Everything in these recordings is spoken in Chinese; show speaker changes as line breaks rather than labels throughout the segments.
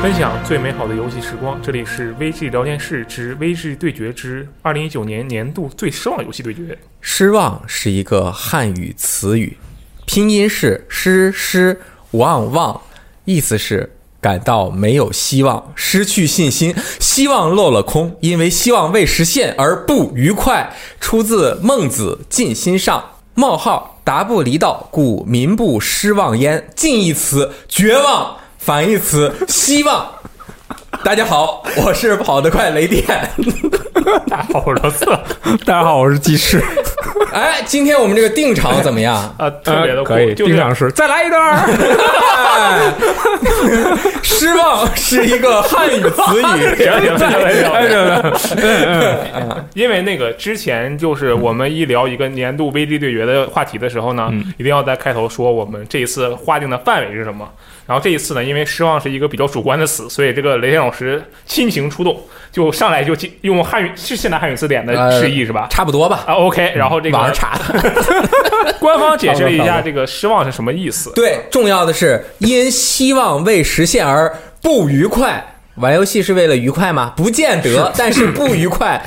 分享最美好的游戏时光，这里是 VG 聊天室之 VG 对决之二零一九年年度最失望游戏对决。
失望是一个汉语词语，拼音是失失望望，意思是感到没有希望，失去信心，希望落了空，因为希望未实现而不愉快。出自《孟子·尽心上》。冒号达不离道，故民不失望焉。近义词绝望，反义词希望。 大家好，我是跑得快雷电。
大家好，我是罗斯。啊
大家好，我是鸡翅，
哎，今天我们这个定场怎么样？
啊，特别的酷
呃可以，
就是
定场是再来一段儿，
哎 失望是一个汉语词语。
行行行
哎
行行，
对对嗯
因为那个之前就是我们一聊一个年度 VG 对决的话题的时候呢，
嗯
一定要在开头说我们这一次划定的范围是什么。然后这一次呢，因为失望是一个比较主观的词，所以这个雷电老师亲情出动，就上来就进用汉语是现代汉语词典的
呃
释义是吧？
差不多吧，
啊，OK，然
嗯
后这个
网上查的。
官方解释了一下这个失望是什么意思。
对，重要的是因希望未实现而不愉快。玩游戏是为了愉快吗？不见得，但是不愉快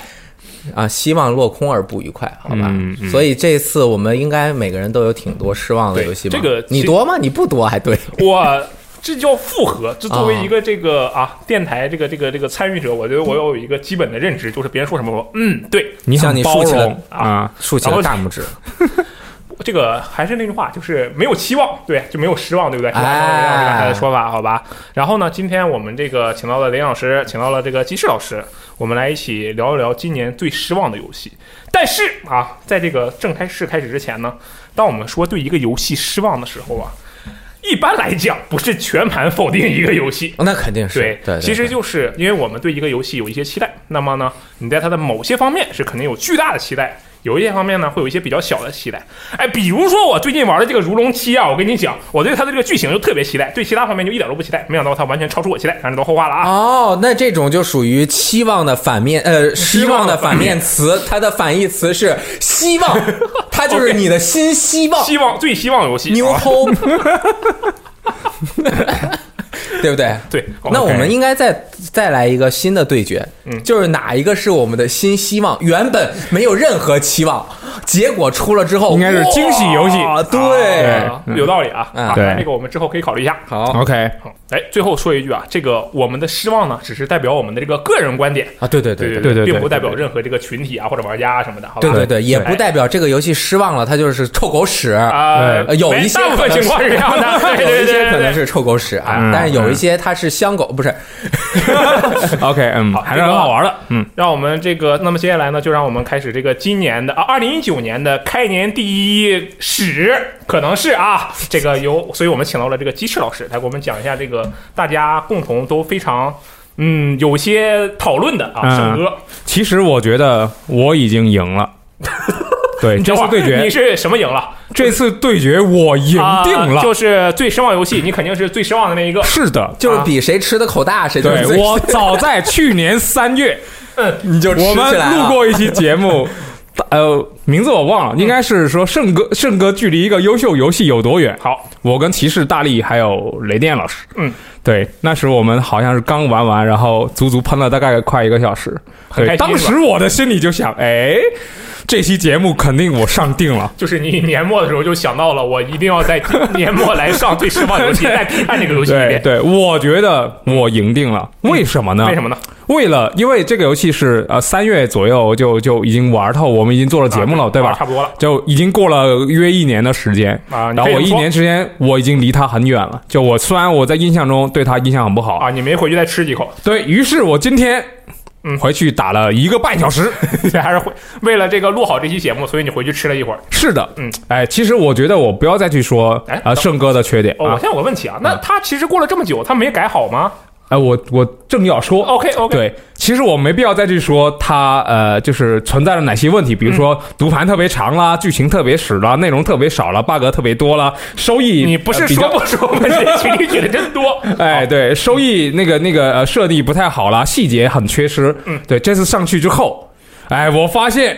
啊，希望落空而不愉快，好吧？
嗯嗯
所以这次我们应该每个人都有挺多失望的游戏吧？
对这个
你多吗？你不多还对。
我这叫复合。这作为
啊
一个这个啊电台这个这个这个参与者，我觉得我要有一个基本的认知，就是别人说什么我嗯对。
你
向你
很包
竖起了
容啊，
竖起
然后
了大拇指，
这个还是那句话，就是没有期望，对，就没有失望，对不对？是吧
哎
按照刚才的说法，好吧。然后呢，今天我们这个请到了雷老师，请到了这个鸡翅老师，我们来一起聊一聊今年最失望的游戏。但是啊，在这个正开始开始之前呢，当我们说对一个游戏失望的时候啊，一般来讲不是全盘否定一个游戏，
哦那肯定是
对，
对，
其实就是因为我们对一个游戏有一些期待，那么呢，你在它的某些方面是肯定有巨大的期待，有一些方面呢会有一些比较小的期待。哎，比如说我最近玩的这个《如龙七》啊，我跟你讲，我对它的这个剧情就特别期待，对其他方面就一点都不期待，没想到它完全超出我期待，反正都后话了啊。
哦，那这种就属于期望的反面，呃，希望的反面词，它的反义词是希望，它就是你的新希望
希望最希望游戏，哦
，New
好吧
Hope，对不对？
对，哦
那我
OK
们应该再再来一个新的对决，就是哪一个是我们的新希望？原本没有任何期望，结果出了之后
应该是惊喜游戏
哇对，
啊有道理啊，
嗯
啊，
对
那这个我们之后可以考虑一下。
好
，OK，
好，哎，最后说一句啊，这个我们的失望呢，只是代表我们的这个个人观点，
啊，对对对
对
对对对
并不代表任何这个群体啊或者玩家啊什么的，好吧？
对对对，也不
哎
代表这个游戏失望了，它就是臭狗 屎
啊，
呃有
没
一些
大部分
可能
情况是这样 的，对对
有
对
一些
对
可能
对对。
是臭狗屎啊
嗯，
但是有一些它是香狗，不是
OK，嗯，还是
这个
很好玩的，嗯，
让我们这个，那么接下来呢，就让我们开始这个今年的啊，二零一九年的开年第一史，可能是啊，这个由，所以我们请到了这个鸡翅老师来给我们讲一下这个大家共同都非常嗯有些讨论的啊，
嗯
圣歌，
其实我觉得我已经赢了，对，
你
这
等会
次
儿
对
你
决，
是什么赢了？
这次对决我赢
啊
定了，
就是最失望游戏，你肯定是最失望的那一个。
是的，
啊
就是比谁吃的口大，谁就是
对
最
我早在去年三月。
你就吃
我
起来
们
了
录过一期节目，呃，名字我忘了，应该是说胜哥，胜哥距离一个优秀游戏有多远？
好，
我跟骑士大力还有雷电老师，
嗯，
对，那时我们好像是刚玩完，然后足足喷了大概快一个小时。
很开心
对，当
是
时我的心里就想，哎，这期节目肯定我上定了。
就是你年末的时候就想到了，我一定要在年末来上最失望游戏，再批判这个游戏一
对啊
遍。
对，我觉得我赢定了，为什么呢？
嗯为什么呢？
为了，因为这个游戏是呃三月左右就就已经玩透，我们已经做了节目了，
啊
对吧？
差不多了
就已经过了约一年的时间
啊你
然后
可以这
我
么
一
说
年之间我已经离他很远了。就我虽然我在印象中对他印象很不好，
啊！你没回去再吃几口，
对于是，我今天
嗯
回去打了一个半 小时。
还是回为了这个录好这期节目，所以你回去吃了一会儿。
是 的，
嗯，
哎，其实我觉得我不要再去说
哎
啊、呃、胜哥的缺点
哦，我
啊
现，在有个问题啊，那他其实过了这么久，他没改好吗
哎，我我正要说
？OK 哦 OK，
对，其实我没必要再去说它呃，就是存在了哪些问题，比如说
嗯
读盘特别长啦，剧情特别屎啦，内容特别少啦，bug 特别多啦，收益
你不是
呃比
说
较
不说吗？这举例举的真 多。哦
哎，对，收益那个那个呃设计不太好啦，细节很缺失。
嗯，
对，这次上去之后，哎，我发现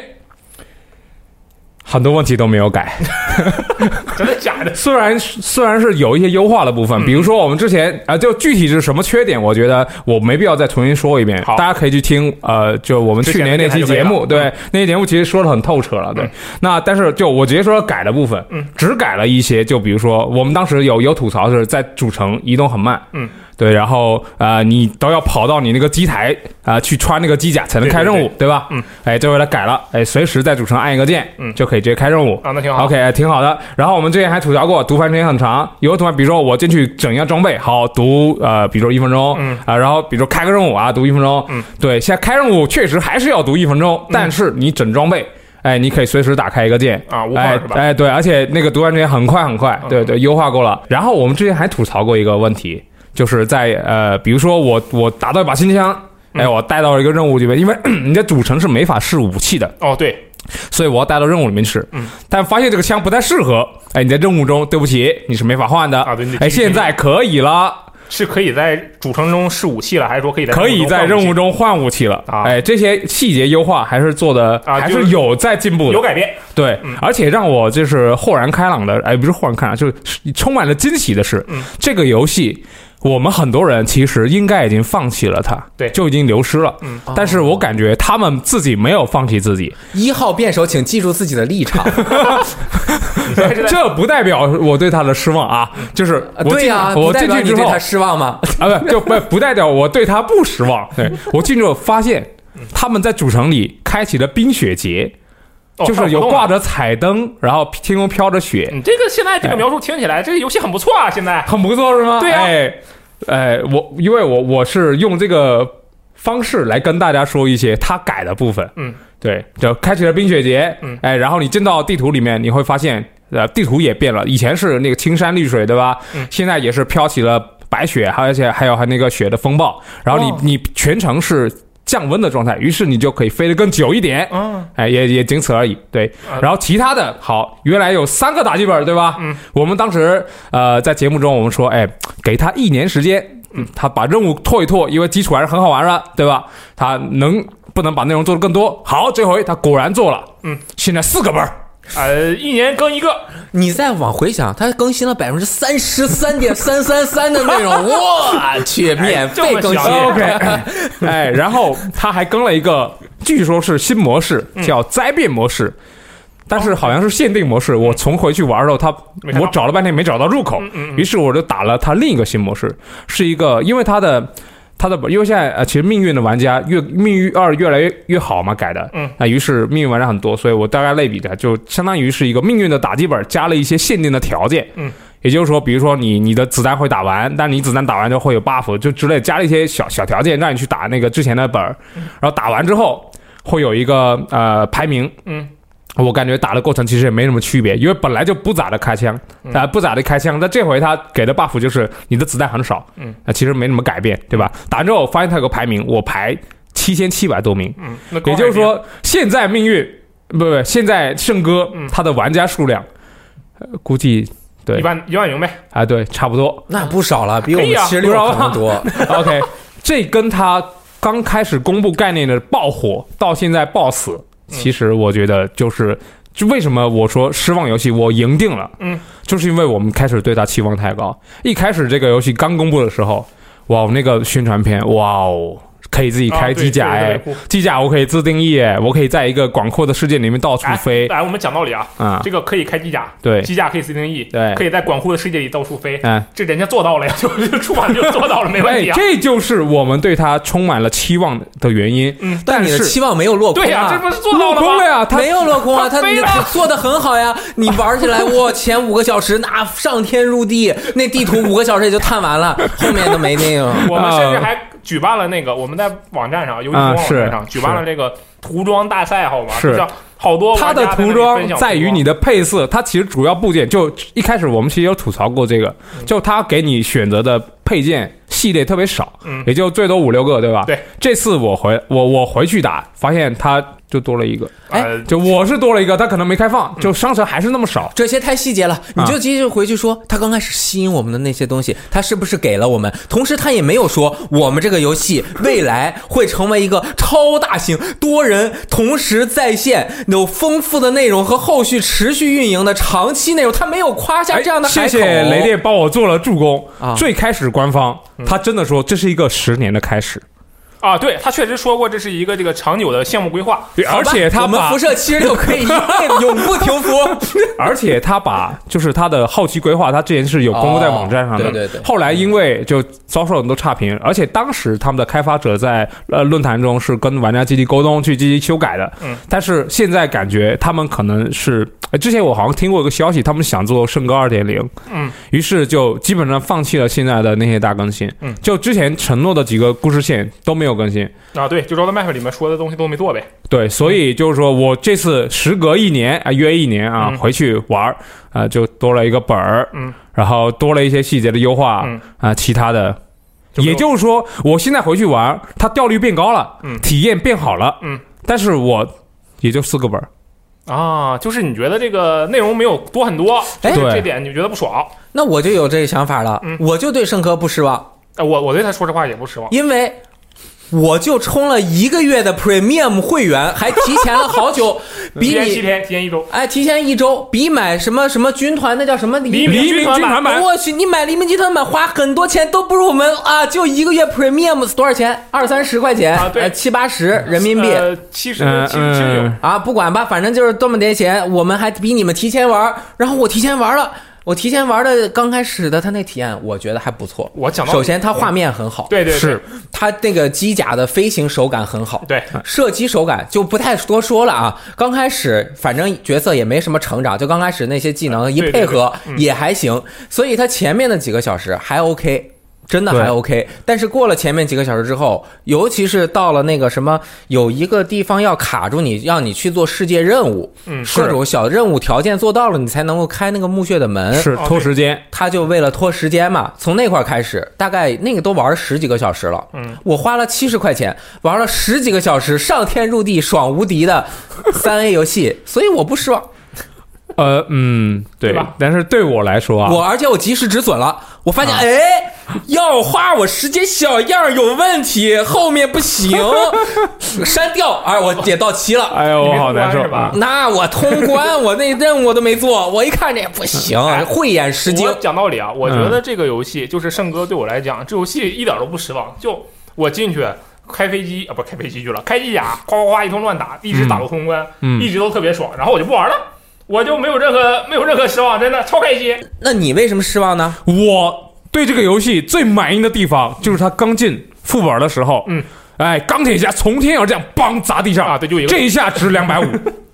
很多问题都没有改，
真的假的？
虽然虽然是有一些优化的部
嗯
分，比如说我们之前啊、就具体是什么缺点，我觉得我没必要再重新说一遍，
好
大家可以去听。呃，就我们去年那期节目，
之前的那期就可以
对
了，
那期节目其实说的很透彻了，对。
嗯
那但是就我直接说改的部分，
嗯
只改了一些，就比如说我们当时有有吐槽是在主城移动很慢，
嗯，
对，然后呃，你都要跑到你那个机台啊、去穿那个机甲才能开任务，
对对
吧？
嗯，
哎，这回它改了，哎，随时在主城按一个键，
嗯
就可以直接开任务。
啊，那挺好。
OK，哎挺好的。然后我们之前还吐槽过，读盘时间很长，有的读盘，比如说我进去整一下装备，好读呃，比如说一分钟，
嗯
啊、然后比如说开个任务啊，读一分钟，
嗯，
对，现在开任务确实还是要读一分钟，但是你整装备。哎，你可以随时打开一个键
啊无框
哎
是吧嗯
哎，对，而且那个读盘时间很快很快，对对，优化过了。然后我们之前还吐槽过一个问题，就是在呃，比如说我我打到一把新枪，
嗯
哎，我带到一个任务里面，因为 你在主城是没法试武器的，
哦，对，
所以我要带到任务里面去。
嗯，
但发现这个枪不太适合，哎，你在任务中，对不起，你是没法换的。
啊对你
哎，现在可以了，
是可以在主城中试武器了，还是说可以在
可以在任务
中
中换武器了。
啊
哎，这些细节优化还是做的，
啊
还
就是是
有在进
放武
步
器
的
有。改嗯变？
对，而且让我就是豁然开朗的，哎，不是豁然开朗，就是充满了惊喜的是，
嗯
这个游戏。我们很多人其实应该已经放弃了它，
对
就已经流失了。
嗯
但是我感觉他们自己没有放弃自己，
一号辩手，请记住自己的立 场。
你现在是在
这不代表我对他的失望啊，就是我
呃
进
对呀、
我
不代
进
表
去
你
之
对
后
他失望吗？
啊，不就不不代表我对他不失望。对我进去之后发现，他们在主城里开启了冰雪节，
哦
就是
还活
有
动
挂
啊嗯
着彩灯，然后天空飘着雪，
你这个现在
哎
这个描述听起来，这个游戏很不错啊！现在
很不错是吗？
对啊
哎，哎，我因为我我是用这个方式来跟大家说一些他改的部分。
嗯，
对，就开启了冰雪节，
嗯
哎，然后你进到地图里面，你会发现，呃，地图也变了，以前是那个青山绿水，对吧？
嗯
现在也是飘起了白雪，还有而且还有还那个雪的风暴，然后你、
哦
你全程是降温的状态，于是你就可以飞得更久一点，
嗯，
哎，也也仅此而已。对，
啊
然后其他的好，原来有三个打击本，对吧？
嗯，
我们当时呃在节目中我们说，哎，给他一年时间，嗯，他把任务拓一拓，因为基础还是很好玩的，对吧？他能不能把内容做得更多？好，这回他果然做了，
嗯，
现在四个本儿，
呃，一年更一个，
你再往回想，他更新了百分之三十三点三三三的内容，我去，免费更
哎这么小
新。
OK，哎，然后他还更了一个，据说是新模式，叫灾变模式。但是好像是限定模式，我重回去玩的时候，他
嗯没看到嗯
我找了半天没找到入口，于是我就打了他另一个新模式，是一个因为他的他的因为现在呃其实命运的玩家越命运二越来越越好嘛改的，
嗯
那于是命运玩家很多，所以我大概类比的就相当于是一个命运的打击本加了一些限定的条件，
嗯。
也就是说，比如说你你的子弹会打完，但你子弹打完就会有 buff，就之类加了一些小小条件，让你去打那个之前的本儿，
嗯
然后打完之后会有一个呃排名，
嗯，
我感觉打的过程其实也没什么区别，因为本来就不咋的开枪，
嗯
啊、不咋的开枪，但这回他给的 buff 就是你的子弹很少，
嗯，
啊、其实没什么改变，对吧？打完之后发现他有个排名，我排七千七百多名，
嗯，那
也就是说现在命运不不，现在圣哥
嗯
他的玩家数量、呃估计对
一万一万名呗，
啊对差不多，
那不少了，比我
可
们
以啊
七十六可
不少啊
能多。
OK，这跟他刚开始公布概念的爆火到现在爆死，
嗯
其实我觉得就是。就为什么我说失望游戏我赢定了？
嗯，
就是因为我们开始对它期望太高。一开始这个游戏刚公布的时候，哇，那个宣传片，哇哦，可以自己开
啊对
机甲
这个
哎
特别酷，
机甲我可以自定义哎，我可以在一个广阔的世界里面到处
哎
飞
哎，我们讲道理啊，
啊，
这个可以开机甲，
对
机甲可以自定义，
对
可以在广阔的世界里到处飞，
嗯，
这人家做到了呀，就是出版就做到了，没问
哎
题，啊。
这就是我们对它充满了期望的原因。
嗯
但
但
你的
是
期望没有落空
对呀，这
啊。
不是做到
落
了
空了
吗？
呀，它
没有落空啊，
他
他
飞了
他做的很好呀！你玩起来，我前五个小时那上天入地，那地图五个小时也就探完了， 后面都没那个。
我们甚至还举办了那个，我们在网站上，游戏
啊
网
是
站上举办了这个涂装大赛，好吗？
是
就像好多
它
玩
的
家在那
涂
里
装
分享啊
在于你的配色，它其实主要部件就一开始我们其实有吐槽过这个，
嗯
就它给你选择的配件系列特别少，
嗯
也就最多五六个，对吧？
对。
这次我回我我回去打，发现它就多了一个，
哎
呃，
就我是多了一个，他可能没开放，
嗯
就商城还是那么少。
这些太细节了，你就直接回去说，他刚开始吸引我们的那些东西，他是不是给了我们？同时，他也没有说我们这个游戏未来会成为一个超大型、多人同时在线、有丰富的内容和后续持续运营的长期内容，他没有夸下这样的海
哎谢
口。
谢雷电帮我做了助攻。
啊
最开始官方
嗯
他真的说这是一个十年的开始，
啊，对他确实说过这是一个这个长久的项目规划，
对，而且他
我们
把
辐射七十六可以一辈子永不停服。
而且他把就是他的后期规划，他之前是有公布在网站上的，
哦对对对
后来因为就遭受了很多差评，而且当时他们的开发者在呃论坛中是跟玩家积极沟通，去积极修改的。
嗯，
但是现在感觉他们可能是，呃之前我好像听过一个消息，他们想做圣歌二点零，
嗯，
于是就基本上放弃了现在的那些大更新，
嗯，
就之前承诺的几个故事线都没有更新。
啊，对，就 roadmap 里面说的东西都没做呗。
对，所以就是说我这次时隔一年啊、约一年啊，
嗯
回去玩儿啊、就多了一个本儿，
嗯，
然后多了一些细节的优化啊、
嗯
其他的，
就没有
也就是说，我现在回去玩儿，它调率变高了，
嗯
体验变好了，
嗯，
但是我也就四个本儿，
啊，就是你觉得这个内容没有多很多，
哎
就是
对
这点你觉得不爽。
那我就有这个想法了，
嗯
我就对圣科不失望。
哎，我我对他说实话也不失望。
因为我就充了一个月的 Premium 会员，还提前了好久，
提
比
前七
你
天，提前一周。
哎提前一周，比买什么什么军团那叫什么黎
黎明
黎明
军
军
团
团版
我去，你买黎明集团版花很多钱都不如我们啊！就一个月 Premium 多少钱？二三十块钱，
啊对
呃七八十人民币。
呃，七十
嗯
七十七十
嗯
九，，
啊，不管吧，反正就是多么点钱，我们还比你们提前玩儿。然后我提前玩了，我提前玩的刚开始的他那体验，我觉得还不错。
我讲到
首先，它画面很好，
对对对
是
它那个机甲的飞行手感很好，
对，
射击手感就不太多说了啊。刚开始反正角色也没什么成长，就刚开始那些技能一
对对
配合
对嗯
也还行，所以它前面的几个小时还 OK。真的
对
还 OK，但是过了前面几个小时之后，尤其是到了那个什么，有一个地方要卡住你，让你去做世界任务，
嗯
各种小任务条件做到了，你才能够开那个墓穴的门。
是
哦
拖时间，
他就为了拖时间嘛，从那块儿开始，大概那个都玩十几个小时了。
嗯，
我花了七十块钱玩了十几个小时，上天入地爽无敌的 三 A 游戏，所以我不失望。
呃嗯，对
对吧
但是对我来说啊，
我而且我及时止损了，我
啊
发现、哎，要花我时间小样儿有问题，后面 不行，删掉。哎，我也到期了。
哎呦，
你
我
没
好难受
通关是吧
啊。
那我 通关，我那任务我都没做，我一看这不行，慧眼识
哎我
精。
讲道理啊，我觉
嗯
得这个游戏就是圣哥对我来讲，这游戏一点都不失望。就我进去开飞机啊，不是开飞机去了，开机甲，哗哗哗一通乱打，一直打到通关，
嗯
一直都特别爽。然后我就不玩了，我就没有任何没有任何失望，真的超开心。
那你为什么失望呢？
我对这个游戏最满意的地方就是它刚进副本的时候，
嗯，
哎，钢铁侠从天而降，梆砸地上
啊对就一个
这一下值 两百五，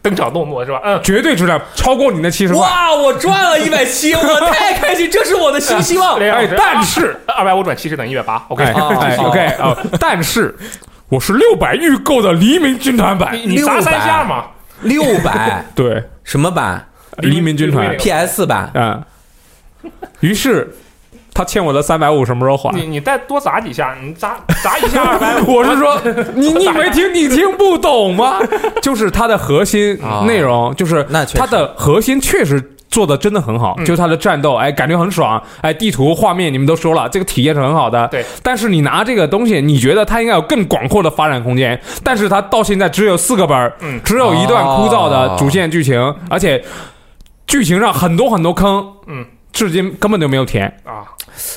登场动作是吧？嗯，
绝对质量超过你的七十块。
哇，我赚了一百七，我太开心，这是我的新希 望。
雷老
哎
师，
但是，
二百五转七十等于一百八，OK，
哎
哦
哎
哦
，OK 啊，但是我是六百预购的黎明军团版，
啊你砸三下嘛，
六百
对，
什么版
黎明军团
黎，
？PS 版？
嗯，于是他欠我的三百五什么时候还？
你你再多砸几下，你砸砸一下二百
我是 说，你你没听，你听不懂吗？ 就是它的核心
啊
内容，就是
那确实嗯
它的核心确实做的真的很好，就是它的战斗，哎，感觉很爽，哎，地图画面你们都说了，这个体验是很好的。
对，
但是你拿这个东西，你觉得它应该有更广阔的发展空间，但是它到现在只有四个本儿，
嗯
只有一段枯燥
哦
的主线剧情，而且剧情上很多很多坑，
嗯，
至今根本就没有填。
啊，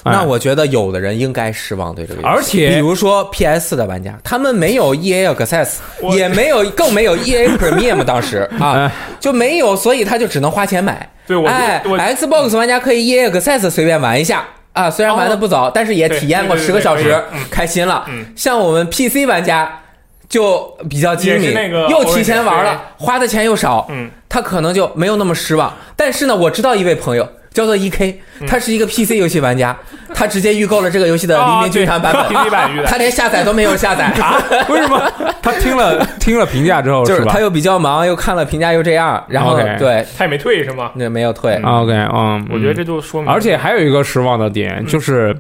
哎
那我觉得有的人应该失望对这个游戏，
而且
比如说 PS 的玩家，他们没有 EA Access，
我
也没有，更没有 EA Premium，当时啊
哎
就没有，所以他就只能花钱买。
对我
哎
我
，Xbox 玩家可以 EA Access 随便玩一下。啊，虽然玩的不早，但是也体验过
对对
十
对
个小
哦对
时
对，嗯
开心了
嗯。
像我们 PC 玩家就比较精
也
明
是那个，
又提前玩
对
了，花的钱又少，
嗯，
他可能就没有那么失望。但是呢，我知道一位朋友叫做 E K，他
嗯
是一个 PC 游戏玩家，他直接预购了这个游戏的黎明军团版 本，
啊对 PC 版预览
他连下载都没 有下载啊，
为什么 他听了听了评价之后
就是
吧
他？又比较忙，又看了评价又这样，然后
OK
对，
他也没退是吗？
那没有退。
OK，嗯，
我觉得这就说明，嗯
而且还有一个失望的点就是，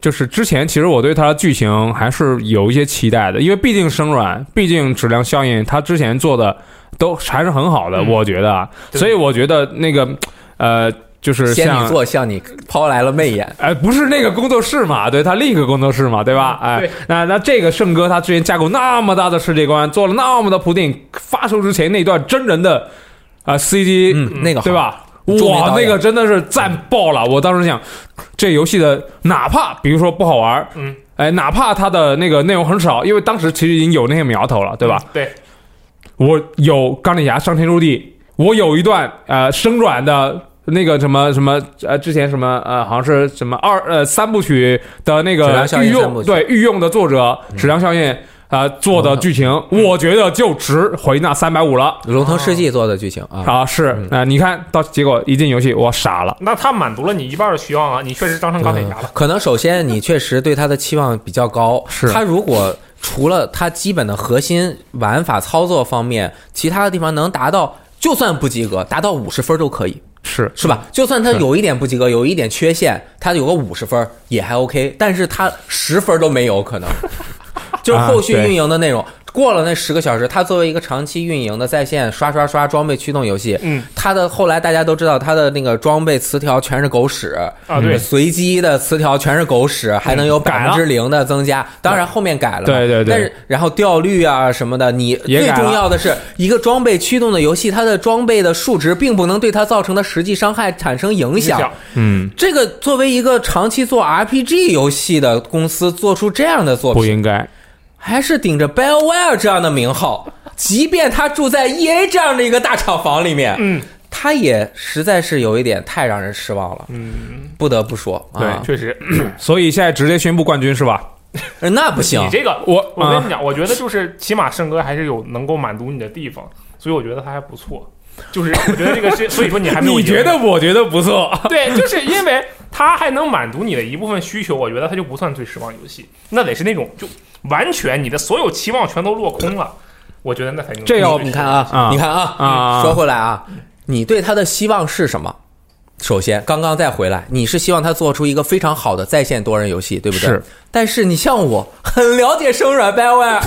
就是之前其实我对它的剧情还是有一些期待的，因为毕竟生软，毕竟质量效应，它之前做的都还是很好的，
嗯
我觉得。啊。
对
所以我觉得那个呃，就是
仙
像
女座向你抛来了媚眼，
哎，不是那个工作室嘛，对他另一个工作室嘛，对吧？哎，
嗯对
那那这个圣哥他之前架构那么大的世界观，做了那么多铺垫，发售之前那段真人的啊、呃 CG，、
嗯，那个好
对？吧？
著名
哇，
导
那
演嗯
个真的是赞爆了！我当时想，这游戏的哪怕比如说不好玩，
嗯，
哎，哪怕它的那个内容很少，因为当时其实已经有那些苗头了，对吧？？
对，
嗯
我有钢铁侠上天入地，我有一段呃生软的那个什么什么呃，之前什么呃，好像是什么二呃三部曲的那
质
个
量效
御
应三部
用
曲嗯
对御用的作者质量效应啊、呃做的剧情，我觉得就值回那三百五了。
龙腾世纪做的剧情啊，
啊，是啊、呃你看到结果一进游戏，我傻了。
那他满足了你一半的期望啊，你确实当成钢铁侠了。
嗯可能首先你确实对他的期望比较高，
是
他如果除了他基本的核心玩法操作方面，其他的地方能达到，就算不及格，达到五十分都可以，
是
是吧？就算他
是
有一点不及格，有一点缺陷，他有个五十分也还 OK，但是他十分都没有可 能，就是后续
啊对
运营的内容。过了那十个小时，它作为一个长期运营的在线刷刷刷装备驱动游戏，
嗯，
它的后来大家都知道，它的那个装备词条全是狗屎，
啊，
嗯
对，
随机的词条全是狗屎，还能有
改
百
了
分之零的增加。当然后面改了嘛，
对对对
但是然后掉率啊什么的，你
也
最
改了
重要的是一个装备驱动的游戏，它的装备的数值并不能对它造成的实际伤害产生影响。
响
嗯，
这个作为一个长期做 RPG 游戏的公司，做出这样的作
不
品，
应该。
还是顶着 BioWare 这样的名号，即便他住在 EA 这样的一个大厂房里面，
嗯，
他也实在是有一点太让人失望了。
嗯，
不得不说，
对
啊、
哎确实，
所以现在直接宣布冠军是吧？
呃那不行
你，这个，
我
我跟
啊
你讲，我觉得就是起码圣哥还是有能够满足你的地方，所以我觉得他还不错。就是我觉得这个是，所以说你还没有
你
赢
觉得？我觉得不错。
对，就是因为他还能满足你的一部分需求，我觉得他就不算最失望游戏，那得是那种就完全你的所有期望全都落空了，我觉得那才能
这要
你你看啊，
啊
你看啊，
啊
说回来啊，你对他的希望是什么？首先，刚刚再回来，你是希望他做出一个非常好的在线多人游戏，对不对？
是。
但是你像我，很了解生 软 BioWare，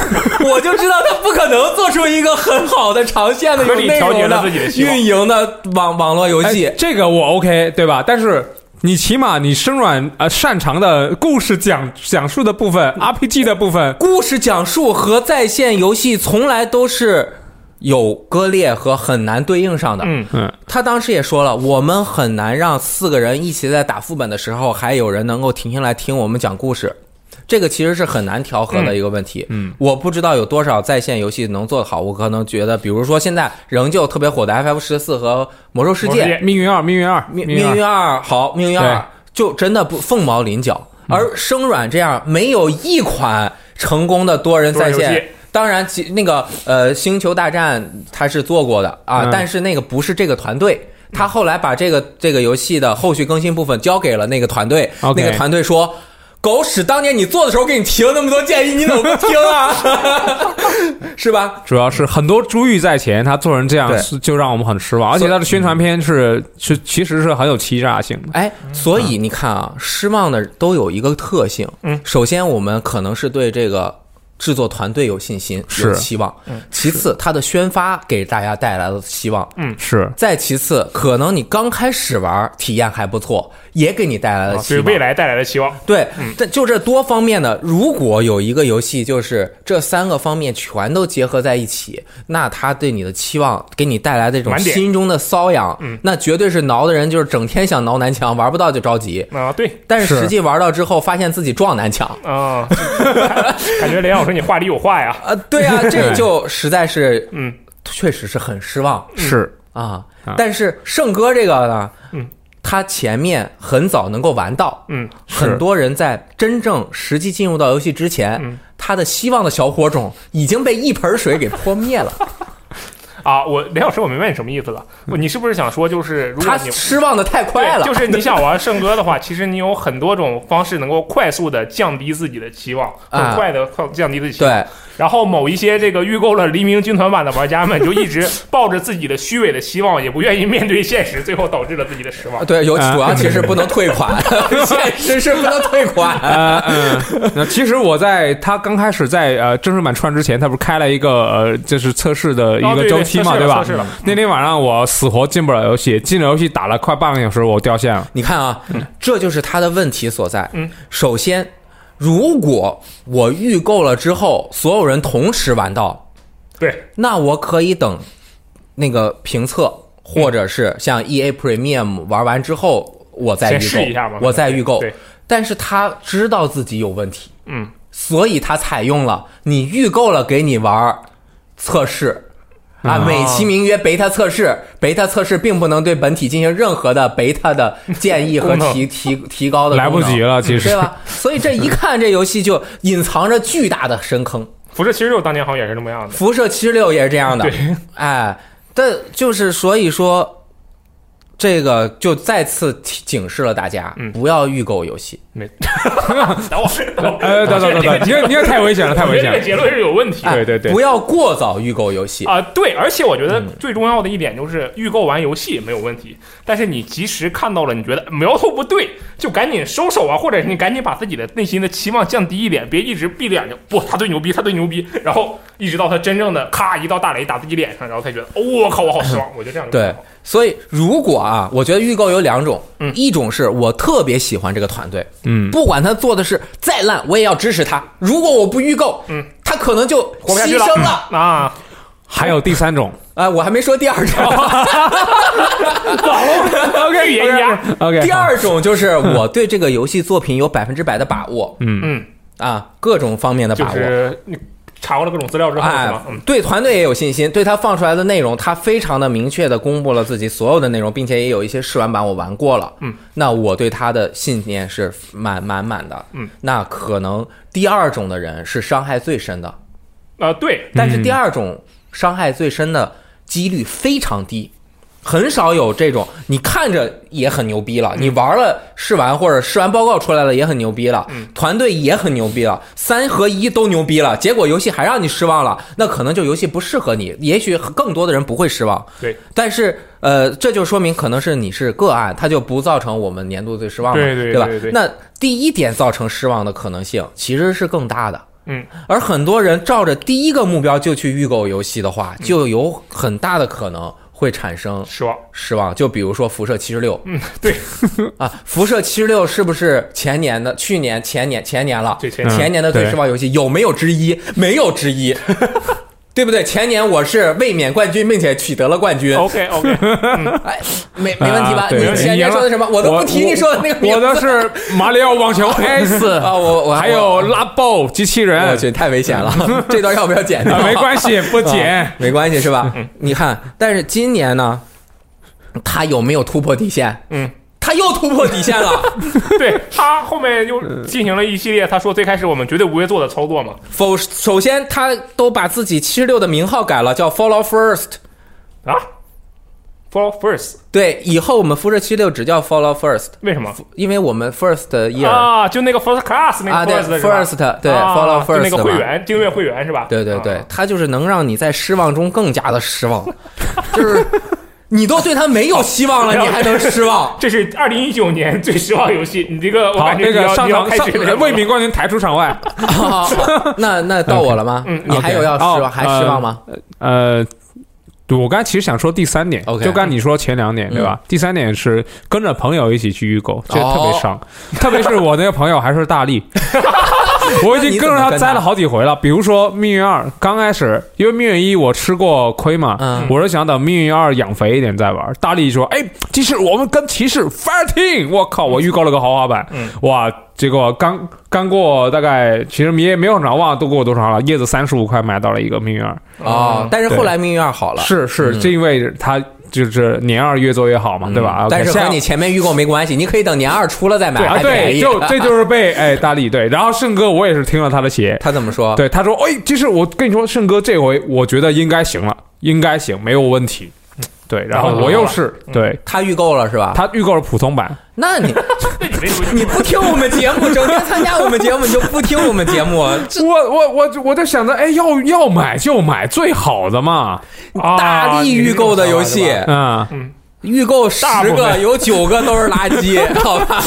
我就知道他不可能做出一个很好的长线的、
合
有
理
内
调节
容
了自己的希望
运营的网网络游戏
哎。这个我 OK，对吧？但是你起码你生软呃擅长的故事讲讲述的部分、RPG 的部分，
故事讲述和在线游戏从来都是有割裂和很难对应上的。
嗯，
嗯，
他当时也说了，我们很难让四个人一起在打副本的时候，还有人能够停下来听我们讲故事。这个其实是很难调和的一个问题。
嗯，
我不知道有多少在线游戏能做得好。我可能觉得，比如说现在仍旧特别火的 FF 十四和魔兽世
魔兽世
界
界，
命运二，命运二，
命命运二好，命运
对
二就真的不凤毛麟角。而生软这样没有一款成功的多人在
多人游
线
戏。
当然，其那个呃，《星球大战》他是做过的啊，
嗯
但是那个不是这个团队。他后来把这个这个游戏的后续更新部分交给了那个团队
OK
那个团队说：“狗屎，当年你做的时候给你提了那么多建议，你怎么不听啊？ 是吧？
主要是很多珠玉在前，他做成这样
对
是就让我们很失望，而且他的宣传片是是其实是很有欺诈性的。
哎，所以你看啊，失望的都有一个特性。
嗯，
首先我们可能是对这个制作团队有信心，有
是
期望
嗯。
其次，它的宣发给大家带来了希望。
是，
再其次，可能你刚开始玩体验还不错，也给你带来了希
对
望。
啊未来带来的希望，
对，但就这多方面的，如果有一个游戏就是这三个方面全都结合在一起，那它对你的期望，给你带来的这种
满点
心中的瘙痒，那绝对是挠的人就是整天想挠南墙，玩不到就着急。
啊，对，
但是
是
实际玩到之后，发现自己撞南墙，
啊、 感觉雷老师你话里有话呀。
啊，对 啊，这就实在是，
嗯，
确实是很失望
是
啊
啊。
但是圣哥这个呢，
嗯，
他前面很早能够玩到，
嗯，
是
很多人在真正实际进入到游戏之前，
嗯
他的希望的小火种已经被一盆水给泼灭 了。
啊，我雷老师，我明白你什么意思了。不你是不是想说，就是如果
嗯他
你
失望的太快了，
对就是你想玩圣歌的话，其实你有很多种方式能够快速的降低自己的期望，很
啊
快的降低自己期望。
对啊
然后某一些这个预购了《黎明军团版》的玩家们，就一直抱着自己的虚伪的希望，也不愿意面对现实，最后导致了自己的失望。
对，有主要其实不能退 款，现实是不能退款。
呃嗯，那其实我在他刚开始在呃正式版串之前，他不是开了一个呃就是测试的一
哦
个
对对
周期嘛，
测试了
吧
测试了？
那天晚上我死活进不了游戏，进了游戏打了快半个小时，我掉线了。
你看啊，这就是他的问题所在。
嗯，
首先，如果我预购了之后，所有人同时玩到，
对，
那我可以等那个评测，或者是像 E A Premium 玩完之后，我再预购，
先试一下嘛
我再预购
对。
但是他知道自己有问题，
嗯，
所以他采用了你预购了给你玩儿测试。啊，美其名曰 beta 测试，beta 测试并不能对本体进行任何的 beta 的建议和
功能
提提提高的
来不
功能
及
嗯
了其实
对吧？所以这一看这游戏就隐藏着巨大的深坑。
辐射七十六当年好像也是这么样的。
辐射七十六也是这样的，
对
哎，但就是所以说，这个就再次提警示了大家，
嗯
不要预购游戏。
没， 等我， 等我
呃，等等等等，你这你这太危险了，太
我
危
觉得
险
这个结
了。
论是有问题的。
哎
对对对
不要过早预购游戏。
啊、对，而且我觉
嗯
得最重要的一点就是预购完游戏没有问题，但是你及时看到了，你觉得苗头不对，就赶紧收手啊，或者是你赶紧把自己的内心的期望降低一点，别一直闭着眼睛，不，他最牛逼，他最牛逼，然后一直到他真正的咔一道大雷打自己脸上，然后才觉得，哦，我靠，我好失望，我就这样就
对
不好，
所以如果啊，我觉得预购有两种，
嗯
一种是我特别喜欢这个团队，
嗯，
不管他做的是再烂，我也要支持他。如果我不预购，
嗯，
他可能就
活不下
牺
去了
牲了。
啊，
还有第三种。
哎，我还没说第二种，
OK，预 言家，
OK，
第二种就是我对这个游戏作品有百分之百的把握
嗯，
啊，各种方面的
就
把握。
是你查过了各种资料之后，是
哎
吧？嗯，，
对团队也有信心，对他放出来的内容，他非常的明确的公布了自己所有的内容，并且也有一些试玩版我玩过了。
嗯，
那我对他的信念是满满满的。
嗯，
那可能第二种的人是伤害最深的，
啊，对，
但是第二种伤害最深的几率非常低，很少有这种你看着也很牛逼了，你
嗯
玩了试玩或者试完报告出来了也很牛逼了，
嗯
团队也很牛逼了，三合一都牛逼了，结果游戏还让你失望了，那可能就游戏不适合你，也许更多的人不会失望。
对，
但是呃，这就说明可能是你是个案，它就不造成我们年度最失望嘛，
对对
吧
对对
那第一点造成失望的可能性其实是更大的。
嗯，
而很多人照着第一个目标就去预购游戏的话，
嗯
就有很大的可能会产生
失望，
失望。就比如说《辐射七十六
嗯，对，》
啊，《辐射七十六》是不是前年的、去年、前年、前年了？
对前
年
年的最失望游戏有没有之一？没有之 一，对不对？前年我是卫冕冠军，并且取得了冠军。
OK OK，
哎，没没问题吧？
哦啊
你
对
前年说的什么？我都不提你说的那个名
我
字
的是马里奥网球 S，
啊，我我
还有拉爆机器人，
我去，太危险 了，这段要不要剪掉？
啊没关系， 不
啊
剪。
没关系是吧？
嗯
你看，但是今年呢，他有没有突破底线？
嗯，
他又突破底线 了
对他后面
嗯
又进行了一系列他说最开始我们绝对不会做的操作嘛，
否，首先他都把自己七十六的名号改了，叫 Follow First。
啊，for first，
对，以后我们辐射七六只叫 Follow First，
为什么？
因为我们 First Year，、
啊，就那个 first class 那
啊
个
对
first 是吧
first，对
啊
follow
就那
first
个会
吧
员订阅会员是吧？
对对对
啊，
它就是能让你在失望中更加的失望，就是你都对他没有希望啊了，你还能失 望？
这是二零一九年最失望游戏，你这个我
好，
感觉
那
你要
个上
你要
场
开
上呃
始了
卫冕冠军抬出场外。
好好那那到我了吗？
嗯
你还有要失
哦
望还失望吗？
呃，对我刚才其实想说第三点
OK
就刚才你说前两点对吧？第三点是跟着朋友一起去预购，这个特别伤，特别是我那个朋友还是大力。我已经跟着他栽了好几回了，比如说《命运二》，刚开始因为《命运一》我吃过亏嘛，
嗯
我是想等《命运二》养肥一点再玩。大力说：“哎，骑士，我们跟骑士 fighting！” 我靠，我预告了个豪华版，
嗯
哇，结果刚刚过大概，其实也没有长忘，都过多少了，叶子三十五块买到了一个《命运二》，
呃
哦，但是
对
后来命运二好了，嗯
是是，这因为它就是年二越做越好嘛，对吧？
但是
像
和你前面预购没关系，你可以等年二出了再买，
啊，
还便
对，
宜。，
就这就是被哎大力对，然后胜哥我也是听了他的鞋
他怎么说？
对他说，
嗯
哎，其实我跟你说，胜哥这回我觉得应该行了，应该行，没有问题。对，然后我又是对
他预购了是吧？
他预购了普通版，
那你
那你这游戏
你不听我们节目，整天参加我们节目，你就不听我们节 目，
我我我我就想着，哎，要要买就买最好的嘛，
大力预购的
啊
游
你这
戏
个，
嗯，
预购十
大部
个
分
有九个都是垃圾， 好吧？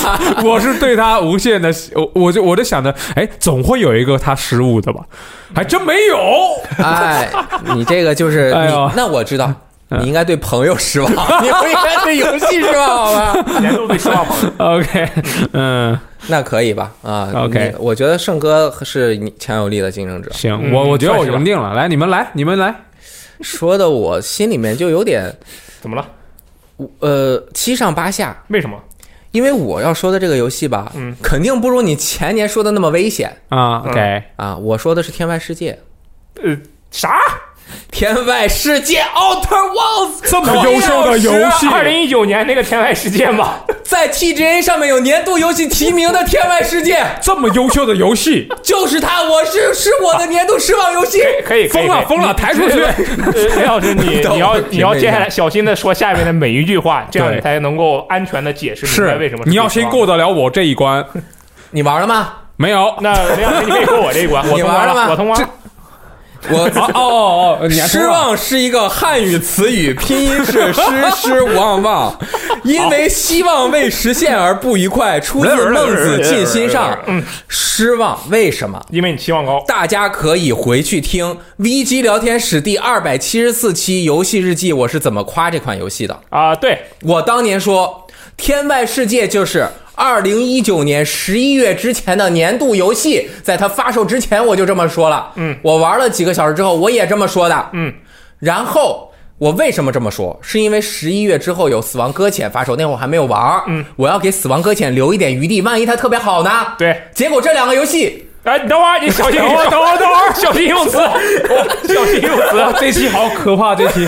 我是对他无限的，我我就我就想着，哎，总会有一个他失误的吧，还真没有，
哎，你这个就是
哎
你
呦，
那我知道。
嗯
你应该对朋友失望，你不应该对游戏失望，好吧？
年度最失望朋友，
OK，嗯，
那可以吧？啊
OK
你我觉得胜哥是你强有力的竞争者，
行，
嗯
我我觉得我
算是吧
赢定了，来，你们来，你们来，
说的我心里面就有点
怎么了？
呃七上八下，
为什么？
因为我要说的这个游戏吧，
嗯，
肯定不如你前年说的那么危险
啊，OK，
啊！我说的是《天外世界》，
呃，啥？
《天外世界》（Outer Worlds）
这么优秀的游戏
二零一九年那个天外世界嘛，
在 TGA 上面有年度游戏提名的《天外世界》，
这么优秀的 游戏，
就是它，我是是我的年度失望游戏。
可以可以
疯了疯了，抬出去，
呃雷老师，你
等我
你要
评
你要
论一下
接下来小心的说下面的每一句话，这样
对
你才能够安全的解释明白
是
为什么
你要先过
的。
得了我这一 关，
你玩了吗？
没有，
那雷老师，你可以过我这一关，我
你
通
玩
关
了吗
我通关了。
我
哦哦哦，你还
失
说啊
望是一个汉语词语，拼音是诗诗望望，因为希望未实现而不愉快，出自孟子尽心上。失望为什么？
因为你期望高，
大家可以回去听 VG 聊天室第二百七十四期《游戏日记》，我是怎么夸这款游戏的。
啊，对，
我当年说，《天外世界》就是二零一九年十一月之前的年度游戏，在它发售之前我就这么说了。嗯，我玩了几个小时之后，我也这么说的。
嗯，
然后。我为什么这么说？是因为十一月之后有《死亡搁浅》发售，那会儿我还没有玩儿。嗯，我要给《死亡搁浅》留一点余地，万一它特别好呢？
对
结果这两个游戏
哎，你等会儿，你小心，等会儿，等会儿，等会儿， 小心用词，小心用词
啊，这期好可怕，这 期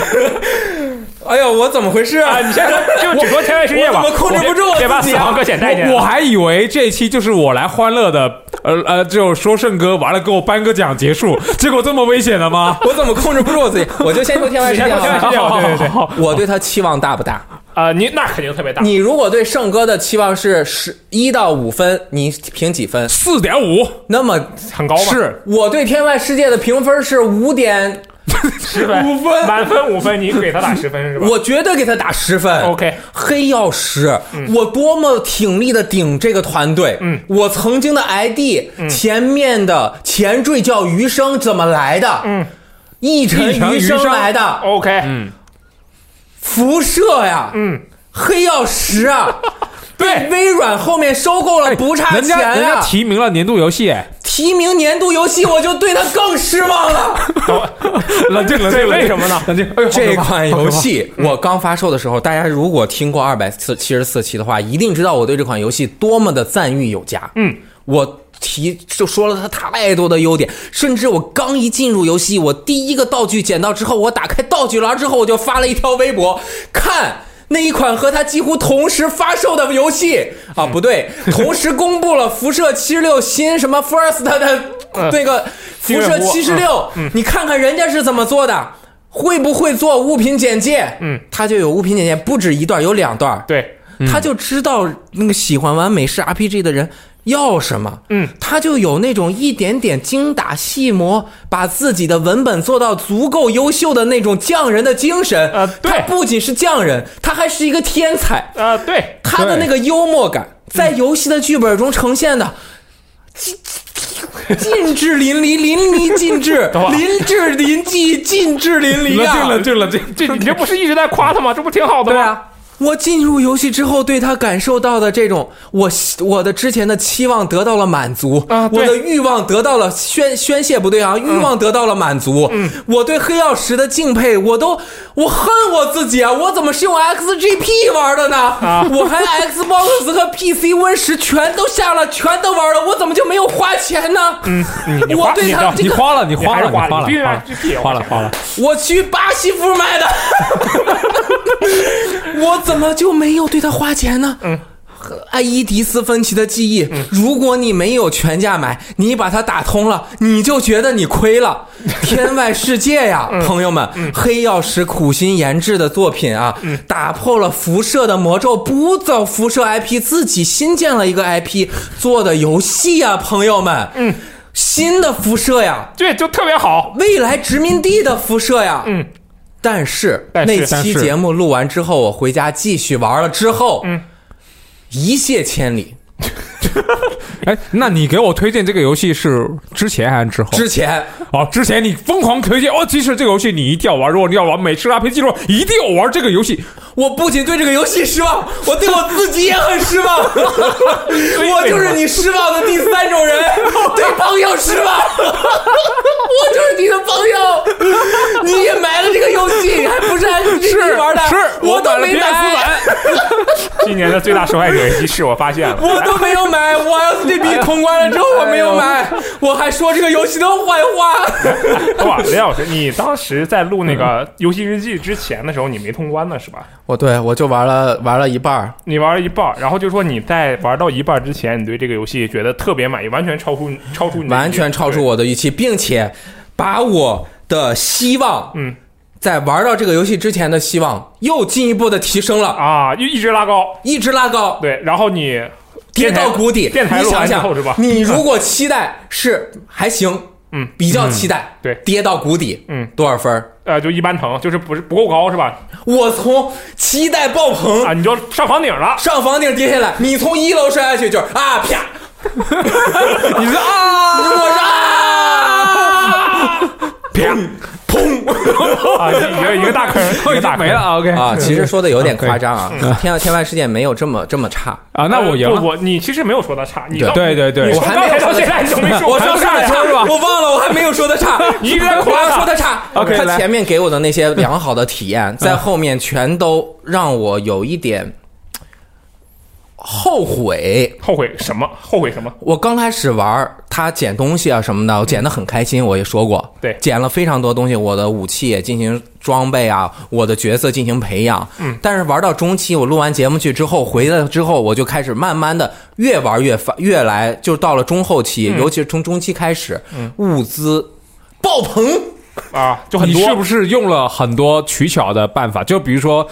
哎呦，我怎么回事
啊！
啊？
你先说，就只说天外世界吧，
我怎么控制不住我
别别把
自己
死
啊
亡搁浅带进来。
我我还以为这期就是我来欢乐的，呃呃，就说胜哥完了给我颁个奖结束，结果这么危险的吗？
我怎么控制不住我自己？我就先说天外世界
你先说天外世
吧
界。对对对
好
我对它期望大不大？
啊，你那肯定特别大，
你如果对胜哥的期望是十一到五分，你评几分？
四点五
那么
很高嘛，
是
我对天外世界的评分是五点，
十分，
五分
满分五分，你给他打十分是吧？
我绝对给他打十分。
OK 嗯
黑曜石，我多么挺立的顶这个团队。嗯，我曾经的 ID，、前
嗯
面的前缀叫余生，怎么来的？嗯，一
一
尘
城余
生
生
来的。
OK，
嗯
辐射呀，
嗯，
黑曜石 啊，被微软后面收购了，不差
哎人
钱
啊
家人
呀、
家提名了年度游戏，哎，
提名年度游戏，我就对它更失望了。
冷静 冷
对
静，冷静
为什么呢
冷静，哎呦，好可怕
这款游，戏我刚发售的时候，大家如果听过二百四七十四期的话，一定知道我对这款游戏多么的赞誉有加。嗯，我提就说了它太多的优点，甚至我刚一进入游戏，我第一个道具捡到之后，我打开道具栏之后，我就发了一条微博，看。那一款和它几乎同时发售的游戏啊，不对，同时公布了《辐射七十六》新什么 First 的
嗯
那个《辐射七十六》，嗯你看看人家是怎么做的，会不会做物品简介？嗯，他就有物品简介，不止一段，有两段。，
对，嗯
他就知道那个喜欢玩美式 RPG 的人要什么。
嗯，
他就有那种一点点精打细磨，把自己的文本做到足够优秀的那种匠人的精神。
呃对
他不仅是匠人，他还是一个天才。
啊，对，
他的那个幽默感在游戏的剧本中呈现的。尽尽致淋漓，淋漓尽致
等会，儿
淋致淋漓，尽致淋漓
冷
啊！
静冷静冷静，
这你这不是一直在夸他吗？这不挺好的
对
吗？
啊，我进入游戏之后，对他感受到的这种，我我的之前的期望得到了满足，
啊对嗯
我的欲望得到了宣宣泄，不对啊，欲望得到了满足。我对黑曜石的敬佩，我都我恨我自己啊！我怎么是用 XGP 玩的呢？
啊
我还 Xbox 和 PC Win 十全都下了，全都玩了，我怎么就没有花钱呢？嗯，
你
我
花
对
你
他
知道
这
啊你
个
花了你
你还
花
是
了你花
了，你
了
必须
花
必须
了花了花了，
我去巴西服 买的，我怎么就没有对他花钱呢？嗯，嗯爱伊迪丝·芬奇的记忆，如果你没有全价买，你把它打通了，你就觉得你亏 了。天外世界呀，朋友们，黑曜石苦心研制的作品啊，打破了辐射的魔咒，不走辐射 IP，自己新建了一个 IP 做的游戏呀，朋友们，嗯，新的辐射呀，
对，就特别好。
未来殖民地的辐射呀，
嗯。
但是
但是
那
但
期
是
节目录完之后，我回家继续玩了之后，
嗯
一泻千里。
哎，那你给我推荐这个游戏是之前还是之后？
之前
哦，之前你疯狂推荐哦，即使这个游戏你一定要玩，如果你要玩美式 RPG 的话，一定要玩这个游戏。
我不仅对这个游戏失望，我对我自己也很失望。我就是你失望的第三种人，对朋友失望。 我就是你的朋友，你也买了这个游戏，还不是按自己玩的？
是
我都
买了
没
PS
买，
版，
今年的最大受害者一是我发现了，
我都没有买。 我要是这笔通关了之后我没有买，我还说这个游戏的坏话。
哇，雷老师，你当时在录那个游戏日记之前的时候，你没通关呢是吧？
我对我就玩了玩了一半儿，
你玩了一半儿，然后就说你在玩到一半儿之前，你对这个游戏觉得特别满意，完全超出超出你的
完全超出
我。
我的预期，并且把我的希望，
嗯，
在玩到这个游戏之前的希望又进一步的提升了，
啊，一一直拉高，
一直拉高，
对，然后你
跌到谷底。
电台
你
录
想
完之后是
想
吧，
你如果期待是还行，
嗯，
比较期待，
对
跌到谷底，
嗯，
多少分儿？
呃就一般疼，就是不是不够高是吧？
我从期待爆棚
啊，你就上房顶 了，
上房顶跌下来，你从一楼摔下去就是啊啪，
你是啊，
我是啊
啪，砰，啊，一个一个大坑，一个
已
大
经
坑
没了。啊，OK
啊，其实说的有点夸张啊，天天外世界没有这么这么差。
啊，那我赢
呃
了
不。我你其实没有说他差，你到
对对对
你
我
从
还
刚
没
才
有说
到
的
现在你都没 说，
我说
刚才
的
说
差是吧？我忘了，我还没有说的差，
你一直在
我
夸
要
他
说的差。
OK，
他
来
前面给我的那些良好的体验，在后面全都让我有一点后悔。
后悔什么？后悔什么？
我刚开始玩儿他捡东西啊什么的，我捡的很开心，我也说过，
对
捡了非常多东西，我的武器也进行装备啊，我的角色进行培养。嗯，但是玩到中期，我录完节目去之后，回来之后，我就开始慢慢的越玩越发，越来就到了中后期，
嗯
尤其是从中期开始，物资爆棚。
啊，就很
你是不
多。
是用了很多取巧的办法？就比如说，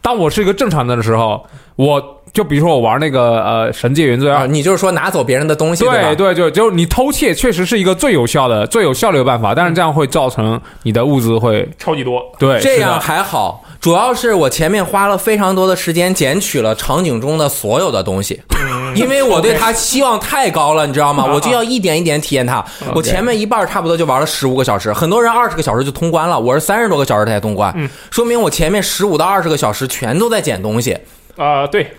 当我是一个正常人的时候，我就比如说我玩那个呃《神界原罪二
啊，》，你就是说拿走别人的东西，吧？
对对对，就是你偷窃确实是一个最有效的、最有效率的办法，但是这样会造成你的物资会
超级多，
对
这
是
样
的
还好，主要是我前面花了非常多的时间捡取了场景中的所有的东西，
嗯
因为我对它期望太高了，你知道
啊
吗？我就要一点一点体验它。我前面一半差不多就玩了十五个小时，很多人二十个小时就通关了，我是三十多个小时才通
嗯
关，说明我前面十五到二十个小时全都在捡东西。
啊，对，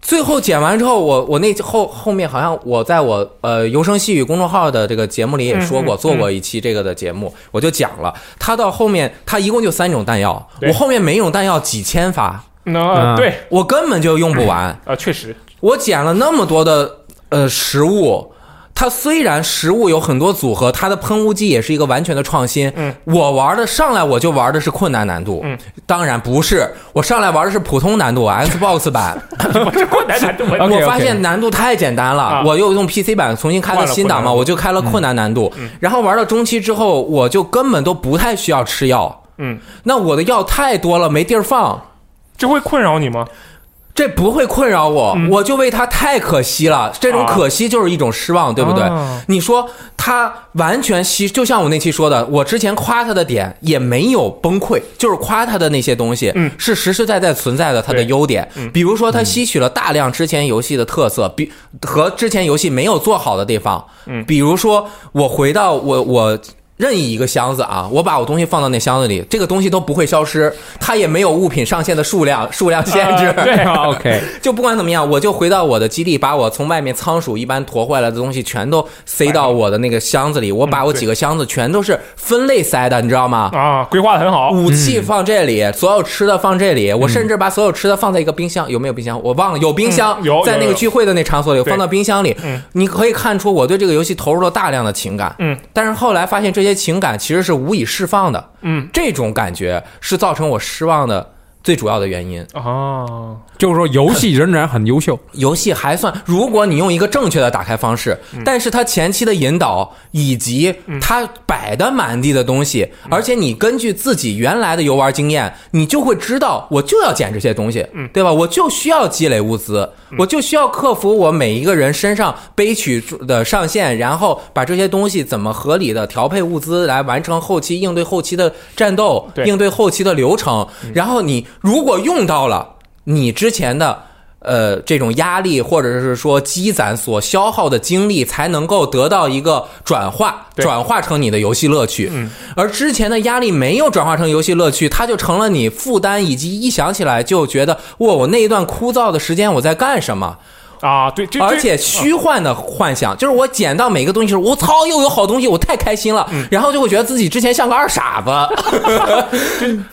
最后剪完之后，我我那后后面好像我在我呃游声细语公众号的这个节目里也说过，
嗯嗯
做过一期这个的节目，我就讲了，他到后面他一共就三种弹药，
对
我后面每种弹药几千发，
那
嗯
对，
我根本就用不完，
啊，确 实，
我捡了那么多的呃食物。它虽然食物有很多组合，它的喷雾剂也是一个完全的创新。
嗯，
我玩的上来我就玩的是困难难度。
嗯，
当然不是，我上来玩的是普通难度啊，Xbox 版。
我这困难难度我
OK，
我发现难度太简单了
啊，
我又用 PC 版重新开了新档嘛，
换了困难嗯
我就开了困难难度。然后玩到中期之后，我就根本都不太需要吃药。
嗯，
那我的药太多了，没地儿放，
这会困扰你吗？
这不会困扰我，我就为他太可惜了。这种
嗯啊
可惜就是一种失望，对不对？
啊
你说他完全吸，就像我那期说的，我之前夸他的点也没有崩溃，就是夸他的那些东西、
嗯
是实实在在存在的他的
对
优点。
嗯
比如说，他吸取了大量之前游戏的特色，比和之前游戏没有做好的地方。
嗯
比如说我回到我我。任意一个箱子啊，我把我东西放到那箱子里，这个东西都不会消失，它也没有物品上限的数量数量限制。
啊对
对 OK，
就不管怎么样，我就回到我的基地，把我从外面仓鼠一般驮回来的东西全都塞到我的那个箱子里。我
嗯
把我几个箱子全都是分类塞的，你知道吗？
啊，规划的很好，
武器放这里，所有吃的放这里。我甚至把所有吃的放在一个冰箱，有没有冰箱？我忘了，有冰箱
嗯嗯有，有
在那个
有
聚会的那场所里，我
对
放到冰箱里
嗯。
你可以看出我对这个游戏投入了大量的情感。
嗯，
但是后来发现这些情感其实是无以释放的。
嗯，
这种感觉是造成我失望的。最主要的原因。
哦，
就是说游戏仍然很优秀，
游戏还算，如果你用一个正确的打开方式，但是它前期的引导以及它摆的满地的东西，而且你根据自己原来的游玩经验，你就会知道我就要捡这些东西，对吧？我就需要积累物资，我就需要克服我每一个人身上背取的上限，然后把这些东西怎么合理的调配物资来完成后期应对后期的战斗，
对
应对后期的流程。然后你如果用到了你之前的呃这种压力，或者是说积攒所消耗的精力，才能够得到一个转化，
对
转化成你的游戏乐趣。
嗯，
而之前的压力没有转化成游戏乐趣，它就成了你负担，以及一想起来就觉得哇，我那一段枯燥的时间我在干什么？
啊，对，这这
而且虚幻的幻想，就是我捡到每个东西的时候，我操，又有好东西，我太开
嗯
心了，然后就会觉得自己之前像个二 傻子。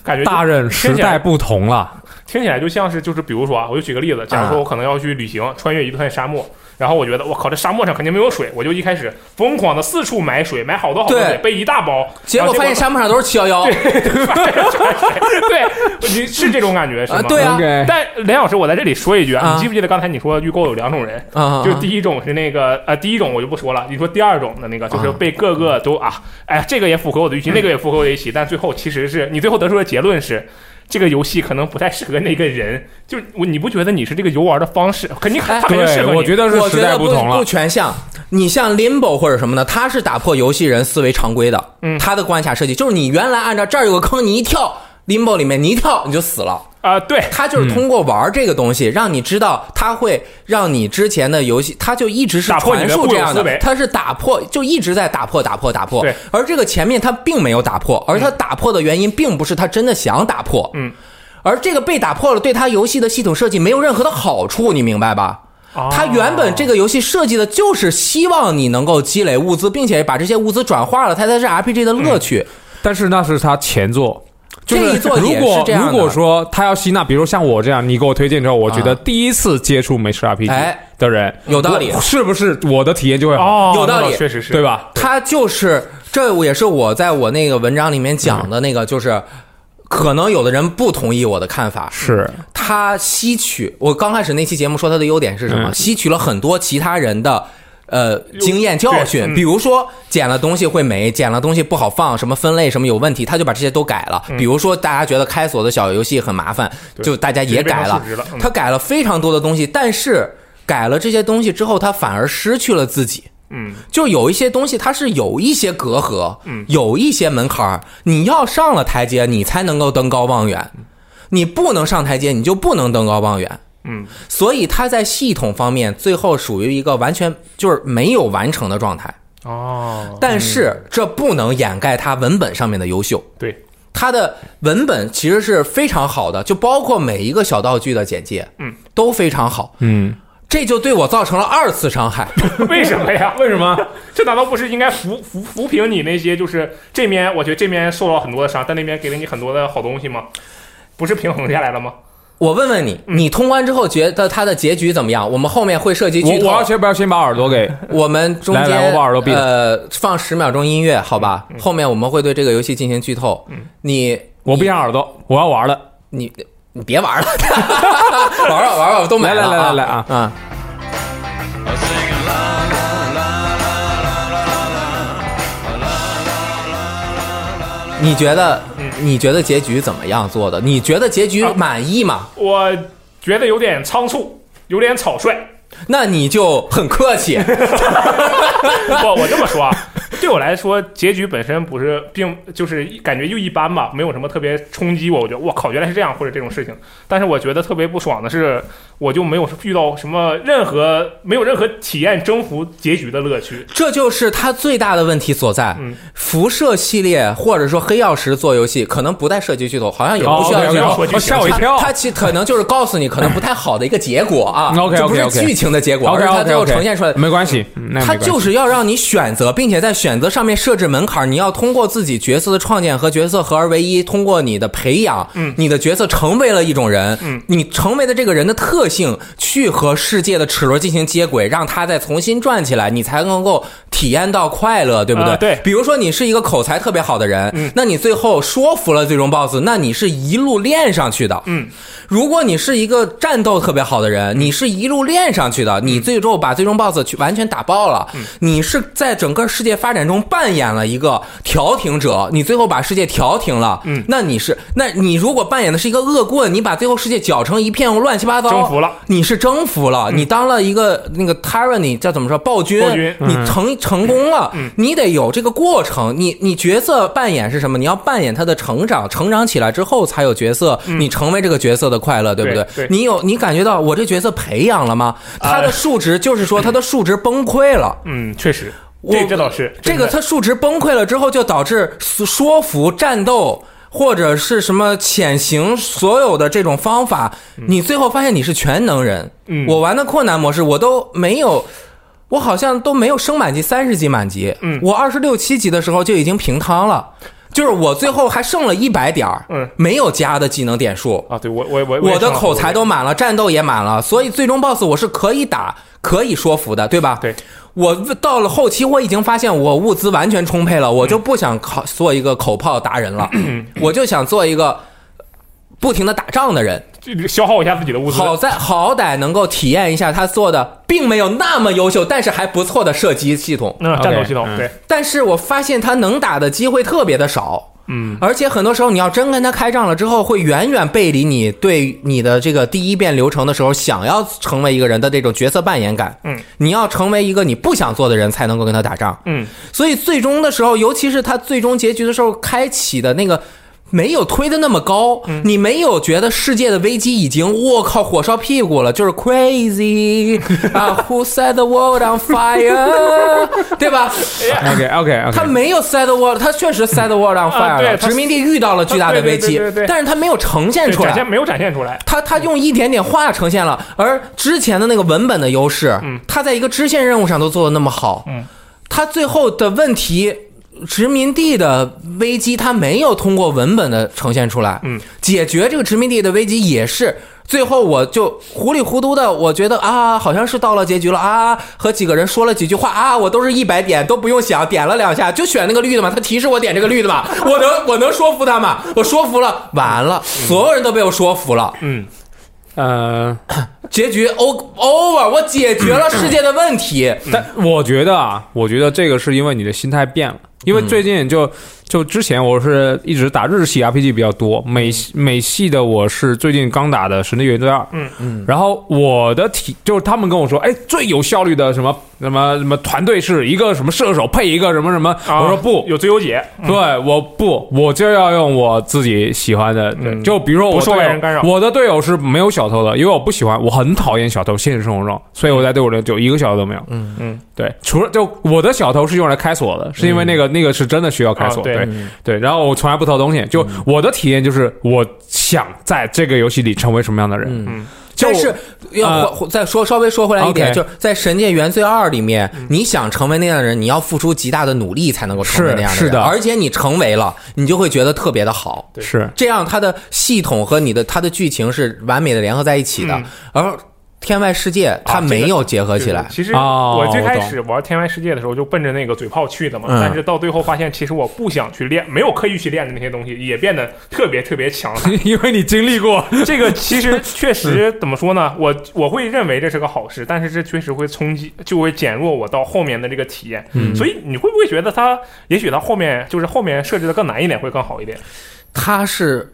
感觉就
大人时
听起来
代不同了，
听起来就像是就是比如说啊，我就举个例子，假如说我可能要去旅行，穿越一段沙漠，然后我觉得我靠，这沙漠上肯定没有水，我就一开始疯狂的四处买水，买好多好多
对
水，背一大包，
结
然
果
后
发现沙漠上都是七幺幺
对，你是这种感觉是吗
啊，？对啊
OK
但梁老师，我在这里说一句
啊
啊，你记不记得刚才你说预购有两种人？
啊啊，
就第一种是那个呃，第一种我就不说了。你说第二种的那个，就是
啊
被各个都啊，哎，这个也符合我的预
嗯
期，那个也符合我的预期，但最后其实是你最后得出的结论是，这个游戏可能不太适合那个人。就是我你不觉得你是这个游玩的方式，肯定
哎
他肯定适合你。
我觉得
我
是
觉
时
得
代
不
同了
不。全像。你像 Limbo 或者什么的，它是打破游戏人思维常规的，
嗯
它的关卡设计就是你原来按照这儿有个坑，你一跳 Limbo 里面你一跳你就死了。
啊、对，
它就是通过玩这个东西，让你知道它会让你之前的游戏，它就一直是
打破你
传
的
述
固有
这样
思维
它是打破，就一直在打破，打破，打破。
对，
而这个前面它并没有打破，而它打破的原因并不是它真的想打破，
嗯，
而这个被打破了，对它游戏的系统设计没有任何的好处，你明白吧？
啊
它原本这个游戏设计的就是希望你能够积累物资，并且把这些物资转化了，它才是 RPG 的乐趣。
嗯
但是那是他前作。就
这一
是
作
如
也是
果
这样的
如果说他要吸纳，比如像我这样，你给我推荐之后，我觉得第一次接触美式 RPG
啊哎
的人
有道理
我是不是我的体验就会好，
哦，
有道理
那倒确实是
对？吧？
它就是这也是我在我那个文章里面讲的那个，就是可能有的人不同意我的看法，
是，
他吸取我刚开始那期节目说他的优点是什么，
嗯
吸取了很多其他人的。呃，经验教
对
训，
嗯
比如说捡了东西会美，捡了东西不好放，什么分类什么有问题，他就把这些都改了。比如说大家觉得开锁的小游戏很麻烦，
嗯对
就大家也改了
直接变成数值了嗯，
他改了非常多的东西，但是改了这些东西之后，他反而失去了自己。
嗯，
就有一些东西它是有一些隔阂，
嗯
有一些门槛儿，你要上了台阶，你才能够登高望远，你不能上台阶，你就不能登高望远。
嗯，
所以它在系统方面最后属于一个完全就是没有完成的状态，
哦，
但是这不能掩盖它文本上面的优秀。
对，
它的文本其实是非常好的，就包括每一个小道具的简介，
嗯，
都非常好。
嗯，
这就对我造成了二次伤害。
为什么呀？
为什么？
这难道不是应该扶扶扶平你那些就是这面我觉得这面受到很多的伤，但那边给了你很多的好东西吗？不是平衡下来了吗？
我问问你，
嗯
你通关之后觉得它的结局怎么样？我们后面会涉及
我
剧透。
我要先不要先把耳 朵给
我们中间
来来我把耳朵闭了嗯
呃放十秒钟音乐，好吧？后面我们会对这个游戏进行剧透。你
我闭上耳朵，我要玩了。
你你别玩了， 玩吧玩吧，都买
来
了
来
啊
来来来啊！
啊！你觉得
嗯
你觉得结局怎么样做的？你觉得结局
啊
满意吗？
我觉得有点仓促，有点草率。
那你就很客 气。
我我这么 说啊，对我来说，结局本身不是，并就是一感觉又一般吧，没有什么特别冲击我。我觉得我靠，原来是这样，或者这种事情。但是我觉得特别不爽的是，我就没有遇到什么任何没有任何体验征服结局的乐趣。
这就是它最大的问题所在。
嗯
辐射系列或者说黑曜石做游戏，可能不带涉及剧透，好像也不需
哦
要剧
没有没有
透。
我
我吓我一跳。，
它其可能就是告诉你，可能不太好的一个结果啊
OK，OK，OK
这不是剧情的结果，而
嗯 OK
是它
OK
最后
OK，
呈现出来的。
没关系，嗯那没
它
关系
就是要让你选择，并且在选择上面设置门槛。你要通过自己角色的创建和角色合二为一，通过你的培养，
嗯
你的角色成为了一种人，
嗯，
你成为的这个人的特性，去和世界的齿轮进行接轨，让它再重新转起来，你才能够体验到快乐，对不对？
啊对
比如说你是一个口才特别好的人，
嗯
那你最后说服了最终 BOSS，那你是一路练上去的。
嗯，
如果你是一个战斗特别好的人，你是一路练上去
嗯
的，你最终把最终 BOSS 去完全打爆了，你是在整个世界发展中扮演了一个调停者，你最后把世界调停了。
嗯
那你是，那你如果扮演的是一个恶棍，你把最后世界搅成一片乱七八糟，
征服了。
你是征服了，你当了一个那个 tyranny 叫怎么说暴君，
嗯暴君嗯
你
嗯
成成功了，你得有这个过程。你你角色扮演是什么？你要扮演他的成长，成长起来之后才有角色，你成为这个角色的快乐，对不
嗯对对哎
你有你感觉到我这角色培养了吗？他的数值就是说他的数值崩溃了。
嗯，确实，
我
这这倒是
这个
真的
它数值崩溃了之后，就导致说说服、战斗或者是什么潜行所有的这种方法，你最后发现你是全能人。
嗯
我玩的困难模式我都没有。我好像都没有升满级三十级满级，
嗯
我二十六七级的时候就已经平汤了，就是我最后还剩了一百点儿，
嗯
没有加的技能点数，
啊，对我我我
我
也上
的
了
口才都满了，战斗也满了，所以最终 BOSS 我是可以打、可以说服的，对吧？
对。
我到了后期，我已经发现我物资完全充沛了，我就不想靠做一个口炮达人了，
嗯
我就想做一个不停的打仗的人。
这消耗一下自己的物资，
好在好歹能够体验一下他做的并没有那么优秀，但是还不错的射击系统。
嗯，战斗
OK，
系统
嗯
对，
但是我发现他能打的机会特别的少，
嗯，
而且很多时候你要真跟他开仗了之后，会远远背离你对你的这个第一遍流程的时候想要成为一个人的这种角色扮演感，
嗯，
你要成为一个你不想做的人才能够跟他打仗，
嗯，
所以最终的时候，尤其是他最终结局的时候开启的那个。没有推的那么高，
嗯
你没有觉得世界的危机已经我靠火烧屁股了，就是 crazy 啊，Who set the world on fire，对 吧？
OK OK
他
OK，
没有 set the world，他确实 set the world on
啊
fire
对
了，
他啊
殖民地遇到了巨大的危
对
机
对对对对，
但是他没有呈现
对
出
展现
来。
没有展现出来，
他他用一点点话呈现了，而之前的那个文本的优势，他在一个支线任务上都做的那么好
嗯，
他最后的问题，殖民地的危机他没有通过文本的呈现出来，
嗯，
解决这个殖民地的危机也是最后我就糊里糊涂的，我觉得啊，好像是到了结局了啊，和几个人说了几句话啊，我都是一百点都不用想，点了两下就选那个绿的嘛，他提示我点这个绿的嘛，我能我能说服他嘛，我说服了，完了，所有人都被我说服了，
嗯，
呃，
结局 o over，我解决了世界的问题，
嗯
但我觉得啊，我觉得这个是因为你的心态变了，
嗯
因为最近就就之前我是一直打日系 RPG 比较多，美系美系的我是最近刚打的《神力原罪二》，
嗯
嗯，然后我的体就是他们跟我说，哎，最有效率的什么什么什么团队是一个什么射手配一个什么什么，
啊
我说不。
有最优解，
嗯对，我不，我就要用我自己喜欢的，对
嗯
就比如说我
不受
队
外
友
人干扰
我的队友是没有小偷的，因为我不喜欢，我很讨厌小偷，现实生活中，所以我在队伍里就一个小偷都没有。
嗯
嗯，
对，除了就我的小偷是用来开锁的，是因为那个、那个是真的需要开锁，
啊嗯对嗯
对对。然后我从来不偷东西，就我的体验就是，我想在这个游戏里成为什么样的人。
嗯
就
但是要
呃
回再说稍微说回来一点，
OK 嗯
就是在《神界原罪二》里面，你想成为那样的人，你要付出极大的努力才能够成为
是
那样的人。
是的
而且你成为了，你就会觉得特别的好。
对
是
这样，它的系统和你的它的剧情是完美的联合在一起的。
嗯
而天外世界
啊
它没有结合起来，
对其实
哦
我最开
我懂
始玩《天外世界》的时候，就奔着那个嘴炮去的嘛。
嗯
但是到最后发现，其实我不想去练，没有刻意去练的那些东西，也变得特别特别强悍。
因为你经历过，
这个其实确实
嗯
怎么说呢？我我会认为这是个好事，但是这确实会冲击，就会减弱我到后面的这个体验。
嗯
所以你会不会觉得它，也许它后面就是后面设置的更难一点，会更好一点？
它是。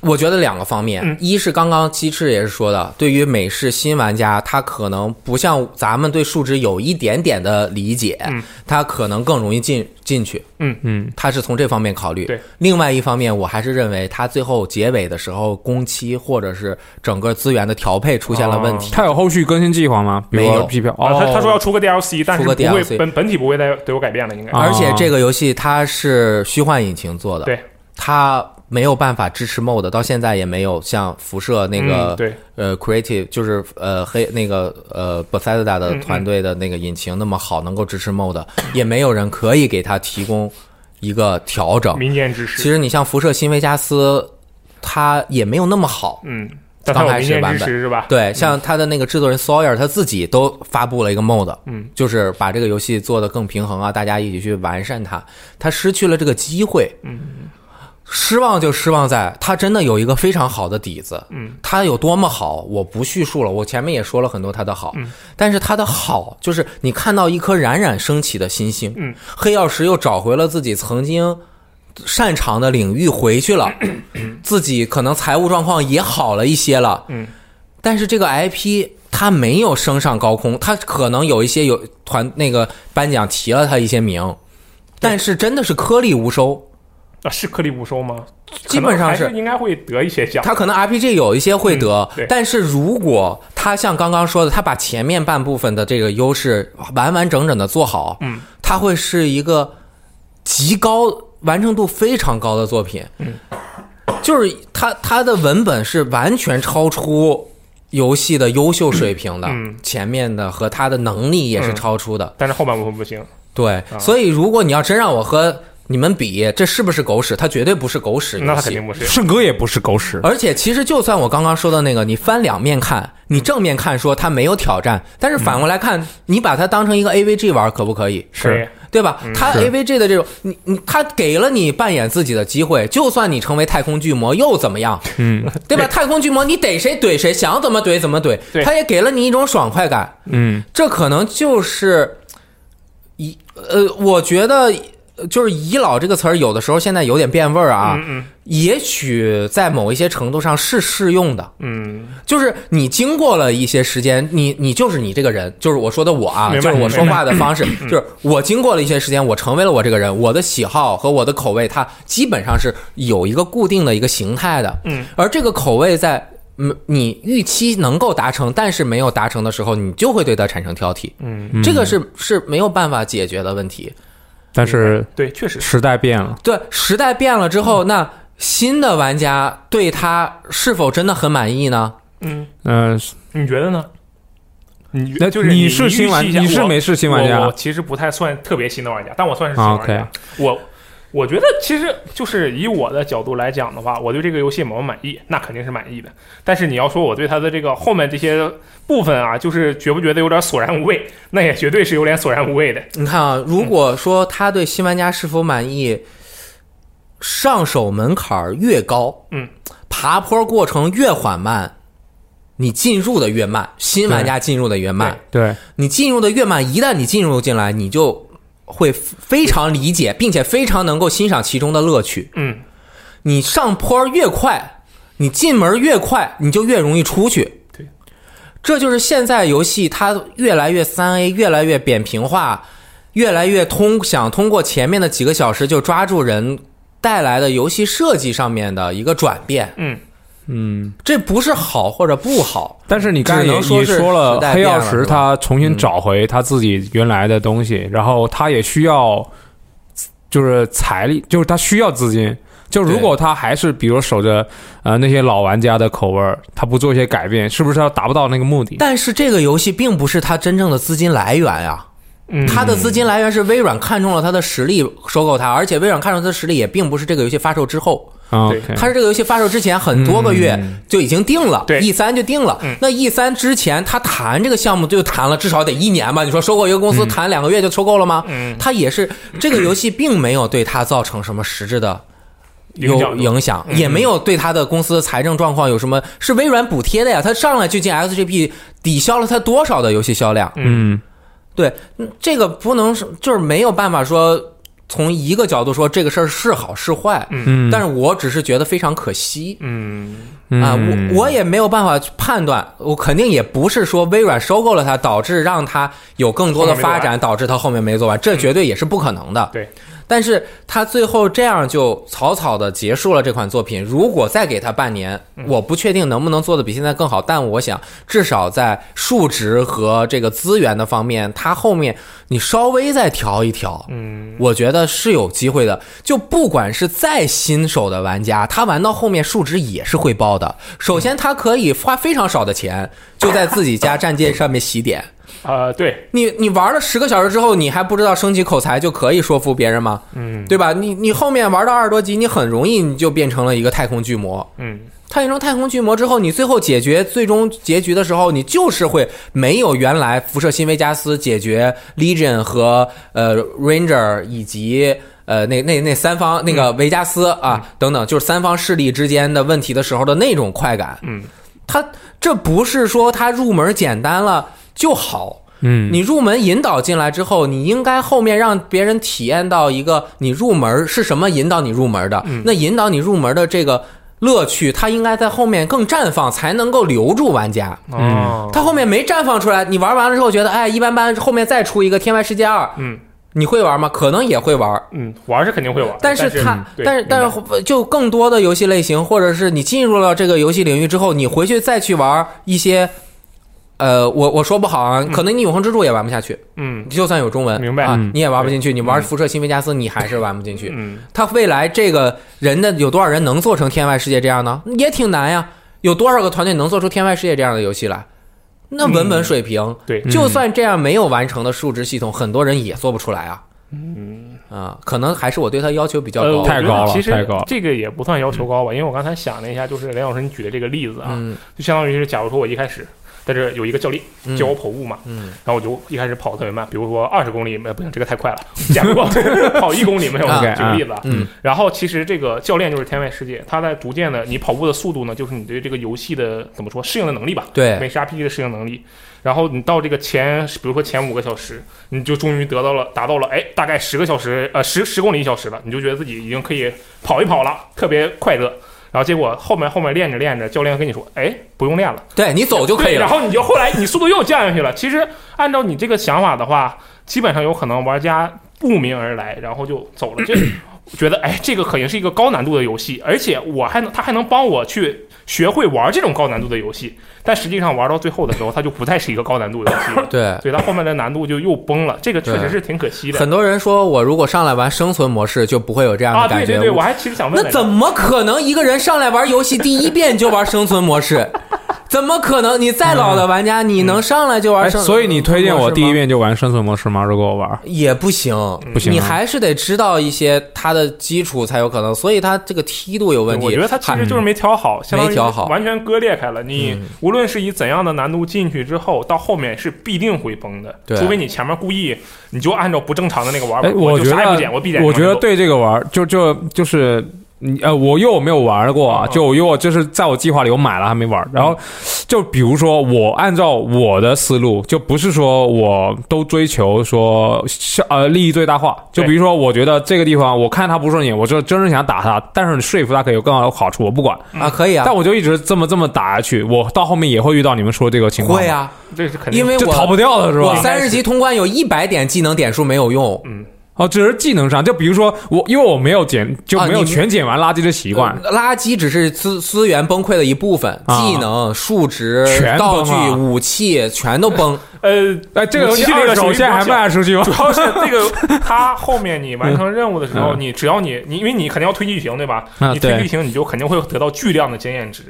我觉得两个方面，
嗯
一是刚刚鸡翅也是说的，对于美式新玩家，他可能不像咱们对数值有一点点的理解，
嗯
他可能更容易进进去。
嗯，
他是从这方面考虑。
对，
另外一方面，我还是认为他最后结尾的时候，工期或者是整个资源的调配出现了问题。
他有后续更新计划吗？比如
没有
说机票
啊，
哦，
他他说要出个 DLC，但是
出个
不会
DLC
本本体不会再对我改变了，应该。
啊
而且这个游戏它是虚幻引擎做的，
哦对，
它没有办法支持 MOD，到现在也没有像辐射那
嗯
个、
对
呃 Creative 就是呃黑那个呃 Bethesda 的
嗯嗯
团队的那个引擎那么好，能够支持 MOD，也没有人可以给它提供一个调整。
民间知识，
其实你像辐射新维加斯，它也没有那么好，
嗯，但它
刚
有
开
民
始
间
版
支
本。
持是吧？嗯
对，像他的那个制作人 Sawyer，他自己都发布了一个 mod，
嗯，
就是把这个游戏做得更平衡啊，大家一起去完善它。他失去了这个机会，
嗯
失望就失望在他真的有一个非常好的底子，
嗯
它有多么好，我不叙述了。我前面也说了很多它的好，
嗯
但是它的好就是你看到一颗冉冉升起的新星，
嗯
黑曜石又找回了自己曾经擅长的领域回去 了，自己可能财务状况也好了一些了，
嗯，
但是这个 IP 它没有升上高空，它可能有一些有团那个颁奖提了它一些名，但是真的是颗粒无收。
啊，是颗粒无收吗？
基
可
本上
能还
是
是应该会得一些奖。
他可能 RPG 有一些会得
嗯对，
但是如果他像刚刚说的，他把前面半部分的这个优势完完整整的做好，
嗯，
他会是一个极高完成度非常高的作品。嗯，就是他他的文本是完全超出游戏的优秀水平的，
嗯
前面的和他的能力也是超出的。
但是后半部分不行，
对，
啊
所以如果你要真让我和你们比，这是不是狗屎？它绝对不是狗屎游戏。
那他肯定不是。
圣哥也不是狗屎，
而且其实就算我刚刚说的那个，你翻两面看，你正面看说它没有挑战，但是反过来看，你把它当成一个 AVG 玩，可不可以？
可以
是嗯
对吧？它
是
AVG 的这种，你你它给了你扮演自己的机会，就算你成为太空巨魔又怎么样？
嗯
对吧？太空巨魔你逮谁怼谁，想怎么怼怎么怼
对，
它也给了你一种爽快感。
嗯，
这可能就是一呃，我觉得就是“遗老”这个词儿，有的时候现在有点变味儿啊。
嗯嗯
也许在某一些程度上是适用的，
嗯，
就是你经过了一些时间，你你就是你这个人，就是我说的我啊，
明
就
白嗯
是我说话的方式，就是我经过了一些时间，我成为了我这个人，我的喜好和我的口味，它基本上是有一个固定的一个形态的，
嗯，
而这个口味在。嗯，你预期能够达成，但是没有达成的时候，你就会对它产生挑剔。
嗯，
这个是是没有办法解决的问题。
但是
对，确实
时代变了，
对，时代变了之后，那新的玩家对它是否真的很满意呢？
嗯，
嗯，
你觉得呢？你
那
就是
你
你
是新玩，
预期一下
你是
我
没是新玩
我我
家，
其实不太算特别新的玩家，但我算是新玩家。
啊
我我觉得其实就是以我的角度来讲的话，我对这个游戏有没有满意，那肯定是满意的。但是你要说我对它的这个后面这些部分啊，就是觉不觉得有点索然无味，那也绝对是有点索然无味的。
你看啊，如果说他对新玩家是否满意，上手门槛儿越高，
嗯，
爬坡过程越缓慢，你进入的越慢，新玩家进入的越慢，
对，
你进入的越慢，一旦你进入进来，你就会非常理解，并且非常能够欣赏其中的乐趣。
嗯，
你上坡越快，你进门越快，你就越容易出去。
对，
这就是现在游戏它越来越三 A，越来越扁平化，越来越通想通过前面的几个小时就抓住人带来的游戏设计上面的一个转变。
嗯
嗯。
这不是好或者不好，
但是你刚才
只
也
能说
也
是
说
时代
黑
变
曜
了
石
是吧
它重新找回它自己原来的东西，然后它也需要就是财力，就是它需要资金。就如果它还是比如守着呃那些老玩家的口味儿，它不做一些改变，是不是它达不到那个目的？
但是这个游戏并不是它真正的资金来源呀、
嗯，
它的资金来源是微软看中了它的实力收购它，而且微软看中它的实力也并不是这个游戏发售之后，
啊
对
，OK，
它是这个游戏发售之前很多个月就已经定了，
嗯对
E 三就定了。
嗯
那 E 三之前他谈这个项目就谈了至少得一年吧？你说收购一个公司谈两个月就收购了吗？
嗯
它也是这个游戏并没有对它造成什么实质的。有
影响
影响，
嗯
也没有对它的公司财政状况有什么是微软补贴的呀？它上来就进 XGP 抵消了它多少的游戏销量？
嗯，
对，嗯这个不能是就是没有办法说从一个角度说这个事儿是好是坏，
嗯
但是我只是觉得非常可惜。
嗯
啊，
嗯
我我也没有办法去判断，我肯定也不是说微软收购了它，导致让它有更多的发
后面没做嗯
展，导致它后面没做完，这绝对也是不可能的。
对，
但是它最后这样就草草的结束了这款作品。如果再给它半年，
嗯
我不确定能不能做的比现在更好，但我想至少在数值和这个资源的方面，它后面你稍微再调一调，
嗯，
我觉得是有机会的。就不管是再新手的玩家，他玩到后面数值也是会爆的。首先，他可以花非常少的钱，就在自己家战舰上面洗点。
啊，对，
你你玩了十个小时之后，你还不知道升级口才就可以说服别人吗？
嗯
对吧？你你后面玩到二十多级，你很容易你就变成了一个太空巨魔。
嗯
太成太空巨魔之后，你最后解决最终结局的时候，你就是会没有原来辐射新维加斯解决 Legion 和呃 Ranger 以及。呃，那那那三方那个
嗯
维加斯啊、等等，就是三方势力之间的问题的时候的那种快感，
嗯，
它这不是说它入门简单了就好，嗯，你入门引导进来之后，你应该后面让别人体验到一个你入门是什么引导你入门的，
嗯
那引导你入门的这个乐趣，它应该在后面更绽放，才能够留住玩家。
哦，
它后面没绽放出来，你玩完了之后觉得哎一般般，后面再出一个《天外世界二》，
嗯
你会玩吗？可能也会玩，
嗯，玩是肯定会玩，
但
是嗯
它，
对
但是但
明白
是就更多的游戏类型，或者是你进入了这个游戏领域之后，你回去再去玩一些，呃，我我说不好啊，可能你永恒之柱也玩不下去，
嗯
就算有中文，
明白
啊
嗯，
你也玩不进去，你玩辐射新维加斯，你还是玩不进去。
嗯
他未来这个人的有多少人能做成天外世界这样呢？也挺难呀。有多少个团队能做出天外世界这样的游戏来？那稳稳水平，
嗯对
就算这样没有完成的数值系统，很多人也做不出来啊。嗯啊，可能还是我对他要求比较
呃，
高。
我觉
太
得
高了
其实
太高了
这个也不算要求高吧，因为我刚才想了一下，就是梁老师你举的这个例子啊，
嗯
就相当于是，假如说我一开始在这有一个教练
嗯
教我跑步嘛，
嗯
然后我就一开始跑得特别慢，比如说二十公里，没有不行，这个太快 了，假如说 跑一公里没有，
啊
举个例子啊。
嗯
然后其实这个教练就是天外世界，他在逐渐的，你跑步的速度呢，就是你对这个游戏的怎么说适应的能力吧，
对，
美式 RPG 的适应能力。然后你到这个前，比如说前五个小时，你就终于得到了达到了，哎，大概十个小时，呃，十十公里一小时了，你就觉得自己已经可以跑一跑了，特别快乐。然后结果后面后面练着练着，教练跟你说，哎，不用练了，
对你走就可以
对然
了。。
后你就后来你速度又降下去了。其实按照你这个想法的话，基本上有可能玩家慕名而来，然后就走了。就觉得哎，这个肯定是一个高难度的游戏，而且我还能他还能帮我去学会玩这种高难度的游戏。但实际上玩到最后的时候，它就不再是一个高难度的游戏了
对，
对，它后面的难度就又崩了，这个确
对
实是挺可惜的
很多人说我如果上来玩生存模式，就不会有这样
啊！
的
对
感
对
觉。
对，我还其实想问
那
来着
怎么可能一个人上来玩游戏第一遍就玩生存模 式？怎么可能？你再老的玩家，你能上来就玩
哎，
生？
所以你推荐我第一
模式吗
遍就玩生存模式吗？如果我玩，
也不行，
不行啊
你还是得知道一些它的基础才有可能。所以它这个梯度有问题。
我觉得他其实就是
嗯
没调好，相当于
没调好
完全割裂开了。你无论是以怎样的难度进去之后，到后面是必定会崩的，
对
除非你前面故意，你就按照不正常的那个玩法，
哎，
啊我就
觉
啥也不
得
捡，我必捡。
我觉得，对这个玩儿，就就就是。你呃，我因为我没有玩过啊，
嗯
就因为我就是在我计划里我买了还没玩儿，然后就比如说我按照我的思路，就不是说我都追求说效呃利益最大化，就
对
比如说我觉得这个地方我看他不顺眼，我就真是想打他，但是说服他可以有更好的好处，我不管，
啊，可以啊
但，我就一直这么这么打下去，我到后面也会遇到你们说这个情况，
会，啊，
这是肯定
因为
就逃不
我
掉了是吧？
我三十级通关有一百点技能点数没有用，
哦，只是技能上，就比如说我，因为我没有捡，就
啊
没有
你
全捡完垃圾的习惯。
呃垃圾只是资资源崩溃的一部分，
啊
技能、数值
全、崩
道
啊
具、武器全都崩。
呃，
哎，这个游戏
武器这个
二手
属于
现在还
比较
卖得出去吗
主？要是这个，它后面你完成任务的时候，
嗯
你只要你你，因为你肯定要推剧情，对吧？
啊
你推
对
剧情，你就肯定会得到巨量的经验值，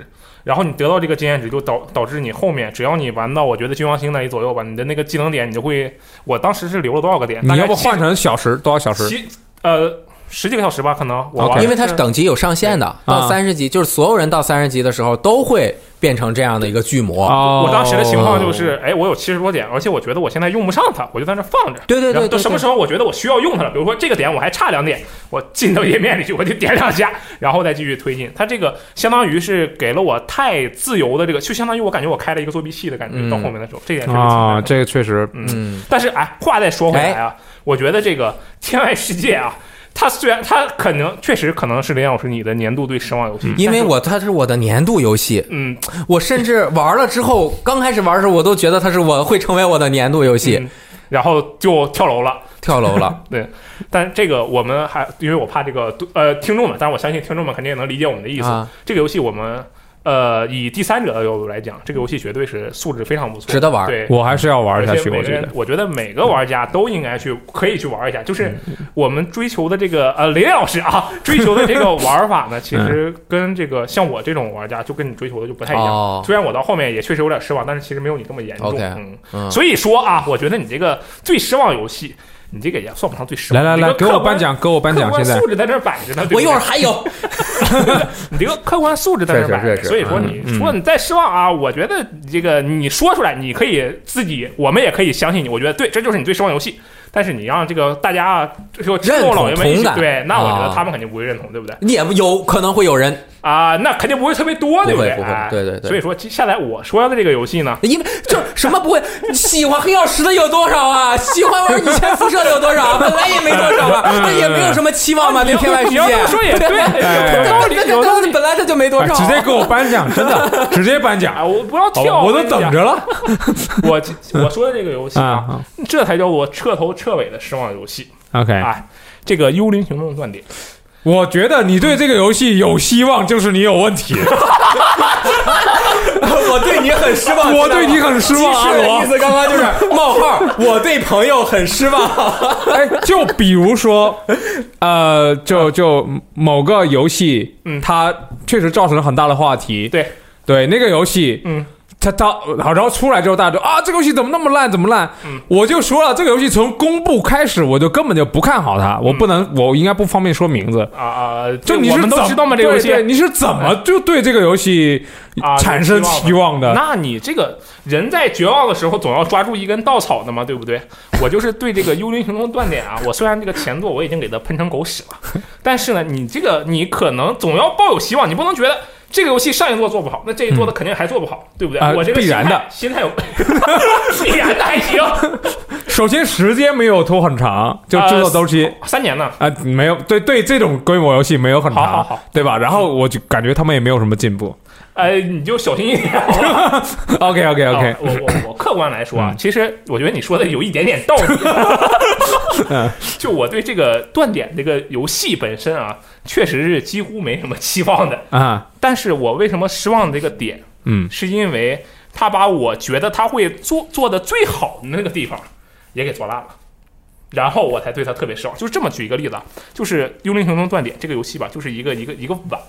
然后你得到这个经验值，就导导致你后面只要你玩到我觉得君王星那里左右吧，你的那个技能点你就会，我当时是留了多少个点？
你要不
大概七
换成小时多少小时？
七呃十几个小时吧，可能我玩
因为它是
的
等级有上限的，到
啊
三十级就是所有人到三十级的时候都会变成这样的一个巨魔。
哦，
我当时的情况就是，哎，我有七十多点，而且我觉得我现在用不上它，我就在那放着。
对对
然
对
后
对
到什么
对，
时候我觉得我需要用它了，比如说这个点我还差两点，我进到页面里去，我就点两下，然后再继续推进。它这个相当于是给了我太自由的这个，就相当于我感觉我开了一个作弊器的感觉。
嗯
到后面的时候，这点是
啊，
这
这个确实，
嗯，
但是哎，话再说回来啊，我觉得这个《天外世界》啊，它虽然它可能确实可能是林老师你的年度最失望游戏，
因为
但是
我它是我的年度游戏，
嗯，
我甚至玩了之后，刚开始玩的时候我都觉得它是我会成为我的年度游戏，
嗯然后就跳楼了。
跳楼了。
但这个我们还因为我怕这个呃听众们，但是我相信听众们肯定也能理解我们的意思。
啊
这个游戏我们呃以第三者的角度来讲，这个游戏绝对是素质非常不错，
值得玩
对。
我还是要玩
而
下
且
去。
每
我
个
觉
人
得，，
我觉得每个玩家都应该去，可以去玩一下。
嗯
就是我们追求的这个呃，雷老师啊，追求的这 个玩法呢，
嗯
其实跟这个像我这种玩家，就跟你追求的就不太一样。
哦，
虽然我到后面也确实有点失望，但是其实没有你这么严重。
OK
嗯，
嗯
所以说啊，我觉得你这个最失望游戏，你这个也算不上最失
来
望。
来
你这
来，
个
给
客
我
观
颁奖，给我颁奖！
客
现
观
在
素质在这儿摆着 呢，对不对
我一会儿还有，
你这个客观素质在这儿摆
确
着，
实确实
所以说
嗯
你说你再失望啊，我觉得这个你说出来，你可以自己，我们也可以相信你。我觉得对，这就是你最失望游戏。但是你让这个大家就听众老爷们一
认同同
起
感
对，那我觉
啊
得他们肯定不会认同，对不对？
也有可能会有人，
啊，那肯定不会特别多，对
不会
对？
不会
哎
对对对
所以说，接下来我说的这个游戏 呢，
因为就是什么不会喜欢黑曜石的有多少啊？喜欢玩以前辐射的有多少啊？本来也没多少啊，那也没有什么期望嘛，对天外
嗯
世
你
界。
要这
啊
么说 也 对，有道理，有道
对，
理
本来他就没多
哎
少啊，
直接给我颁奖，真的直接颁奖，
啊！我不要
好
跳，
吧，我
跟
都
你
等
讲
着了
我 我说的这个游戏啊，
啊。
这才叫做彻头彻尾的失望游戏
OK，
啊！这个《幽灵行动：断点》。
我觉得你对这个游戏有希望，就是你有 问题。
啊 我对你很失望，
我对你很失望，阿罗
意。思刚刚就是 冒号，我对朋友很失望。
哎，就比如说， 呃，就就某个游戏，
嗯
它确实造成了很大的话题。
对
对，那个游戏，
嗯，
它它好，然后出来之后，大家就啊，这个游戏怎么那么烂，怎么烂？
嗯
我就说了，这个游戏从公布开始，我就根本就不看好它，我不能，我应该不方便说名字。
啊啊，
就
这
你是
嗯我们
怎
都
么
知道吗？这个游
对
戏
对
哎
你是怎么就对这个游戏
啊
产生
有
期
期
望的？
那你这个人在绝望的时候，总要抓住一根稻草的嘛，对不对？我就是对这个《幽灵行动：断点》啊，我虽然这个前作我已经给它喷成狗屎了，但是呢，你这个你可能总要抱有希望，你不能觉得。这个游戏上一座做不好，那这一座它肯定还做不好，对不对？
嗯啊
我这个
必然
心态
的
心态有 必然的还行，
首先时间没有拖很长，就制作周期。
啊三年呢，
啊、没有，对对，这种规模游戏没有很长，
好好好
对吧？然后我就感觉他们也没有什么进步。
呃，你就小心一 点。
OK OK OK，
啊、我我我客观来说啊，
嗯
其实我觉得你说的有一点点道理。就我对这个断点这个游戏本身啊，确实是几乎没什么期望的。
啊，
但是我为什么失望这个点，
嗯，
是因为他把我觉得他会做做的最好的那个地方也给做烂了。然后我才对他特别失望。就是这么举一个例子啊，就是《幽灵行动：断点》这个游戏吧，就是一个一个一个碗。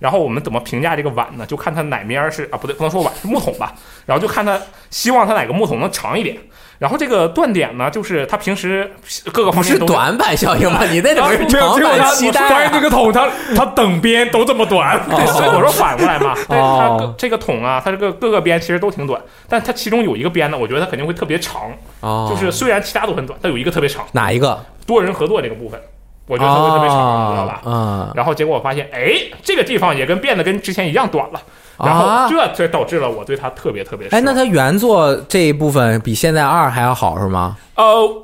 然后我们怎么评价这个碗呢？就看它哪面儿是啊，不对，不能说碗是木桶吧。然后就看它希望它哪个木桶能长一点。然后这个断点呢，就是它平时各个方
不
面
是
都
短板效应吧？你那怎么是
没有，
长
结果
板
他
期
关
待
于
啊
这？个桶，它它等边都这么短。
对，所以我说反过来嘛，但是它
哦
各这个桶啊，它这个各个边其实都挺短，但它其中有一个边呢，我觉得它肯定会特别长，
哦
就是虽然其他都很短，它有一个特别长，
哪一个？
多人合作这个部分，我
我
觉得它会特别长，你知道吧？
啊，
然后结果我发现，哎，这个地方也跟变得跟之前一样短了，然后
啊
这这导致了我对它特别特别失
哎，
望。
那它原作这一部分比现在二还要好是吗？
呃。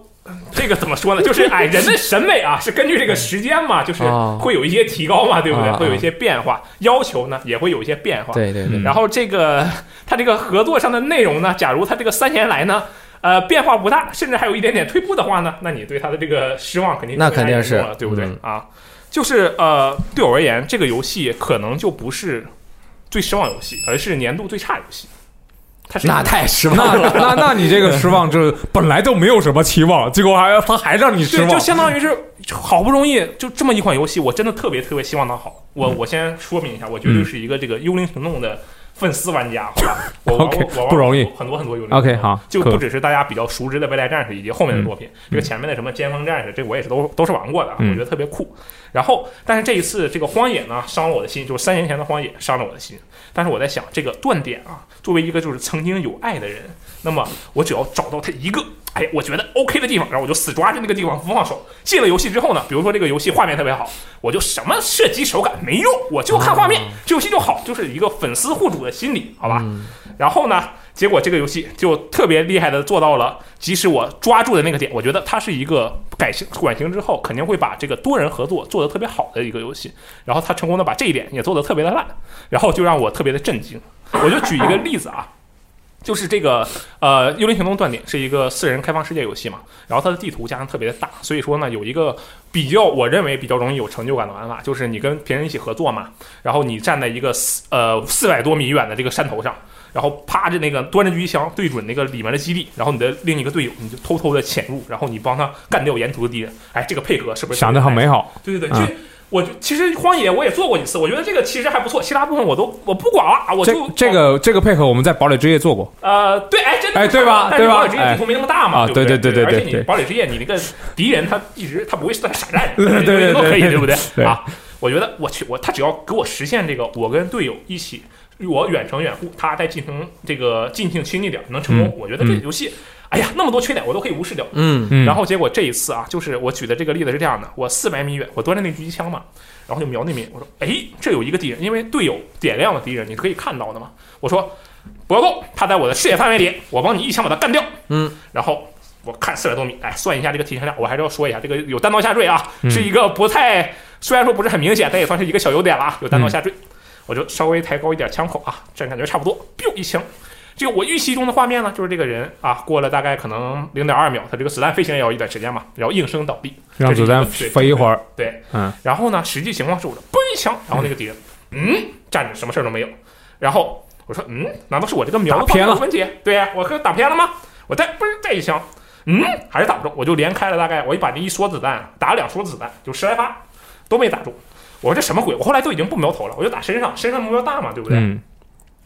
这个怎么说呢？就是哎，人的审美啊，是根据这个时间嘛，就是
哦
会有一些提高嘛，对不对？
啊啊
会有一些变化，要求呢也会有一些变化。
对对对，
然后这个 它这个合作上的内容呢，假如它这个三年来呢，呃，变化不大，甚至还有一点点退步的话呢，那你对它的这个失望肯定
那
更加
肯定
严
是
重了，对不对、
嗯
啊？就是呃，对我而言，这个游戏可能就不是最失望游戏，而是年度最差游戏。它是一个
那太失望
那
了。
那那你这个失望就是本来都没有什么期望，结果还他还让你失
对，就
望。
相当于是好不容易就这么一款游戏，我真的特别特别希望它好。我我先说明一下，我绝对
嗯
是一个这个《幽灵行动》的粉丝玩家，好吧？我玩
OK，
过我玩
不容易
过很多很多《幽灵行动》
OK，好，
就
可
不只是大家比较熟知的《未来战士》以及后面的作品，这个前面的什么《尖峰战士》，这我也是都都是玩过的啊，
嗯
我觉得特别酷。然后，但是这一次这个《荒野》呢，伤了我的心，就是三年前的《荒野》伤了我的心。但是我在想，这个断点啊，作为一个就是曾经有爱的人，那么我只要找到他一个，哎，我觉得 OK 的地方，然后我就死抓着那个地方不放手。进了游戏之后呢，比如说这个游戏画面特别好，我就什么射击手感没用，我就看画面，
哦
这游戏就好，就是一个粉丝护主的心理，好吧？
嗯
然后呢，结果这个游戏就特别厉害的做到了，即使我抓住的那个点，我觉得它是一个改型转型之后肯定会把这个多人合作做得特别好的一个游戏，然后他成功的把这一点也做得特别的烂，然后就让我特别的震惊。我就举一个例子啊。就是这个呃，《幽灵行动：断点》是一个四人开放世界游戏嘛，然后它的地图加上特别的大，所以说呢，有一个比较我认为比较容易有成就感的玩法，就是你跟别人一起合作嘛，然后你站在一个四呃四百多米远的这个山头上，然后趴着那个端着狙击枪对准那个里面的基地，然后你的另一个队友你就偷偷的潜入，然后你帮他干掉沿途的敌人，哎，这个配合是不是
想的很
美？
美好，啊
对对对，
嗯
就。我就其实荒野我也做过几次，我觉得这个其实还不错，其他部分我都我不管了，啊我
这
就
这个这个配合我们在堡垒之夜做过，
呃对，哎真的
哎对吧
但是
对吧
堡垒之夜地图没那么大嘛，
哎
对不
啊对对
对
对对对
而且
对
你堡垒之夜你那个敌人他一直他不会是在傻站着，
对对对
都可以
对
对不对
对
啊？我觉得我去我他只要给我实现这个，我跟队友一起。我远程远护，他再进行这个尽兴亲近点能成功，我觉得这
嗯
游戏，哎呀，那么多缺点我都可以无视掉，
嗯，
嗯
然后结果这一次啊，就是我举的这个例子是这样的：我四百米远，我端着那狙击枪嘛，然后就瞄那边，我说：“哎，这有一个敌人，因为队友点亮了敌人，你是可以看到的嘛。”我说：“不要动，他在我的视野范围里，我帮你一枪把他干掉。”
嗯，
然后。我看四百多米，哎，算一下这个提升量，我还是要说一下，这个有单刀下坠啊，
嗯
是一个不太，虽然说不是很明显，但也算是一个小优点了啊，
嗯
有单刀下坠，我就稍微抬高一点枪口啊，这样感觉差不多，biu 一枪，这个我预期中的画面呢，就是这个人啊，过了大概可能零点二秒，他这个子弹飞行也要一段时间嘛，然后应声倒地，
让子弹
这是一个
飞一会儿，
对。对
嗯，
然后呢，实际情况是我的嘣一枪，然后那个敌人嗯站着什么事儿都没有，然后我说嗯，难道是我这个瞄的
打偏了
方向有问题？对呀、我可打偏了吗？我再嘣再一枪，嗯，还是打不中，我就连开了大概，我一把这一梭子弹打了两梭子弹，就十来发都没打中。我说这什么鬼？我后来都已经不瞄头了，我就打身上，身上目标大嘛，对不对？
嗯，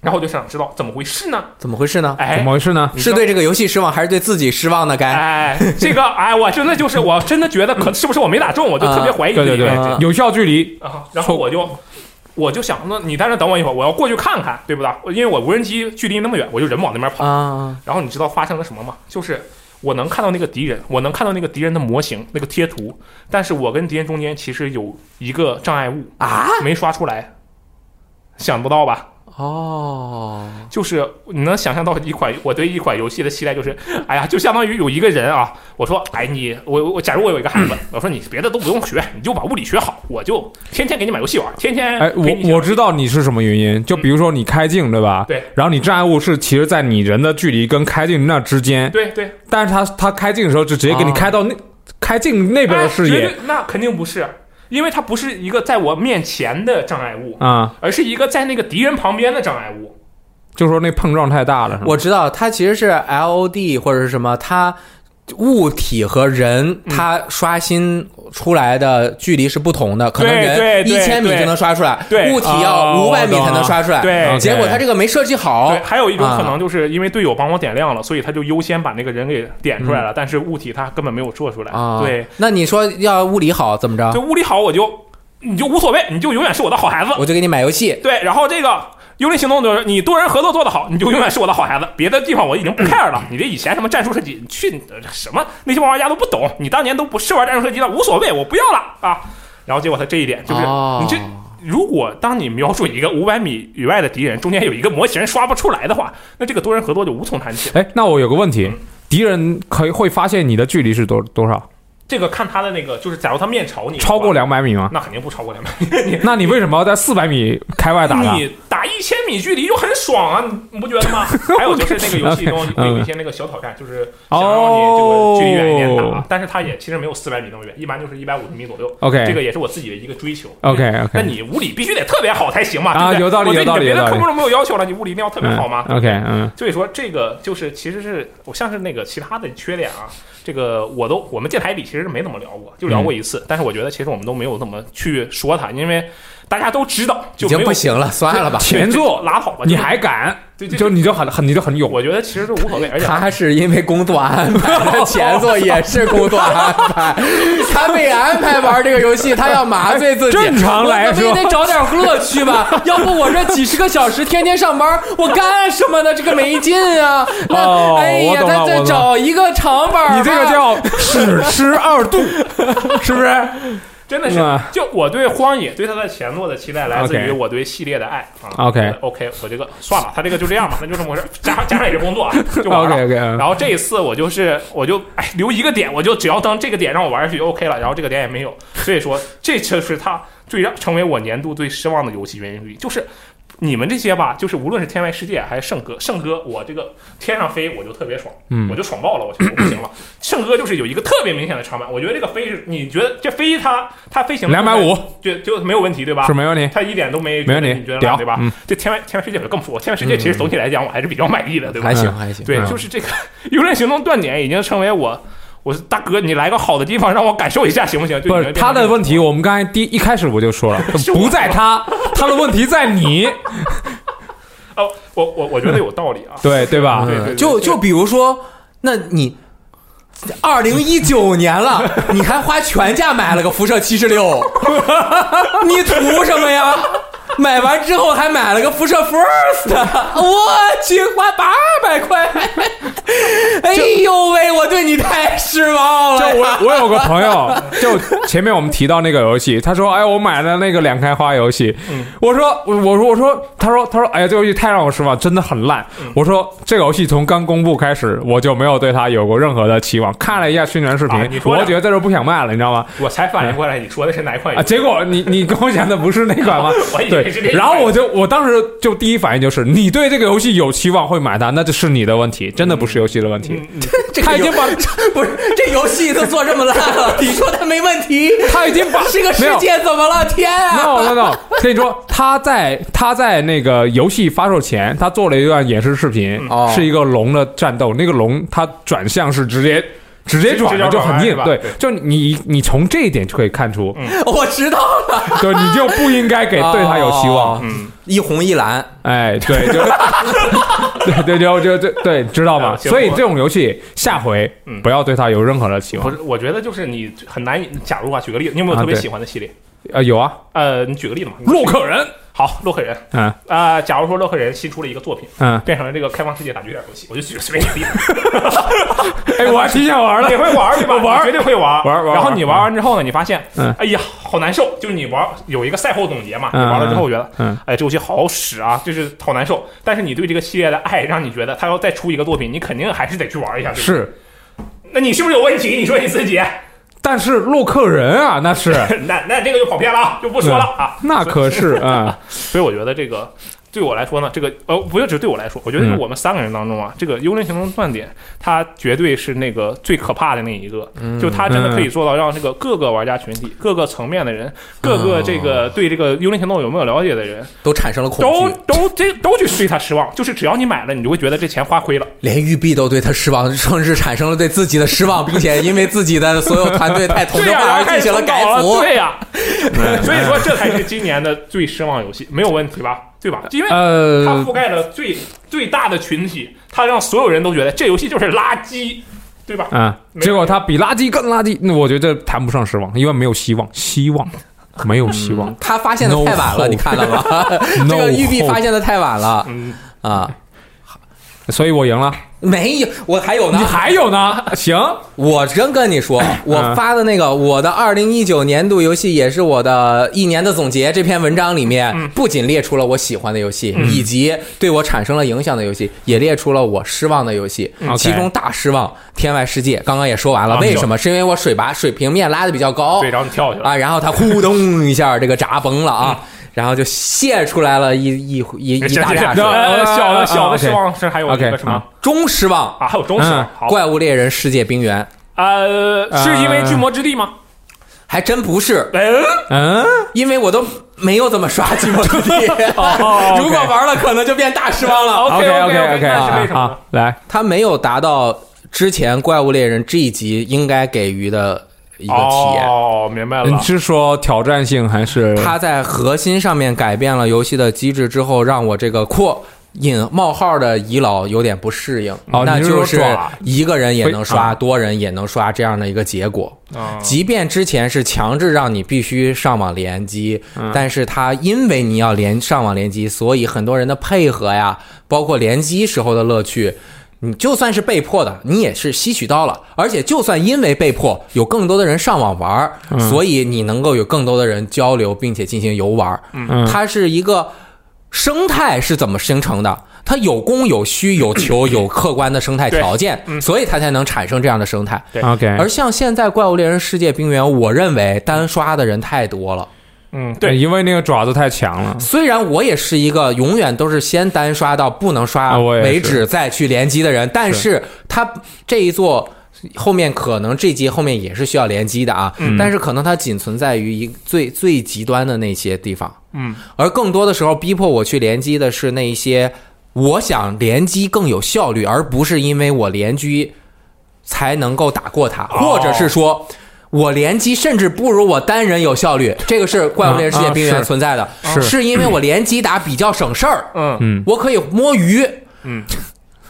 然后我就想知道怎么回事呢？
怎么回事呢？
哎，
怎么回事呢？
你知
是
道
对这个游戏失望，还是对自己失望呢？该
哎，这个哎，我真的就是，我真的觉得可是不是我没打中，我就特别怀疑
对对
这
对
个
啊，
有效距离，
啊，然后我就我就想，那你在那等我一会儿，我要过去看看，对不对？因为我无人机距离那么远，我就人往那边跑。
啊，
然后你知道发生了什么吗？就是我能看到那个敌人，我能看到那个敌人的模型、那个贴图，但是我跟敌人中间其实有一个障碍物
啊，
没刷出来，想不到吧？
哦，
就是你能想象到一款我对一款游戏的期待，就是，哎呀，就相当于有一个人啊，我说，哎，你我我，假如我有一个孩子，我说你别的都不用学，你就把物理学好，我就天天给你买游戏玩，天天
哎，
陪你
我
一
我
起
知道你是什么原因，就比如说你开镜对吧？
对。
然后你障碍物是其实，在你人的距离跟开镜那之间，
对对，
但是他他开镜的时候就直接给你
啊
开到那、开镜那
那
边的视野
哎那肯定不是，因为它不是一个在我面前的障碍物，
啊、
而是一个在那个敌人旁边的障碍物。
就说那碰撞太大
啊
了。是吗
我知道，它其实是 L O D 或者是什么，它物体和人
嗯
它刷新出来的距离是不同的，可能
对
人
对
一
对
千米
对
就能刷出来，
对
物体要
哦
五
我
百米
懂
才能
了
刷出来，
对
结果他这个没设计
哦
好
对，，还有一种可
啊
能就是因为队友帮我点亮了，所以他就优先把那个人给点出来
嗯
了，但是物体他根本没有做出来。
啊，
对，，
那你说要物理好怎么
啊
着
就？物理好我就你就无所谓，你就永远是我的好孩子。
我就给你买游戏
对，然后这个幽灵行动就是你多人合作做得好，你就永远是我的好孩子。别的地方我已经不 care 了，你这以前什么战术设计，你去你的什么那些玩家都不懂，你当年都不是玩战术设计的，无所谓，我不要了啊。然后结果他这一点就是，
哦
你这如果当你瞄准一个五百米以外的敌人，中间有一个模型刷不出来的话，那这个多人合作就无从谈起。
哎，那我有个问题
嗯，
敌人可以会发现你的距离是多多少？
这个看他的那个，就是假如他面朝你的话，
超过两百米吗？
那肯定不超过两百。
那你为什么要在四百米开外打呢？
你打一千米距离就很爽啊，你不觉 得吗？还有就是那个游戏中
OK，
会有一些那个小挑战，就是想让你这个距离远一点打
哦
啊，但是它也其实没有四百米那么远，一般就是一百五十米左右。
OK
这个也是我自己的一个追求。
OK
那
OK
你物理必须得特别好才行嘛？
啊
对不对
有道理
我对你
有道
的
理
别
有
的
道理
科目都没有要求了，你物理一定要特别好吗？
嗯 OK 嗯
所以说这个就是其实是我像是那个其他的缺点啊，这个我都我们电台里其实是没怎么聊过，就聊过一
嗯
次，但是我觉得其实我们都没有怎么去说它，因为大家都知道
已
就
经
没有
不行了，算了吧。
前座
拉倒吧，
你
就是
还敢？
对对对
就你就很很你就很勇。
我觉得其实都无所谓，而且
他是因为工作安
哦
排，前作也是工作安排，他被安排玩这个游戏，他要麻醉自己。
正常来说
我们也得找点乐趣 吧，要不我这几十个小时天天上班，我干什么呢？这个没劲啊！那、
哦
哎
我
呀，
懂了
咱
我
再
懂了
找一个长板儿吧。
你这个叫史诗二 度，是不
啊
是？
真的是
嗯，
就我对荒野对它的前作的期待来自于
OK
我对系列的爱啊。
OK
OK，我这个算了，他这个就这样吧，那就这么回事，加加上也是工作啊，就玩
OK，OK，
了。
嗯
然后这一次我就是我就哎留一个点，我就只要当这个点让我玩下去就 OK 了，然后这个点也没有，所以说这就是它最让成为我年度最失望的游戏原因之一，就是。你们这些吧，就是无论是天外世界还是圣歌，圣歌我这个天上飞我就特别爽，
嗯
我就爽爆了，我觉得我不行了。 圣歌就是有一个特别明显的长板，我觉得这个飞是，你觉得这飞它它飞行
250，
就就没有问题对吧？
是没问题。
他一点都没
没问题
你觉得
屌
烂对吧
嗯？
这天外天外世界可更不说，天外世界其实总体来讲我还是比较满意的，对吧
还？行还行，
对，
嗯
就是这个《幽灵行动》断点已经成为我。我说大哥，你来个好的地方让我感受一下行不行？就
不
已
是
经
他的问题，
变成
我们刚才第一开始我就说了，不在 他，他的问题在你，
这样哦，我我我觉得有道理啊。
对对吧？
对对对
就
对
就比如说，那你二零一九年 了，你还花全价买了个辐射七十六，你图什么呀？买完之后还买了个辐射 First，我 去，花八百块，哎呦喂，我对你太失望
就
了 呀。
我我有个朋友，就前面我们提到那个游戏，他说：“哎，我买了那个两开花游戏。
嗯
我说：“我我说我说，他说他说，哎呀，这游戏太让我失望，真的很烂。
嗯
我说：“这个游戏从刚公布开始，我就没有对它有过任何的期望。看了一下宣传视频，
啊你说
我
的
觉得这时候不想卖了，你知道吗？
我才反应过来，你说的是哪款游
啊，
戏？
结果你你跟我讲的不是那款吗
？我以为
对
是这，款
然后我就我当时就第一反应就是，你对这个游戏有期望会买它，那这是你的问题，真的不是游戏的问题。
嗯
这
他已经把
不是这游戏都做这么烂了，你说它没问题？
他已 经把
这个世界怎么了？天啊！
no no no，跟你说，他在他在那个游戏发售前，他做了一段演示视频，
嗯
哦
是一个龙的战斗，那个龙它转向是直接。直接转
直
了
接
就很
转
硬
弯，
对
是吧，嗯
就你你从这一点就可以看出，
我知道了，
对，你就不应该给对他有希
哦
望，
嗯，
一红一蓝，
哎，对，就， 对对就就就对，知道吗？
啊行
所以
我
这种游戏下回
嗯
不要对他有任何的期望
不。是，我觉得就是你很难以。假如啊，举个例子，你有没有
啊
特别
对
喜欢的系列？
呃，有啊，
呃，你举个例子嘛。
洛克人，
好，洛克人
嗯
啊、假如说洛克人新出了一个作品，
嗯，
变成了这个开放世界打击战游戏，我就举随便举个例子，
哎，我还挺想玩
你
的，
会玩儿对吧？
我玩儿
你绝对会玩儿
玩儿玩儿玩儿
然后你玩完之后呢，你发现，
嗯
哎呀，好难受。就是你玩儿有一个赛后总结嘛，你
嗯
玩了之后觉得，
嗯
哎，这游戏好屎啊，就是好难受。但是你对这个系列的爱，让你觉得他要再出一个作品，你肯定还是得去玩一下。对吧，
是，
那你是不是有问题？你说你自己，
但是洛克人啊，那是
那那这个就跑偏了啊，就不说了啊。
那可是啊，
所以我觉得这个对我来说呢，这个呃，不是只对我来说，我觉得是
嗯
我们三个人当中啊，这个《幽灵行动：断点》它绝对是那个最可怕的那一个，
嗯
就它真的可以做到让这个各个玩家群体、各个层面的
嗯
人、各个这个对这个《幽灵行动》有没有了解的人，
都产生了恐
都
惧，
都这都去对它失望，就是只要你买了，你就会觉得这钱花亏了。
连玉碧都对他失望，甚至产生了对自己的失望，并且因为自己的所有团队太同质
哎对呀、
化
然后
而
开
进
始
行了
重
改
搞了
服。
对 呀、所以说这才是今年的最失望游戏，没有问题吧？对吧？因为它
呃
覆，盖了最最大的群体，它让所有人都觉得这游戏就是垃圾，对吧？
啊，
没有
结果他比垃圾更垃圾，那我觉得谈不上失望，因为没有希望，希望没有希望。
他发现的
No
太晚了，
hope
你看了吗？
No
这个玉碧发现的太晚了
嗯，
啊！
所以我赢了，
没有，我还有
你
呢。
还有呢？行，
我真跟你
嗯
说，我发的那个我的二零一九年度游戏也是我的一年的总结这篇文章里
嗯
面，不仅列出了我喜欢的游戏，以及对我产生了影响的游戏，也列出了我失望的游戏。
嗯
其中大失望《天外世界》，刚刚也说完了，
啊
为什么？是因为我水拔水平面拉的比较高
对，然后你跳下去了。
啊，然后它呼咚一下这个闸崩了啊，然后就泄出来了一一一一大
嗯 这
拃
这
水。
呃小
啊
的小
啊
的
OK
希望是还有一
OK，
个什么
啊
中失望，
啊？还有中史
嗯
好
《怪物猎人世界冰原》
呃，是因为
呃
巨魔之地吗？
还真不是。
嗯，
嗯，
因为我都没有怎么刷寂寞之地，
哦
如果玩了可能就变大失望了。
OK
OK
OK
OK，
那是为什么呢
好，？来，
它没有达到之前《怪物猎人》这一集应该给予的一个体验。
哦，明白
你
了。
嗯是说挑战性还是？
它在核心上面改变了游戏的机制之后，让我这个括引冒号的遗老有点不适应。
哦
那
你是
就
说
是
耍
一个人也能
非
刷，多人也能刷这样的一个结果。
嗯
即便之前是强制让你必须上网联机，但是它因为你要连上网联机，所以很多人的配合呀，包括联机时候的乐趣。你就算是被迫的，你也是吸取到了，而且就算因为被迫，有更多的人上网玩儿，所以你能够有更多的人交流，并且进行游玩儿。
嗯
它是一个生态是怎么形成的？它有供有需有求有客观的生态条件，所以它才能产生这样的生态。
OK，
而像现在《怪物猎人世界冰原》，我认为单刷的人太多了。
嗯，对，
因为那个爪子太强了。
虽然我也是一个永远都是先单刷到不能刷
啊我也是
为止再去联机的人，但是他这一座后面可能这集后面也是需要联机的啊，
嗯
但是可能它仅存在于一最最极端的那些地方，
嗯，
而更多的时候逼迫我去联机的是那一些我想联机更有效率，而不是因为我联机才能够打过
哦
它，或者是说。我联机甚至不如我单人有效率，这个是《怪物猎人世界
啊啊
冰原
是》
存在的，
是
因为我联机打比较省事儿，
嗯
嗯
我可以摸鱼，
嗯，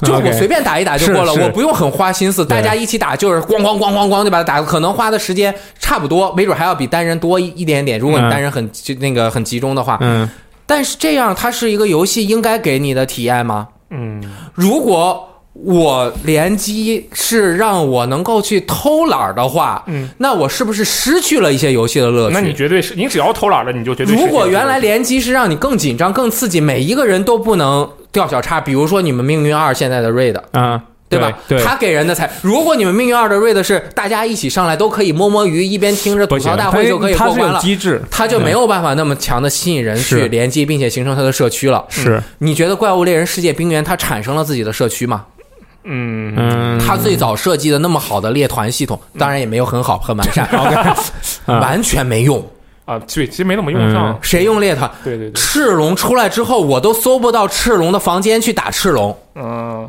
就我
OK
随便打一打就过了，
是是
我不用很花心思，大家一起打就是咣咣咣咣咣就把它打，可能花的时间差不多，没准还要比单人多一一点点。如果你
嗯
单人很就那个很集中的话，
嗯，
但是这样它是一个游戏应该给你的体验吗？
嗯，
如果我联机是让我能够去偷懒儿的话，
嗯，
那我是不是失去了一些游戏的乐趣？
那你绝对是，你只要偷懒了，你就绝对是。
如果原来联机是让你更紧张、更刺激，每一个人都不能掉小叉，比如说你们命运二现在的 Raid，
啊，
对吧？
对，
他给人的才。如果你们命运二的 Raid 是大家一起上来都可以摸摸鱼，一边听着吐槽大会就可以
它
过
是
关
有
了，嗯
机制，
他就没有办法那么强的吸引人去
是
联机，并且形成他的社区了。
是，
你觉得《怪物猎人世界：冰原》它产生了自己的社区吗？
嗯，
嗯，
它最早设计的那么好的猎团系统，当然也没有很好，很完 善，
啊
完全没用。
啊，对，其实没怎么用上。
谁用猎团？
对对对，
赤龙出来之后，我都搜不到赤龙的房间去打赤龙。
嗯，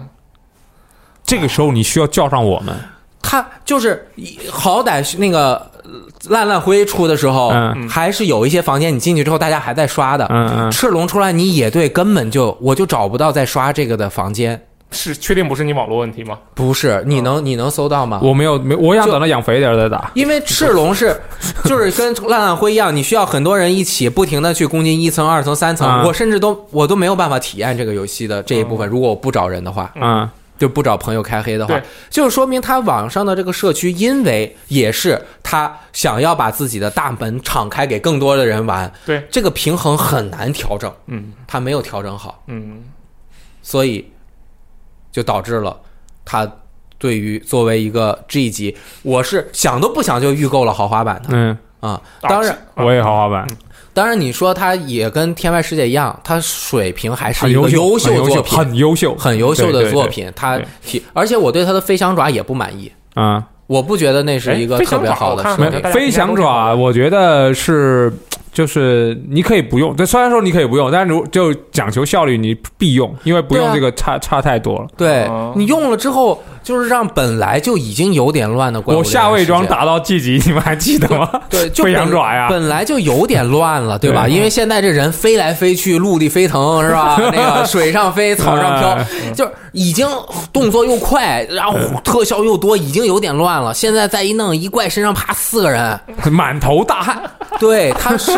这个时候你需要叫上我们，
他就是好歹是那个呃烂烂灰出的时候，
嗯
还是有一些房间你进去之后大家还在刷的。
嗯嗯
赤龙出来，你野队根本就我就找不到在刷这个的房间。
是确定不是你网络问题吗？
不是，你能你能搜到吗？
我没有没，我想
就
等它养肥一点再打，
因为赤 龙是，就是跟烂烂灰一样，你需要很多人一起不停的去攻进一层、二层、三层。
啊
我甚至都我都没有办法体验这个游戏的这一部分。如果我不找人的话，
嗯
就不找朋友开黑的话
嗯对，
就说明他网上的这个社区，因为也是他想要把自己的大门敞开给更多的人玩，
对，
这个平衡很难调整，
嗯
他没有调整好，
嗯
所以就导致了他对于作为一个 G 级，我是想都不想就预购了豪华版的
嗯，
啊、
啊
当然，
我也豪华版，
当然你说他也跟《天外世界》一样，他水平还是
很
一个
优
秀
秀，
作
很优秀，
品，
很优秀，
很优秀
对
的
对
作
对
品，他
对
提，而且我对他的飞翔爪也不满意。
啊，
我不觉得那是一个
哎飞
特
翔爪
别好的
我看
设
了
定
大。家
飞翔爪，我觉得是。就是你可以不用，对，虽然说你可以不用，但是如就讲求效率，你必用，因为不
对
用
啊
这个差差太多了。
对
哦
你用了之后，就是让本来就已经有点乱的怪物
我
猎人世界
夏威夷装打到 G 级，你们还记得 吗？
对，就
飞
本
羊爪呀
本来就有点乱了，对吧？
对
因为现在这人飞来飞去，陆地飞腾是 吧？那个水上飞，草上飘
哎，
就是已经动作又快，然后特效又多，已经有点乱了。现在再一弄，一怪身上爬四个 人，
满头大汗，
对，他是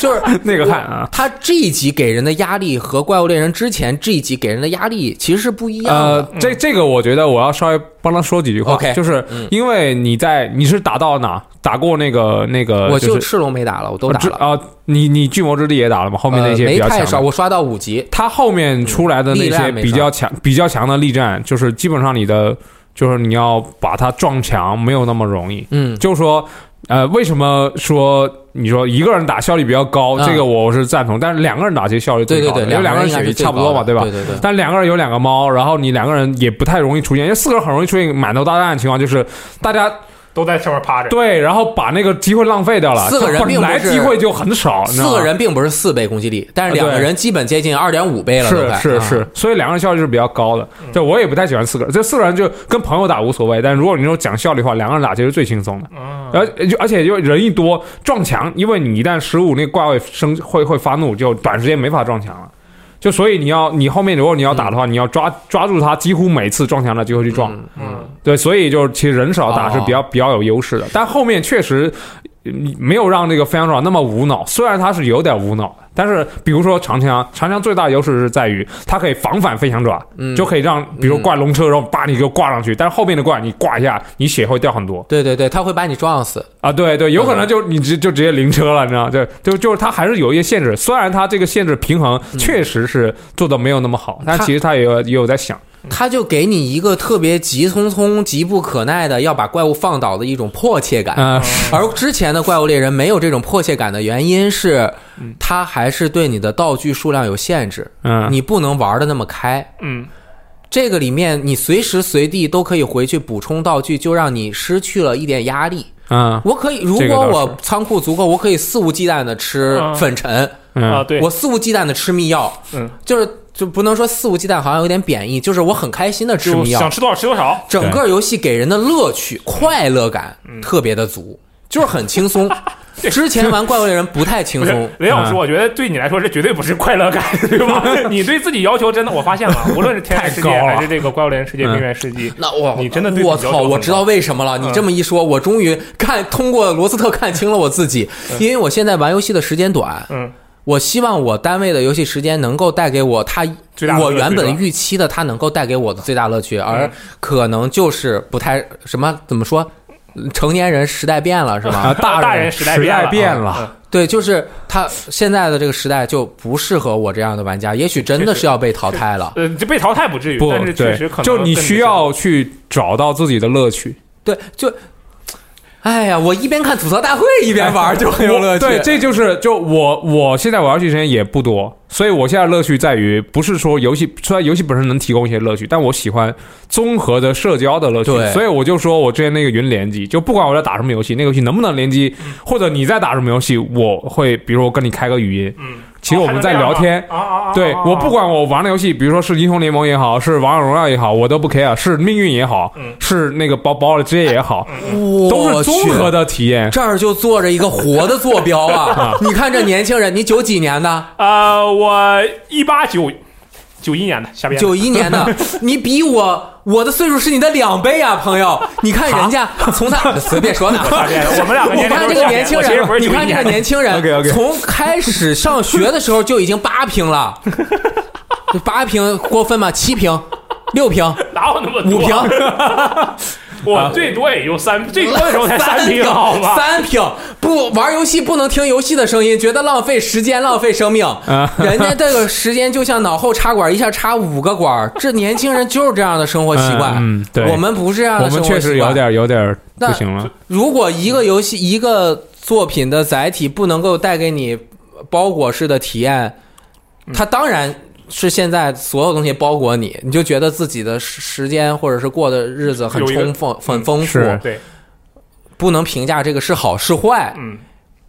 就是
那个汗啊，
他 G 级给人的压力和怪物猎人之前 G 级给人的压力其实是不一样
呃
的。，嗯
这这个我觉得我要稍微帮他说几句话
OK，嗯
就是因为你在你是打到哪打过那个那个，
我就是赤龙没打了，我都打
知
了。
啊，你你巨魔之地也打了吗？后面那些
呃、没
比较
太少，
强的。
我刷到五级。
他后面出来的那
力
些
量没
比较强、比较强的力战，就是基本上你的，就是你要把它撞墙没有那么容易。
嗯，
就是说，呃，为什么说你说一个人打效率比较高？
嗯
这个我是赞同，但是两个人打其实效率
对
最
对
高的
对，
因为两
个
个
人
人
应该
血
是
量
最
差不多嘛，
高的
对吧？
对对对，
但两个人有两个猫，然后你两个人也不太容易出现，因为四个人很容易出现满头大汗的情况，就是大家
都在上面趴着。
对，然后把那个机会浪费掉了。
四个人
就本来
并不是
机会就很少，你知道
四
吗
个人并不是四倍攻击力，但是两
啊
个
对
人基本接近二点五倍了，都
是
快嗯
是
啊
是，所以两个人效率是比较高的。就我也不太喜欢四个人，这四个人就跟朋友打无所谓，但如果你说讲效率的话，两个人打其实最轻松的。
嗯，
而就而且就人一多撞墙，因为你一旦失误，那个怪会生会会发怒，就短时间没法撞墙了。就所以你要你后面如果你要打的话，你要抓抓住他，几乎每次撞墙的机会去撞。
嗯
嗯
对，所以就是其实人少打
哦
是比较、比较有优势的，但后面确实呃没有让这个飞翔爪那么无脑，虽然它是有点无脑的，但是比如说长枪，长枪最大的优势是在于它可以防反飞翔爪，
嗯
就可以让比如
嗯
挂龙车，然后把你给挂上去，但是后面的怪你挂一下，你血会掉很多
对对对，他会把你撞死。
啊，对对，有可
嗯
能就你直就直接零车了，你知道吗，对，就就是它还是有一些限制，虽然它这个限制平衡
嗯
确实是做的没有那么好，但
它
其实它也有也有在想，
他就给你一个特别急匆匆、急不可耐的要把怪物放倒的一种迫切感，
嗯、
而之前的怪物猎人没有这种迫切感的原因是，他还是对你的道具数量有限制，
嗯，
哦你不能玩的那么开。
嗯
这个里面你随时随地都可以回去补充道具，就让你失去了一点压力。
嗯
我可以，如
这个
果
倒是
我仓库足够，我可以肆无忌惮的吃
嗯
粉尘，
嗯
啊，对，
我肆无忌惮的吃密钥，
嗯
就是就不能说肆无忌惮，好像有点贬义，就是我很开心的吃
就
迷药
想，吃多少吃多少。
整个游戏给人的乐趣、快乐感
嗯
特别的足，就是很轻 松。之前玩怪物猎人不太轻
不
松
是，雷老师，
嗯
我觉得对你来说这绝对不是快乐感，对 吧？你对自己要求真的，我发现了，无论是天然世界
太高了
还是这个怪物猎人世界
嗯
冰原世纪，
那我
你真的对
我
自己要
操！
求很
我
高
知道为什么
嗯
了。你这么一说，我终于看通过罗斯特看清了我自己，因为我现在玩游戏的时间短，
嗯，
我希望我单位的游戏时间能够带给我它
最大的乐趣
我原
是
本
吧嗯
预期的它能够带给我的最大乐趣，而可能就是不太什么怎么说，成年人时代变了是
啊，
吗？
大
大人
人
时代
代
变
变
了啊
了，
对，就是他现在的这个时代就不适合我这样的玩家，也许真的是要被淘汰了。
呃，这被淘汰不至于，
不
但是确实可
对，
能
就你
更
需要去找到自己的乐趣，
对，就，哎呀，我一边看吐槽大会一边玩就很 有乐趣。
我对，这就是就我我现在玩游戏时间也不多，所以我现在乐趣在于不是说游戏，虽然游戏本身能提供一些乐趣，但我喜欢综合的社交的乐趣。
对
所以我就说我之前那个云联机，就不管我在打什么游戏，那个游戏能不能联机，或者你在打什么游戏，我会比如我跟你开个语音，
嗯，
其实我们在聊天。
啊啊啊！
对我不
管
管我玩的游戏，比如说是英雄联盟也好，是王者荣耀也好，我都不 care，是命运也好
嗯，
是那个包包的职业也好，都是综合
的。
的体验。
这儿就坐着一个活的坐标啊！你看这年轻人，你九几年的？
啊，我一八九九一年的下边
九一年的，你比我我的岁数是你的两倍啊，朋友！你看人家从他随便 说哪
下边的，我们两个
你
年龄
看
都
这
是下
个年
边
轻
我其实
人
不是，
你
九一
看这
年
个
的
年轻人
OK，OK
从开始上学的时候就已经八平了，八平过分吗？七平、六平、
哪有那么
五
多啊
平、
啊
我最多也就三， 最多的时候才
三
瓶，好吧？
三平不玩游戏不能听游戏的声音，觉得浪费时间、浪费生 命。
啊
人家这个时间就像脑后插管，一下插五个管儿，这年轻人就是这样的生活习惯。
嗯嗯对
我们不是这样
我
的生
们
活习
确
惯。
实有。点有点
那
不行了。
如果一个游戏、一个作品的载体不能够带给你包裹式的体验，
嗯
它当然。是现在所有东西包裹你，你就觉得自己的时时间或者是过的日子很
有一个
充分、很丰富，
嗯是
对，
不能评价这个是好是坏，
嗯，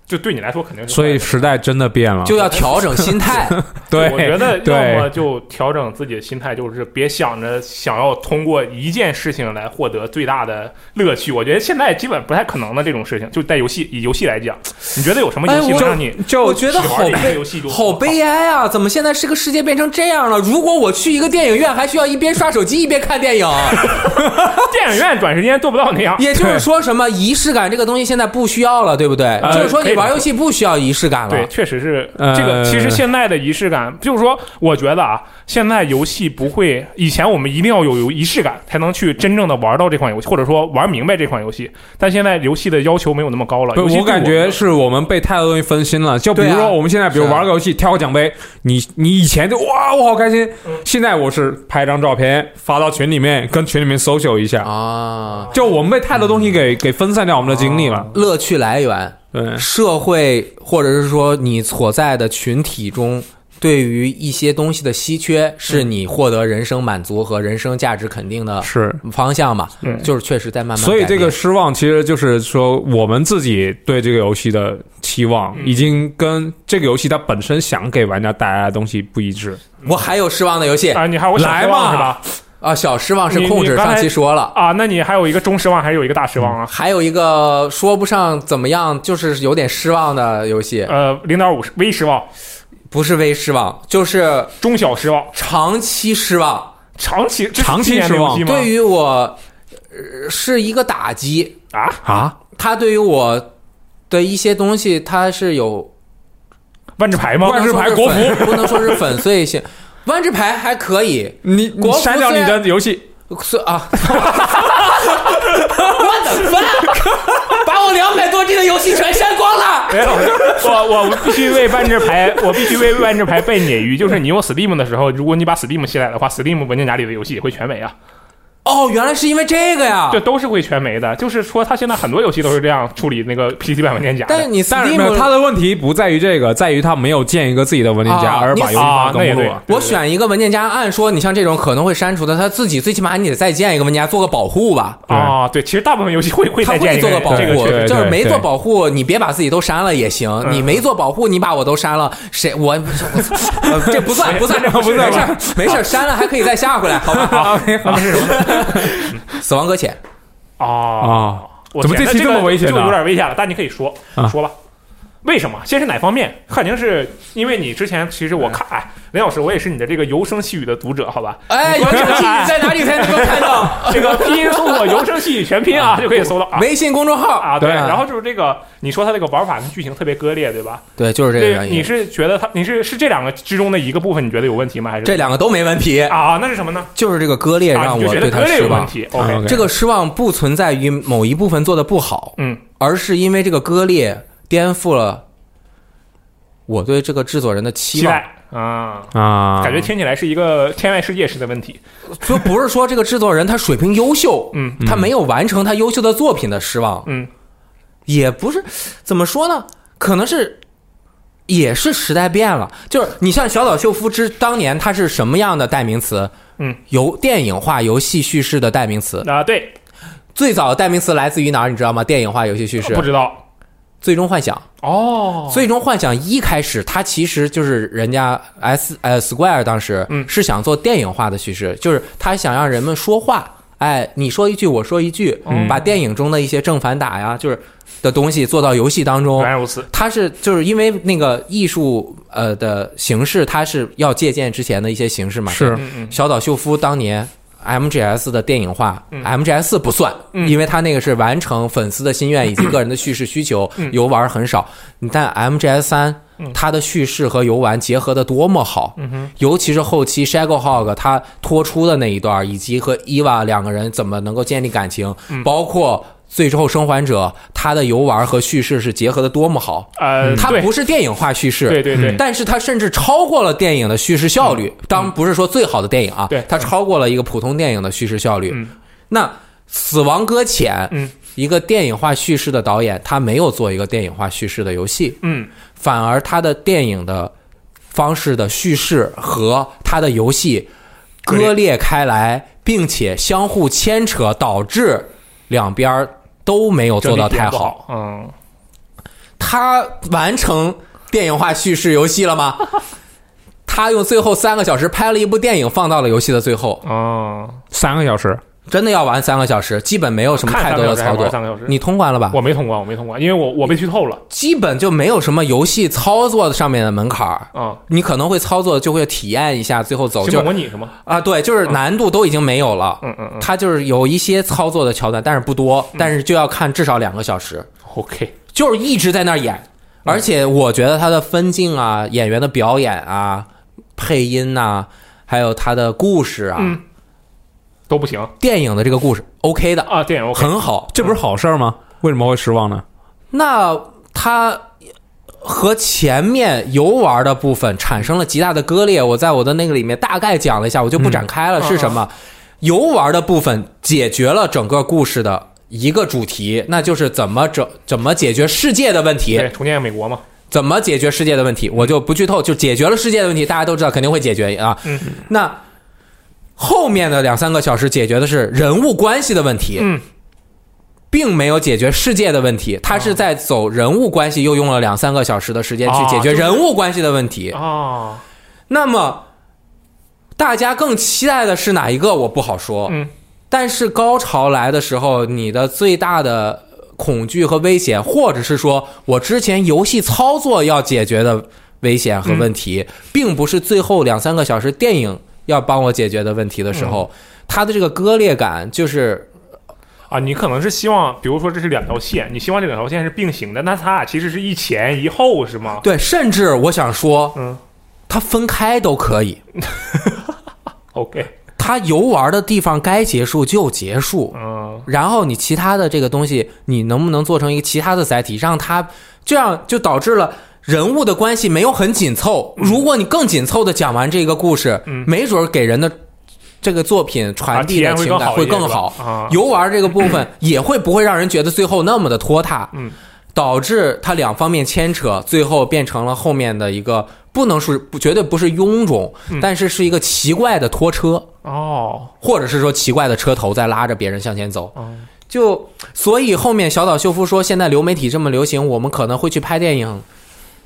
就对你来说肯定是。
所以时代真的变了，
就要调整心态。
对，
我觉得要么
对
就调整自己的心态，就是别想着想要通过一件事情来获得最大的乐趣。我觉得现在基本不太可能的这种事情，就在游戏以游戏来讲，你觉得有什么游戏
哎我
能让你
我
就
觉得
只
好
玩一个
悲
游戏就
好悲哀啊！怎么现在这个世界变成这样了？如果我去一个电影院，还需要一边刷手机一边看电影，
电影院短时间做不到那样。
也就是说，什么仪式感这个东西现在不需要了，对不对？
呃
就是说，
可
你
以这么
玩游戏不需要仪式感
对，
了。
确实是
呃
这个。其实现在的仪式感，就是说，我觉得啊，现在游戏不会，以前我们一定要有有仪式感，才能去真正的玩到这款游戏，或者说玩明白这款游戏。但现在游戏的要求没有那么高了。
不
游戏对
我感觉是我们被太多东西分心了。就比如
对啊
说我们现在，比如
是啊
玩个游戏挑个奖杯，你你以前就哇我好开心，
嗯
现在我是拍张照片发到群里面，跟群里面 social 一下。
啊，嗯
就我们被太多东西给给分散掉我们的精力了，
乐趣来源，
对，
社会或者是说你所在的群体中。对于一些东西的稀缺，是你获得人生满足和人生价值肯定的
是。
方向嘛？
嗯
就是确实在慢慢改
所
变。
以这个失望其实就是说，我们自己对这个游戏的期望
嗯
已经跟这个游戏它本身想给玩家带来的东西不一致。
我还有失望的游戏
啊，你还有个小
来
失望
嘛
是吧？
啊，小失望是
你
控制，
你刚才
上期说了，
啊，那你还有一个中失望，还有一个大失望啊。
还有一个说不上怎么样，就是有点失望的游戏，
呃，零点五微失望，
不是微失望，就是
中小失望，
长期失望，
长期这是
长期
今年的
失望
游戏吗
对于我、呃是一个打击，
啊，
啊，
它对于我的一些东西，它是有
万智牌吗？
万智牌
不
国
能说是
服
粉，不能说是粉碎性，万智牌还可以，
你你
国服
删掉你的游戏，
是啊， 我的妈！把我两百多 G 的游戏全删光了。
没有， 我我必须为万智牌，我必须为万智牌被鲶鱼。就是你用 Steam 的时候，如果你把 Steam 卸载的话，Steam 文件夹里的游戏也会全没啊。
哦，原来是因为这个呀。
这都是会全媒的，就是说它现在很多游戏都是这样处理那个 PC 版文件夹的。
但是你
但是没有
Steam
他的问题不在于这个，在于他没有建一个自己的文件夹，
啊
而把
你
游戏放
啊，那
在
也
登
对
录了。。
我选一个文件夹，按说你像这种可能会删除的，他自己最起码你得再建一个文件夹做个保护吧。
啊，对，其实大部分游戏会会
他
再建
会
一
做个保护，
这个
确实
就是
对
没
对
做保护，你别把自己都删了也行。
嗯
你没做保护，你把我都删了，谁我呃这不算不算
这个不算
没事儿没事儿，删了还可以再下回来，好吧？好，死亡搁浅，
啊
啊，
我
怎么
天
这
那
期
这
这么
个
危险
就
呢
有点危险了，但你可以说
啊
说吧。为什么？先是哪方面？肯定是因为你之前，其实
嗯
我看，哎，林老师，我也是你的这个游声细语的读者，好吧？
哎，有这个信息在哪里才能够看到？
这个拼音搜索“游声细语”全拼啊，就可以搜到啊
微信公众号，
啊。对，
对啊
然后就是这个，你说它这个玩法跟剧情特别割裂，对吧？
对，就是这个
对，
原
你
因。
是觉得它，你是是这两个之中的一个部分，你觉得有问题吗？还是
这两个都没问题，
啊？那是什么呢？
就是这个割裂
啊，
让
你就
我
觉
对
得
它
割裂
失
有问
望。
题
啊
？OK，
，OK
这个失望不存在于某一部分做的不好，
嗯，
而是因为这个割裂颠覆了我对这个制作人的期
期
望。
待啊。
啊，
感觉听起来是一个天外世界式的问题。
就不是说这个制作人他水平优秀，
嗯，
他没有完成他优秀的作品的失望，
嗯，
也不是怎么说呢，可能是。也是时代变了，就是你像小岛秀夫之当年他是什么样的代名词？
嗯，
由电影化游戏叙事的代名词。
啊，对，
最早的代名词来自于哪儿？你知道吗？电影化游戏叙事，
不知道
最终幻想。
哦
最终幻想一开始，它其实就是人家 S 呃 Square 当时
嗯
是想做电影化的叙事，就是他想让人们说话，哎，你说一句我说一句，
哦
嗯
把电影中的一些正反打呀，就是的东西做到游戏当中
原。来如此。
它是就是因为那个艺术呃的形式，它是要借鉴之前的一些形式嘛。
是
嗯嗯
小岛秀夫当年 MGS 的电影化、
嗯
m g s 不算，
嗯
因为他那个是完成粉丝的心愿 以及个人的叙事需求，
嗯
游玩很少。但 MGS 三
嗯，
它的叙事和游玩结合的多么好，
嗯哼，
尤其是后期 Shago Hog 他脱出的那一段，以及和伊娃两个人怎么能够建立感情，
嗯
包括。最后，生还者他的游玩和叙事是结合的多么好，
呃，
它
对
不是电影化叙事，
对对对，
但是它甚至超过了电影的叙事效率。当然不是说最好的电影
嗯
啊，
对
它超过了一个普通电影的叙事效率。
嗯
那《死亡搁浅》
嗯
一个电影化叙事的导演，他没有做一个电影化叙事的游戏，
嗯
反而他的电影的方式的叙事和他的游戏割裂开来，并且相互牵扯，导致两边儿都没有做到太
整体不
好。
好，嗯，
他完成电影化叙事游戏了吗？ 他用最后三个小时拍了一部电影，放到了游戏的最后，
哦，
三个小时，
真的要玩三个小时，基本没有什么太多的操
看三
作。
个小时还是玩三个小时
你通关了吧？
我没通关，我没通关，因为我我被剧透了
基本就没有什么游戏操作上面的门槛儿，
啊。
你可能会操作就会体验一下，最后走
行
哦就
动模拟是吗？
啊，对，就是难度都已经没有了。
嗯嗯 嗯嗯
它就是有一些操作的桥段，但是不多，但是就要看至少两个小时。
，OK，
就是一直在那儿演，而且我觉得他的分镜啊、演员的表演啊、配音呐、还有他的故事啊，
嗯都不行
电影的这个故事 OK 的，
啊，电影 OK，
很好。
这不是好事儿吗？为什么会失望呢？
那他和前面游玩的部分产生了极大的割裂，我在我的那个里面大概讲了一下，我就不展开了
嗯
是什么。游玩的部分解决了整个故事的一个主题，那就是怎么整怎么解决世界的问题。
对，重建美国嘛，
怎么解决世界的问题，我就不剧透，就解决了世界的问题，大家都知道肯定会解决啊。
嗯
那后面的两三个小时解决的是人物关系的问题，
嗯
并没有解决世界的问题，他是在走人物关系，又用了两三个小时的时间去解
哦就
决
是
人物关系的问题。
啊，
那么大家更期待的是哪一个？我不好说。
嗯，
但是高潮来的时候，你的最大的恐惧和危险，或者是说我之前游戏操作要解决的危险和问题，
嗯
并不是最后两三个小时电影要帮我解决的问题的时
嗯
候，它的这个割裂感就是
啊，你可能是希望，比如说这是两条线，你希望这两条线是并行的，那它俩其实是一前一后是吗？
对，甚至我想说，
嗯
它分开都可以，
，OK，
它游玩的地方该结束就结束，
嗯
然后你其他的这个东西，你能不能做成一个其他的载体，让它这样就导致了人物的关
嗯
系没有很紧凑。如果你更紧凑的讲完这个故事，没准儿给人的这个作品传递
啊
的
体验会
情
更
感
好
会
一些
更
是吧
好。
啊
游玩这个部分也会不会让人觉得最后那么的拖沓，
嗯，
导致它两方面牵扯，最后变成了后面的一个不能说不绝对不是臃肿，
嗯
但是是一个奇怪的拖车。
哦，
或者是说奇怪的车头在拉着别人向前走。
嗯
就所以后面小岛秀夫说，现在流媒体这么流行，我们可能会去拍电影，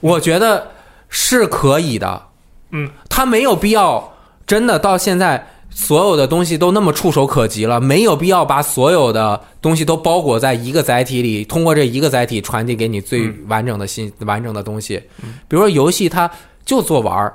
我觉得是可以的。
嗯，
他没有必要真的到现在。所有的东西都那么触手可及了，没有必要把所有的东西都包裹在一个载体里，通过这一个载体传递给你最完整的信、完整的东西。比如说游戏，它就做玩儿，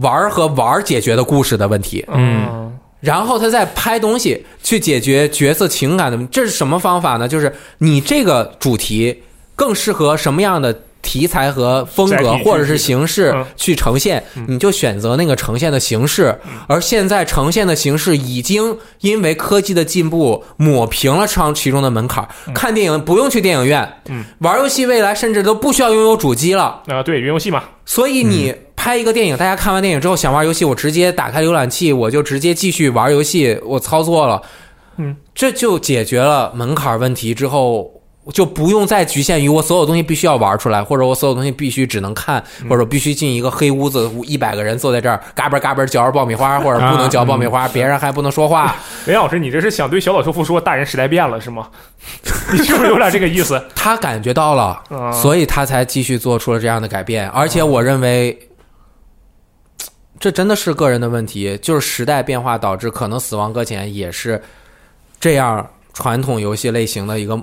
玩儿和玩儿解决的故事的问题。
嗯，
然后他再拍东西去解决角色情感的，这是什么方法呢？就是你这个主题更适合什么样的题材和风
载
格
体，去
或者是形式
嗯
去呈现，你就选择那个呈现的形式。而现在呈现的形式已经因为科技的进步抹平了上其中的门槛，看电影不用去电影院
嗯，
玩游戏未来甚至都不需要拥有主机了。
啊，对，云游戏嘛，
所以你拍一个电影，大家看完电影之后想玩游戏，我直接打开浏览器，我就直接继续玩游戏，我操作了，
嗯，
这就解决了门槛问题之后。就不用再局限于我所有东西必须要玩出来，或者我所有东西必须只能看，或者必须进一个黑屋子，一百个人坐在这儿嘎嘣嘎嘣嚼着爆米花，或者不能嚼爆米花，别人还不能说话。
林老师，你这是想对小岛秀夫说大人时代变了是吗？ 你是不是有点这个意思？
他感觉到了，
啊
所以他才继续做出了这样的改变。而且我认为，这真的是个人的问题，就是时代变化导致可能《死亡搁浅》也是这样传统游戏类型的一个，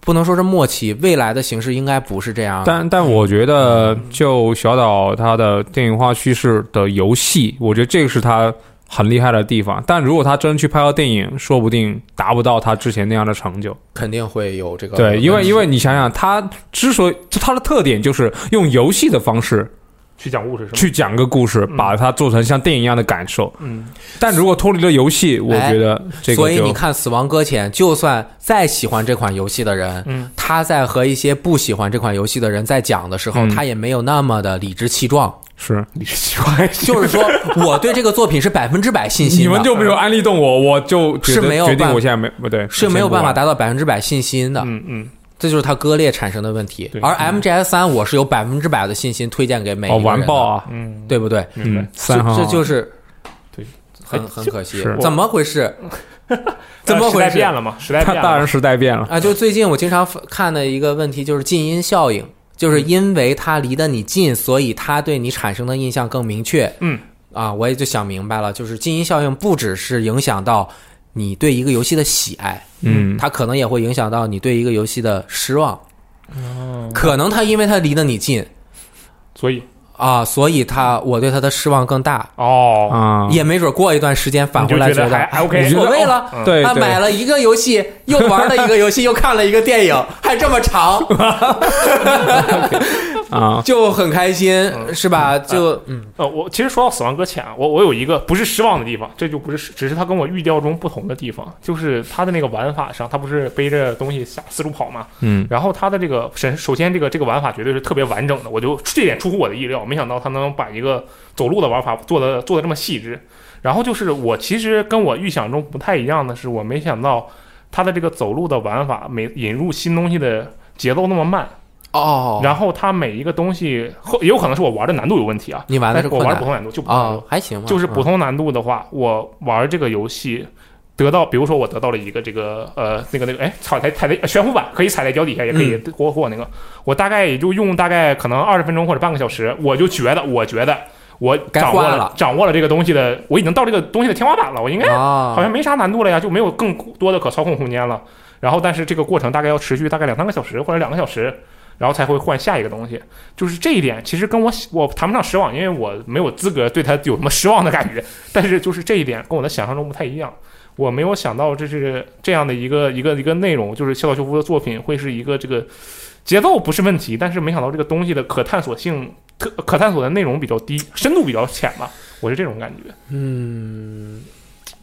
不能说是末期，未来的形式应该不是这样。
啊
但但我觉得，就小岛他的电影化叙事的游戏，我觉得这个是他很厉害的地方。但如果他真去拍到电影，说不定达不到他之前那样的成就。
肯定会有这个
对，因
问
为
题
因为你想想，他之所以就他的特点就是用游戏的方式
去讲故事是吗？
去讲个故
嗯
事，把它做成像电影一样的感受。
嗯，
但如果脱离了游戏，我觉得这
哎所
个
以你
就
看，《死亡搁浅》，就算再喜欢这款游戏的人，
嗯，
他在和一些不喜欢这款游戏的人在讲的时候，
嗯
他也没有那么的理直气壮。
是
你是喜欢
就是说我对这个作品是百分之百信心的，
你们就没有安利动我，我就觉得
是没有
决定
办
我现在没不对
是没有办法
打。
达到百分之百信心的，
嗯嗯，
这就是它割裂产生的问题。
对
而 MGS 三我是有百分之百的信心推荐给每一个
嗯哦，
人的
完爆，啊！
嗯，
对不对？
明
嗯
白。，
这
三号
这就是
对，
很
哎
很可惜
是，
怎么回 事？怎么
啊时
回
代
事
变了嘛？时代
他
变了
大人
嘛，
时代变 了，
啊？就是最近我经常看的一个问题就是近因效应，就是
嗯
因为它离得你近，所以它对你产生的印象更明确。
嗯
啊，我也就想明白了，就是近因效应不只是影响到你对一个游戏的喜爱，
嗯，
它可能也会影响到你对一个游戏的失望。
哦
可能它因为它离得你近
所以
啊，所以它我对它的失望更大。
哦，
啊，
也没准过一段时间返回来
你就觉得
得
还 OK
无所谓了。
嗯
对
他
对
买了一个游戏，又玩了一个游戏，又看了一个电影，还这么长，
啊，
就很开心，是吧？就嗯，
呃，我其实说到《死亡搁浅》，我我有一个不是失望的地方，这就不是失，只是它跟我预料中不同的地方，就是它的那个玩法上，它不是背着东西下四处跑嘛，
嗯，
然后它的这个首首先这个这个玩法绝对是特别完整的，我就这点出乎我的意料，没想到它能把一个走路的玩法做的做的这么细致。然后就是我其实跟我预想中不太一样的是，我没想到它的这个走路的玩法每引入新东西的节奏那么慢，
哦，
然后它每一个东西后也有可能是我玩的难度有问题啊，
你玩
但
的是
是我
困
玩
难
普通难度就普通难度
哦，，还行吧，
就是普
嗯
通难度的话，我玩这个游戏得到，比如说我得到了一个这个呃那个那个哎踩台踩雷悬浮板，可以踩在脚底下，也可
嗯
以活活那个。我大概也就用大概可能二十分钟或者半个小时，我就觉得我觉得我
该
掌握
换
了
了
掌握了这个东西的，我已经到这个东西的天花板了，我应该好
哦，
像没啥难度了呀，就没有更多的可操控空间了。然后，但是这个过程大概要持续大概两三个小时或者两个小时，然后才会换下一个东西。就是这一点，其实跟我我谈不上失望，因为我没有资格对它有什么失望的感觉。但是就是这一点跟我的想象中不太一样，我没有想到这是这样的一个一个一个内容，就是小岛秀夫的作品会是一个这个节奏不是问题，但是没想到这个东西的可探索性。可可探索的内容比较低，深度比较浅吧，我是这种感觉。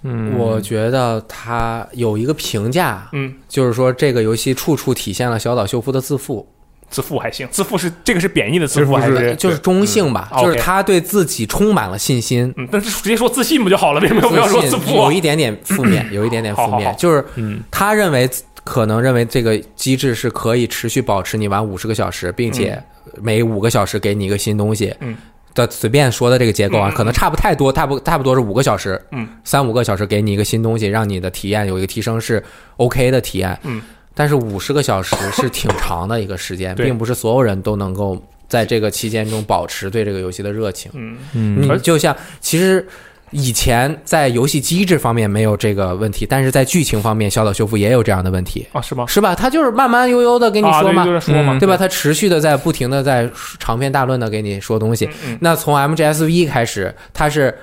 嗯，
我觉得他有一个评价，
嗯，
就是说这个游戏处处体现了小岛秀夫的自负。
自负还行，自负是这个是贬义的自
就是
负还
不
是
是？
就是中性吧，
嗯
就是
OK
他对自己充满了 信心。
嗯，但是直接说自信不就好了？为什么要不要说
自
自
信
负啊
有？一点点负 面，有一点点负
好好好
面，就是
嗯
他认为可能认为这个机制是可以持续保持你玩五十个小时，并且每五个小时给你一个新东西。
嗯。
的随便说的这个结构啊
嗯，嗯
可能差不太多，差不差不多是五个小时，
嗯，
三五个小时给你一个新东西，让你的体验有一个提升是 OK 的体验，
嗯，
但是五十个小时是挺长的一个时间，
对
并不是所有人都能够在这个期间中保持对这个游戏的热情，
嗯，而
你就像其实以前在游戏机制方面没有这个问题，但是在剧情方面，小岛修复也有这样的问题，
啊，是吗？
是吧？他就是慢慢悠悠的跟你
啊，
说
对，
嘛，
就是说嘛，
嗯
对吧？他持续的在不停的在长篇大论的给你说东西。
嗯嗯
那从 MGSV 开始，它是。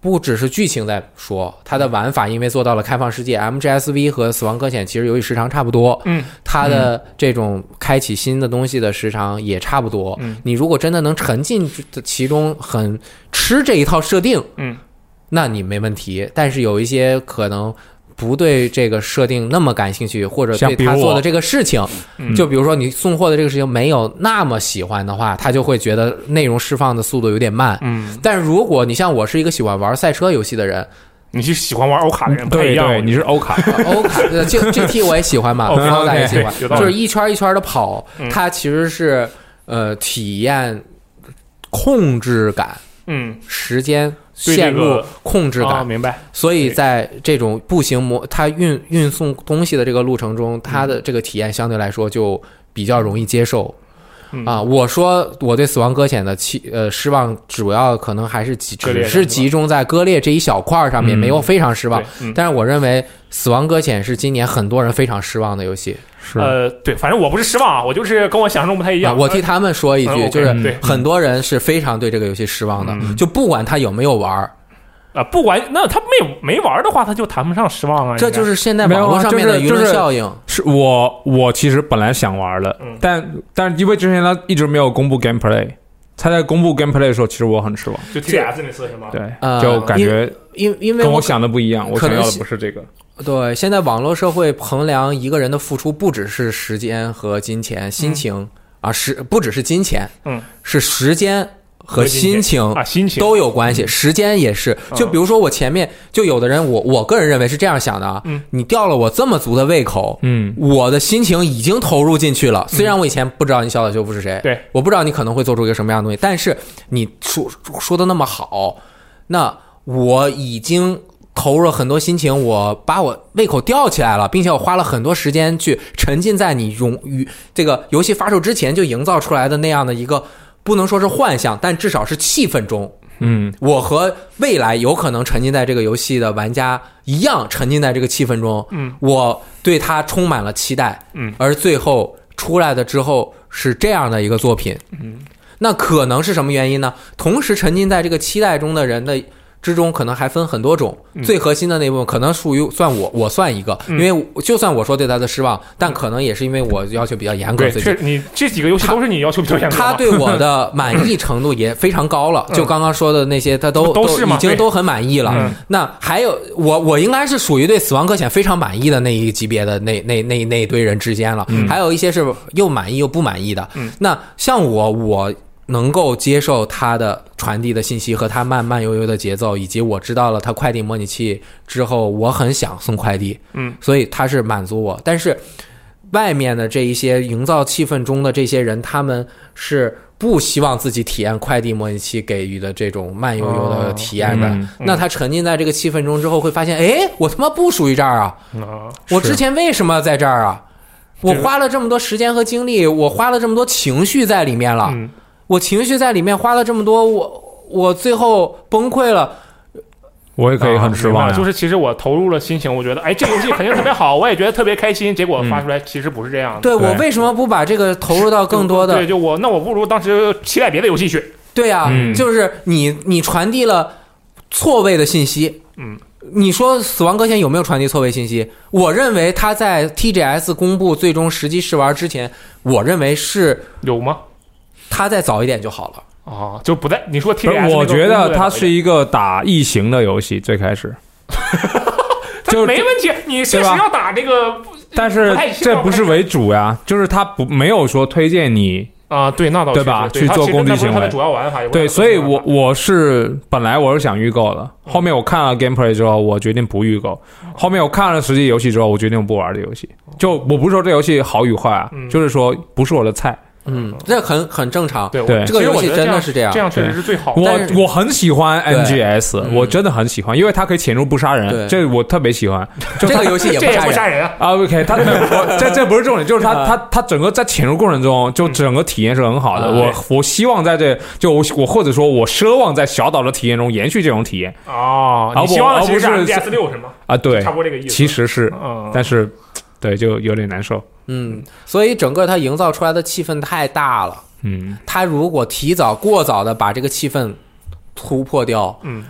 不只是剧情在说，它的玩法因为做到了开放世界，MGSV 和《死亡搁浅》其实由于时长差不多，
嗯，
它的这种开启新的东西的时长也差不多。
嗯
你如果真的能沉浸其中，很吃这一套设定，
嗯，
那你没问题。但是有一些可能不对这个设定那么感兴趣，或者
像
对
比如
他做
我
的这个事情，
嗯
就比如说你送货的这个事情没有那么喜欢的话，他就会觉得内容释放的速度有点慢。
嗯，
但是如果你像我是一个喜欢玩赛车游戏的人，
你是喜欢玩欧卡的
嗯
人不太
对
一样，我
对，
觉得
你是欧卡，
欧卡呃 G G T 我也喜 欢嘛，
OK，
高达也
OK，
喜欢
有道，理
就是一圈一圈的跑
嗯，
它其实是呃体验控制感、
嗯，
时间
对这
线路
个
控制
啊，
感，
明白，
所以在这种步行模它运运送东西的这个路程中，它的这个体验相对来说就比较容易接受
嗯。
啊，我说我对《死亡搁浅》的期呃失望，主要可能还是集
割裂
只
上
是集中在割裂这一小块儿上面，
嗯
没有非常失望
对。，嗯。
但是我认为《死亡搁浅》是今年很多人非常失望的游戏。
是
呃，对，反正我不是失望啊，我就是跟我想象中不太一
嗯啊
样。
我替他们说一
嗯
句，
，OK，
就是
对
很多人是非常对这个游戏失望的，
嗯
就不管他有没有玩儿，
啊，不管那他没没玩的话，他就谈不上失望啊。
这就是现在网
没有
络
啊
上面
就是
的舆论
就是
效应。
是我我其实本来想玩的，
嗯
但但因为之前他一直没有公布 gameplay，他在公布 gameplay 的时候，其实我很失望，
就 TDS 那次是吗？，
对，
呃
就感觉
因因为
跟我
我
想的不一样，我
可
想
能
要的
是
不是这个，
对现在网络社会衡量一个人的付出，不只是时间和金钱、心情啊，时不只是金钱，
嗯，
是时间和
和金
心
钱
情
啊，心情嗯
都有关系，时间也是。就比如说我前面就有的人，我我个人认为是这样想的啊
嗯，
你吊了我这么足的胃口，
嗯，
我的心情已经投入进去了。虽然我以前不知道你小岛秀夫是谁，
对，
我不知道你可能会做出一个什么样的东西，但是你说说的那么好，那我已经。投入了很多心情，我把我胃口吊起来了，并且我花了很多时间去沉浸在你用于这个游戏发售之前就营造出来的那样的一个，不能说是幻象，但至少是气氛中，
嗯，
我和未来有可能沉浸在这个游戏的玩家一样，沉浸在这个气氛中。
嗯，
我对它充满了期待。
嗯，
而最后出来的之后是这样的一个作品。嗯，那可能是什么原因呢？同时沉浸在这个期待中的人的。之中可能还分很多种，
嗯
最核心的那部分可能属于算我，我算一个，因为我就算我说对他的失望，但可能也是因为我要求比较严格
嗯对，
自己。
这你这几个游戏都是你要求比较 严格的嘛。
他对我的满意程度也非常高了，
嗯
就刚刚说的那些，他都
都是嘛
已经
对
都很满意了。
嗯
那还有我，我应该是属于对《死亡搁浅》非常满意的那一个级别的那那那那一堆人之间了。还有一些是又满意又不满意的。
嗯
那像我，我能够接受他的传递的信息和他慢慢悠悠的节奏，以及我知道了他快递模拟器之后，我很想送快递。
嗯，
所以他是满足我，但是。外面的这一些营造气氛中的这些人，他们是不希望自己体验快递模拟器给予的这种慢悠悠的体验的。
哦嗯
那他沉浸在这个气氛中之后，会发现，哎，我他妈不属于这儿啊！
啊，
我之前为什么在这儿啊？我花了这么多时间和精力，我花了这么多情绪在里面了，
嗯
我情绪在里面花了这么多，我我最后崩溃了。
我也可以很失望
啊
啊
明
呀，
白就是其实我投入了心情，我觉得哎，这个游戏肯定特别好，我也觉得特别开心。结果发出来其实不是这样的。
对我
对
为什么不把这个投入到更多的
对，就我那我不如当时期待别的游戏去。
对啊，
嗯
就是你你传递了错位的信息。
嗯，
你说《死亡搁浅》有没有传递错位信息？我认为他在 TGS 公布最终实际试玩之前，我认为是
有吗？
他再早一点就好了。
啊，就不在你说 T
不
S，
是我觉得它是一个打异
。
形的游戏，最开始
它没问题，你确实
对吧
要打这个
但是这不是为主呀、就是他不没有说推荐你，
啊，对，那倒
对
是
吧
对
去
它
做
其实
功利
那不是
行
它的
为
主要玩法也不是
对，
它的
所以
核心
我
玩法
我是本来我是想预购的，后面我看了 gameplay 之后，我决定不预购。后面我看了实际游戏之后，我决定不玩这游戏。就我不是说这游戏好与坏啊，
嗯
就是说不是我的菜。
嗯，这很很正常。
对我
对
其
这个
实
游
我
戏
觉得
真的
样
是这样
这样确实是最好的。
我
但是
我很喜欢
对
NGS，
嗯
我真的很喜欢，因为它可以潜入不杀人，
对
这我特别 喜欢。就
这
它
个游戏也
这
不
也
吓
不
人，
吓人啊，
啊，OK，它我这这不是重点，就是它
啊
它它整个在潜入过程中，就
嗯
整个体验是很好的。
啊
我我希望在这就我我或者说我奢望在小岛的体验中延续这种体验
啊
哦，
而
你
不
希望的其实
而不是
S 六是吗？
啊。对
差，不多这个意思。
其实是，
嗯，
但是对就有点难受。
嗯，所以整个它营造出来的气氛太大了。
嗯，
他如果提早过早的把这个气氛突破掉，
嗯，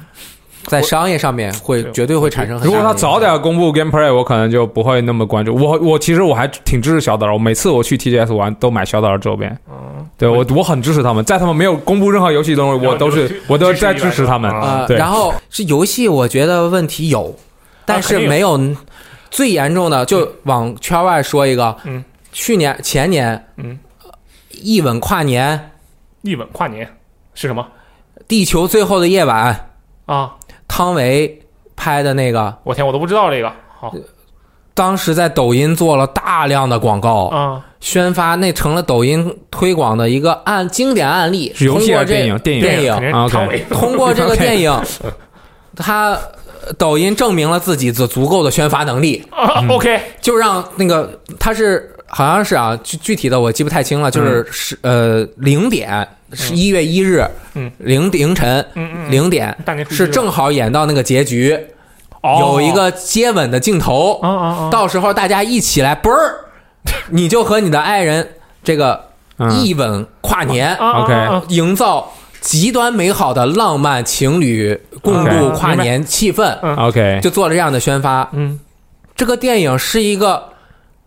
在商业上面会
对
绝对会产生很
如
大
果
的
他
影响
早点公布 gameplay，我可能就不会那么关注。我我其实我还挺支持小岛的，我每次我去 TGS 玩都买小岛的周边。
嗯
对我我很支持他们，在他们没有公布任何游戏中，我都
支
是
持
我都是在支持他们
支持一。番
呃，
啊对啊
然后是游戏，我觉得问题有，但
肯
是
定有
没有、最严重的，
嗯
就往圈外说一个，
嗯，
去年前年，
嗯，
一吻跨年，
一吻跨年是什么
地球最后的夜晚，
啊？
汤唯拍的那个，
我天，我都不知道这个。好
当时在抖音做了大量的广告，
啊，
宣发，那成了抖音推广的一个案经典案例。
是游戏
通过
还是
这
电影电影
电
肯
影
定
啊
是
，OK
汤唯。
通过 这个电影，他呃抖音证明了自己的足够的宣发能力，
啊，OK，
就让那个他是好像是啊，具具体的我记不太清了，就是是呃零点是一月一日，
嗯
零凌晨
嗯嗯，
零点
大年初一
是正好演到那个结局，有一个接吻的镜头，
哦啊啊啊，
到时候大家一起来嘣儿，你就和你的爱人这个。
嗯
一吻跨年，
啊啊
OK
啊啊
营造极端美好的浪漫情侣共度
嗯 OK
跨年气氛，
，OK，
就做了这样的宣发。
嗯，
这个电影是一个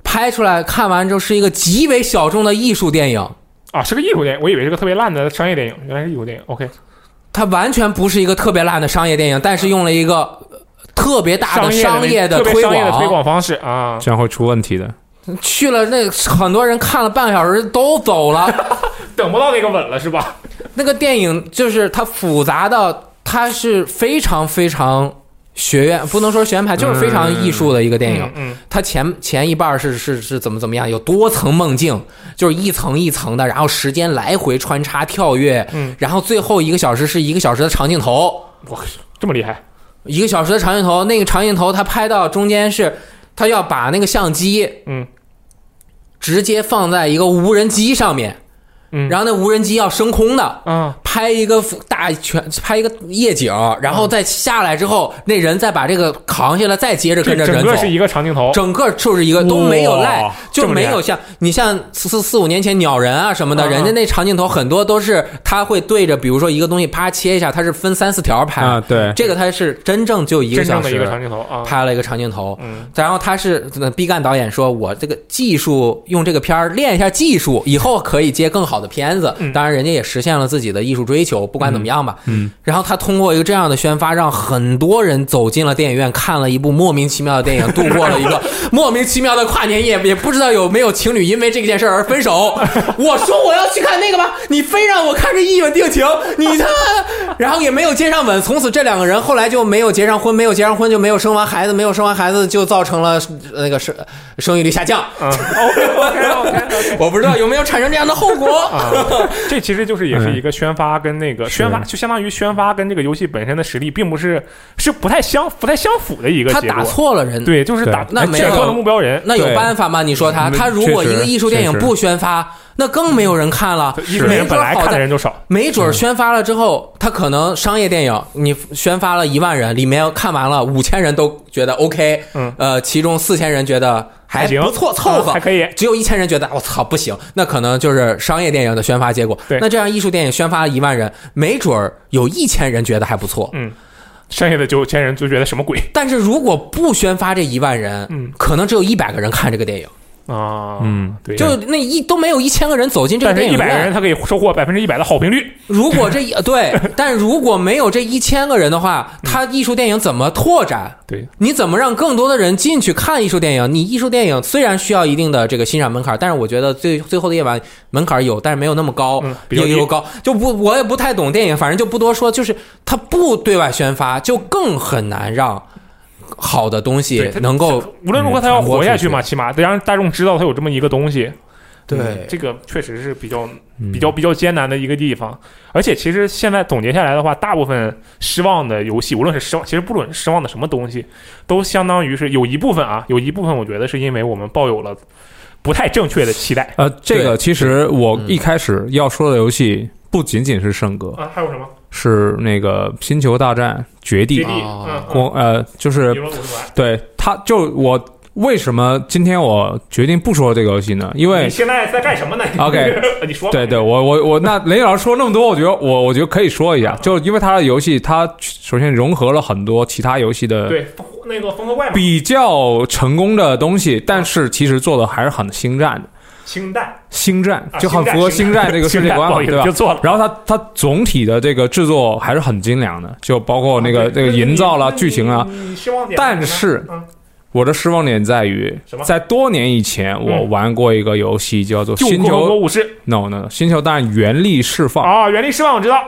拍出来看完之后是一个极为小众的艺术电影，
啊，是个艺术电影，我以为是个特别烂的商业电影，原来是艺术电影。OK，
它完全不是一个特别烂的商业电影，但是用了一个呃特别大的
商
商业
的
的
特别
推
商业的推
广，
广方式啊，
这样会出问题的。
去了那很多人看了半个小时都走了。
等不到那个吻了是吧？
那个电影就是它复杂的，它是非常非常学院，不能说学院派，就是非常艺术的一个电影。
嗯嗯
它前前一半是是是怎么怎么样，有多层梦境，就是一层一层的，然后时间来回穿插跳跃，
嗯，
然后最后一个小时是一个小时的长镜头，
我这么厉害
一个小时的长镜头，那个长镜头它拍到中间是，它要把那个相机，
嗯，
直接放在一个无人机上面，
嗯
然后那无人机要升空的，
啊！
拍一个大全，拍一个夜景，然
嗯
后再下来之后，那人再把这个扛下来，再接着
这
跟着
整
人
个
走。
是一个长镜头，
整个就是一个都没有赖
哇，
就
哦这
没
么厉
有像你像四四四五年前鸟人啊什么的，
啊
人家那长镜头很多都是他会对着，比如说一个东西啪切一下，它是分三四条拍。
啊，对，
这个他是真正就一个
真
小
正的一个
时
长镜头啊，
拍了一个长镜头，
嗯，
然后他是呃毕赣导演说，我这个技术用这个片儿练一下技术，以后可以接更好的片子
嗯。
当然，人家也实现了自己的艺术追求，不管怎么样吧。
嗯，
然后他通过一个这样的宣发，让很多人走进了电影院，看了一部莫名其妙的电影，度过了一个 莫名其妙的跨年夜，也不知道有没有情侣因为这件事儿而分手。我说我要去看那个吧，你非让我看这《一吻定情》，你他妈，然后也没有接上吻，从此这两个人后来就没有结上婚，没有结上婚就没有生完孩子，没有生完孩子就造成了呃那个生生育率 下降。
嗯，OK OK OK，
我不知道有没有产生这样的后果。
啊这其实就是也
嗯
是一个宣发跟那个
是
宣发，就相当于宣发跟这个游戏本身的实力并不是是不太相不太相符的一个
他
结
打
果，
错了人，
对，就是打
嗯那没有
选错了目标人，
那有
对
办法吗？你说他，
嗯
他如果一个艺术电影
确实
不宣发，那更没有人看了。
一个人
没准
本来
儿好
看的
在，
人就少，
没准儿宣发了之后，他可能商业电影你宣发了一万人，里面看完了五千人都觉得 OK，
嗯，
呃，其中四千人觉得还
还行啊
不错，凑合
还。可以，
只有一千人觉得我操不行，那可能就是商业电影的宣发结果。
对
那这样艺术电影宣发了一万人，没准儿有一千人觉得还不错，
嗯，剩下的九千人就觉得什么鬼，
但是如果不宣发这一万人，
嗯，
可能只有一百个人看这个电影。
啊，
嗯，
对，
就那一都没有一千个人走进这个
但是
电影
一
院，
百个人他可以收获百分之一百的好评率，
如 果这一对，但如果没有这一千个人的话，他艺术电影怎么拓展？
对，
你怎么让更多的人进去看艺术电影？你艺术电影虽然需要一定的这个欣赏门槛，但是我觉得最最后的夜晚门槛有，但是没有那么高，
嗯比较
也
低
有高就不我也不太懂电影，反正就不多说，就是它不对外宣发，就更很难让好的东
对
西
它
能够
无论如何他要
嗯传播
活下
出
去嘛，
去
起码得让大众知道他有这么一个东西。嗯
对嗯
这个确实是比较
嗯
比较比较艰难的一个地方。而且其实现在总结下来的话，大部分失望的游戏，无论是失望，其实不论失望的什么东西，都相当于是有一部分啊，有一部分我觉得是因为我们抱有了不太正确的期待
呃，这个
对嗯
其实我一开始要说的游戏不仅仅是圣歌，
啊。还有什么？
是那个《星球大战：绝地
接》地，
啊
嗯，嗯
我呃，就是
比如说我是玩
对他，就我为什么今天我决定不说这个游戏呢？因为
你现在在干什么呢
OK
你说吧
对对，我我我，那雷老师说那么多，我觉得我我觉得可以说
啊
一下，就因为它的游戏，它首先融合了很多其他游戏的
对，那个缝合怪嘛，
比较成功的东西，但是其实做的还是很星战的，
清淡
星战
啊
就很符合
星
星
战
战 这个世
清
界
淡
观
不
嘛，
好意
对
思
吧
就？做了。
然后它它总体的这个制作还是很精良的，就包括那
啊
个
对
那个
对
营造了
你
剧情啊。
你你失望点
但
呢
是
嗯
我的失望点在于
什么，
在多年以前我
嗯
玩过一个游戏叫做《
救
星
共和国
球
武士
No No 星球大战原力释放》，
啊，原力失望我知道，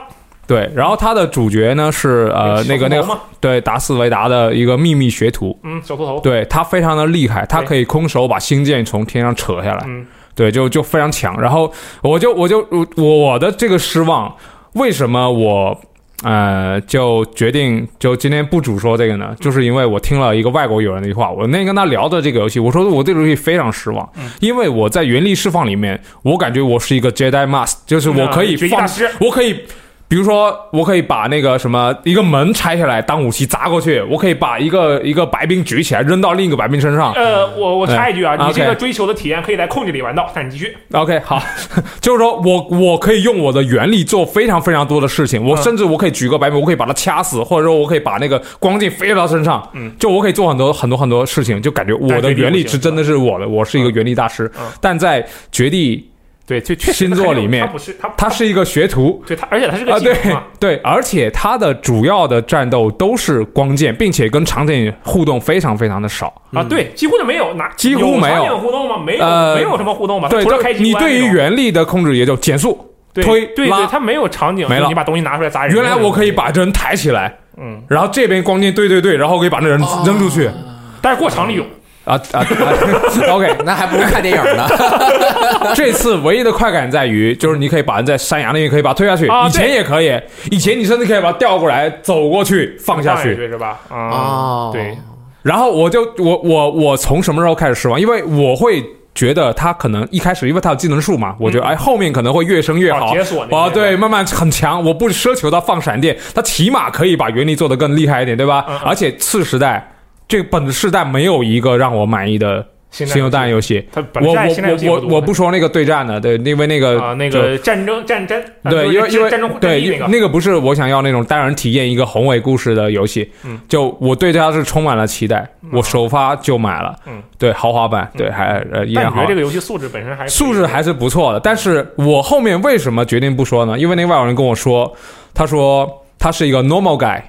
对，然后它的主角呢是呃那个那
小秃头
个
嘛
对达斯维达的一个秘密学徒，
嗯，小秃头，
对他非常的厉害，他
对
可以空手把星舰从天上扯下来，
嗯
对，就就非常强。然后我就我就我我的这个失望，为什么我呃就决定就今天不主说这个呢？就是因为我听了一个外国友人的一句话，我那天跟他聊的这个游戏，我说我对这个游戏非常失望，因为我在原力释放里面，我感觉我是一个 Jedi Master，就是我可以
嗯绝地
放
大师，
我可以。比如说，我可以把那个什么一个门拆下来当武器砸过去，我可以把一个一个白兵举起来扔到另一个白兵身上，
呃，我我插一句啊，
哎
你这个
OK
追求的体验可以在控制里玩到，但你继续，
OK，好， 就是说我我可以用我的原力做非常非常多的事情，我
嗯
甚至我可以举个白目，我可以把它掐死，或者说我可以把那个光镜飞到身上，
嗯，
就我可以做很多很多很多事情，就感觉我的原力是真的是我的，我是一个原力大师
嗯，
但在绝地
对，就确实
星座里面
他不是他，
他是一个学徒。
对他，而且他是
啊，
个技
对
能嘛，
对，而且他的主要的战斗都是光剑，并且跟场景互动非常非常的少。
啊，对，几乎就没有哪
嗯几乎没
有
有
场景互动吗？没有，
呃
没有什么互动吧？
对，
除了
就
开机关
你
那种，
对于原力的控制也就减速、
对
推、
对
拉
对，，他没有场景，
没了
就是你把东西拿出来砸人。
原来我可以把人抬起来，
嗯，
然后这边光剑对对对，然后可以把那人扔出去
但是过场里有，
啊啊 啊！OK，
那还不如看电影呢。
这次唯一的快感在于，就是你可以把人在山崖那边可以把他推下去，
啊
以前也可以，以前你甚至可以把他调过来走过去放下
放
去。
是吧？ 啊
哦，
对，
然后我就我我我从什么时候开始失望？因为我会。觉得他可能一开始，因为他有技能数
嗯
嘛，我觉得哎，后面可能会越升越
啊
好，
解锁那个
啊，对，慢慢很强。我不奢求他放闪电，他起码可以把原理做得更厉害一点，对吧？
嗯嗯
而且次时代这个本世代没有一个让我满意的
星
星球大战游戏。
他本
我
来现在游戏
我我
多
我我不说那个对战的，对，因为那个
啊，那
就
个战争战战，啊
对，
就
因为
是
因为
战争战
对
役那个
那个不是我想要那种单人体验一个宏伟故事的游戏，
嗯，
就我对它是充满了期待，我首发就买了，
嗯，
对，豪华版，对，还呃依
但
然
你觉
好
得这。个游戏素质本身还
素质还是不错的，但是我后面为什么决定不说呢？因为那个外国人跟我说，他说他是一个 normal guy，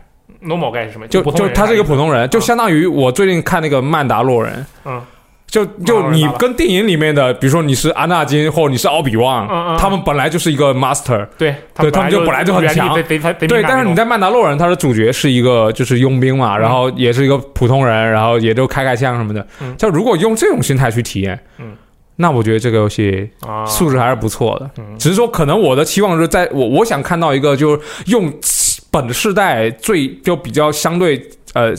normal 概是什么？
就
普通
就
人
他是一个
啥意思
普通人，就相当于我最近看那个《曼达洛人》，
嗯，
就
曼达
就你
洛人吧
跟电影里面的，比如说你是安纳金或你是奥比旺，
嗯嗯嗯
他们本来就是一个 master，
对，
对他们就本来就很
原力
强
贼贼贼
对，
敏感
但是
那
你
种
在《曼达洛人》，他的主角是一个就是佣兵嘛，然后也是一个普通人，然后也就开开枪什么的
嗯。
就如果用这种心态去体验，
嗯，
那我觉得这个游戏
啊
素质还是不错的。
嗯
只是说，可能我的期望是在我我想看到一个就是用本世代最就比较相对呃。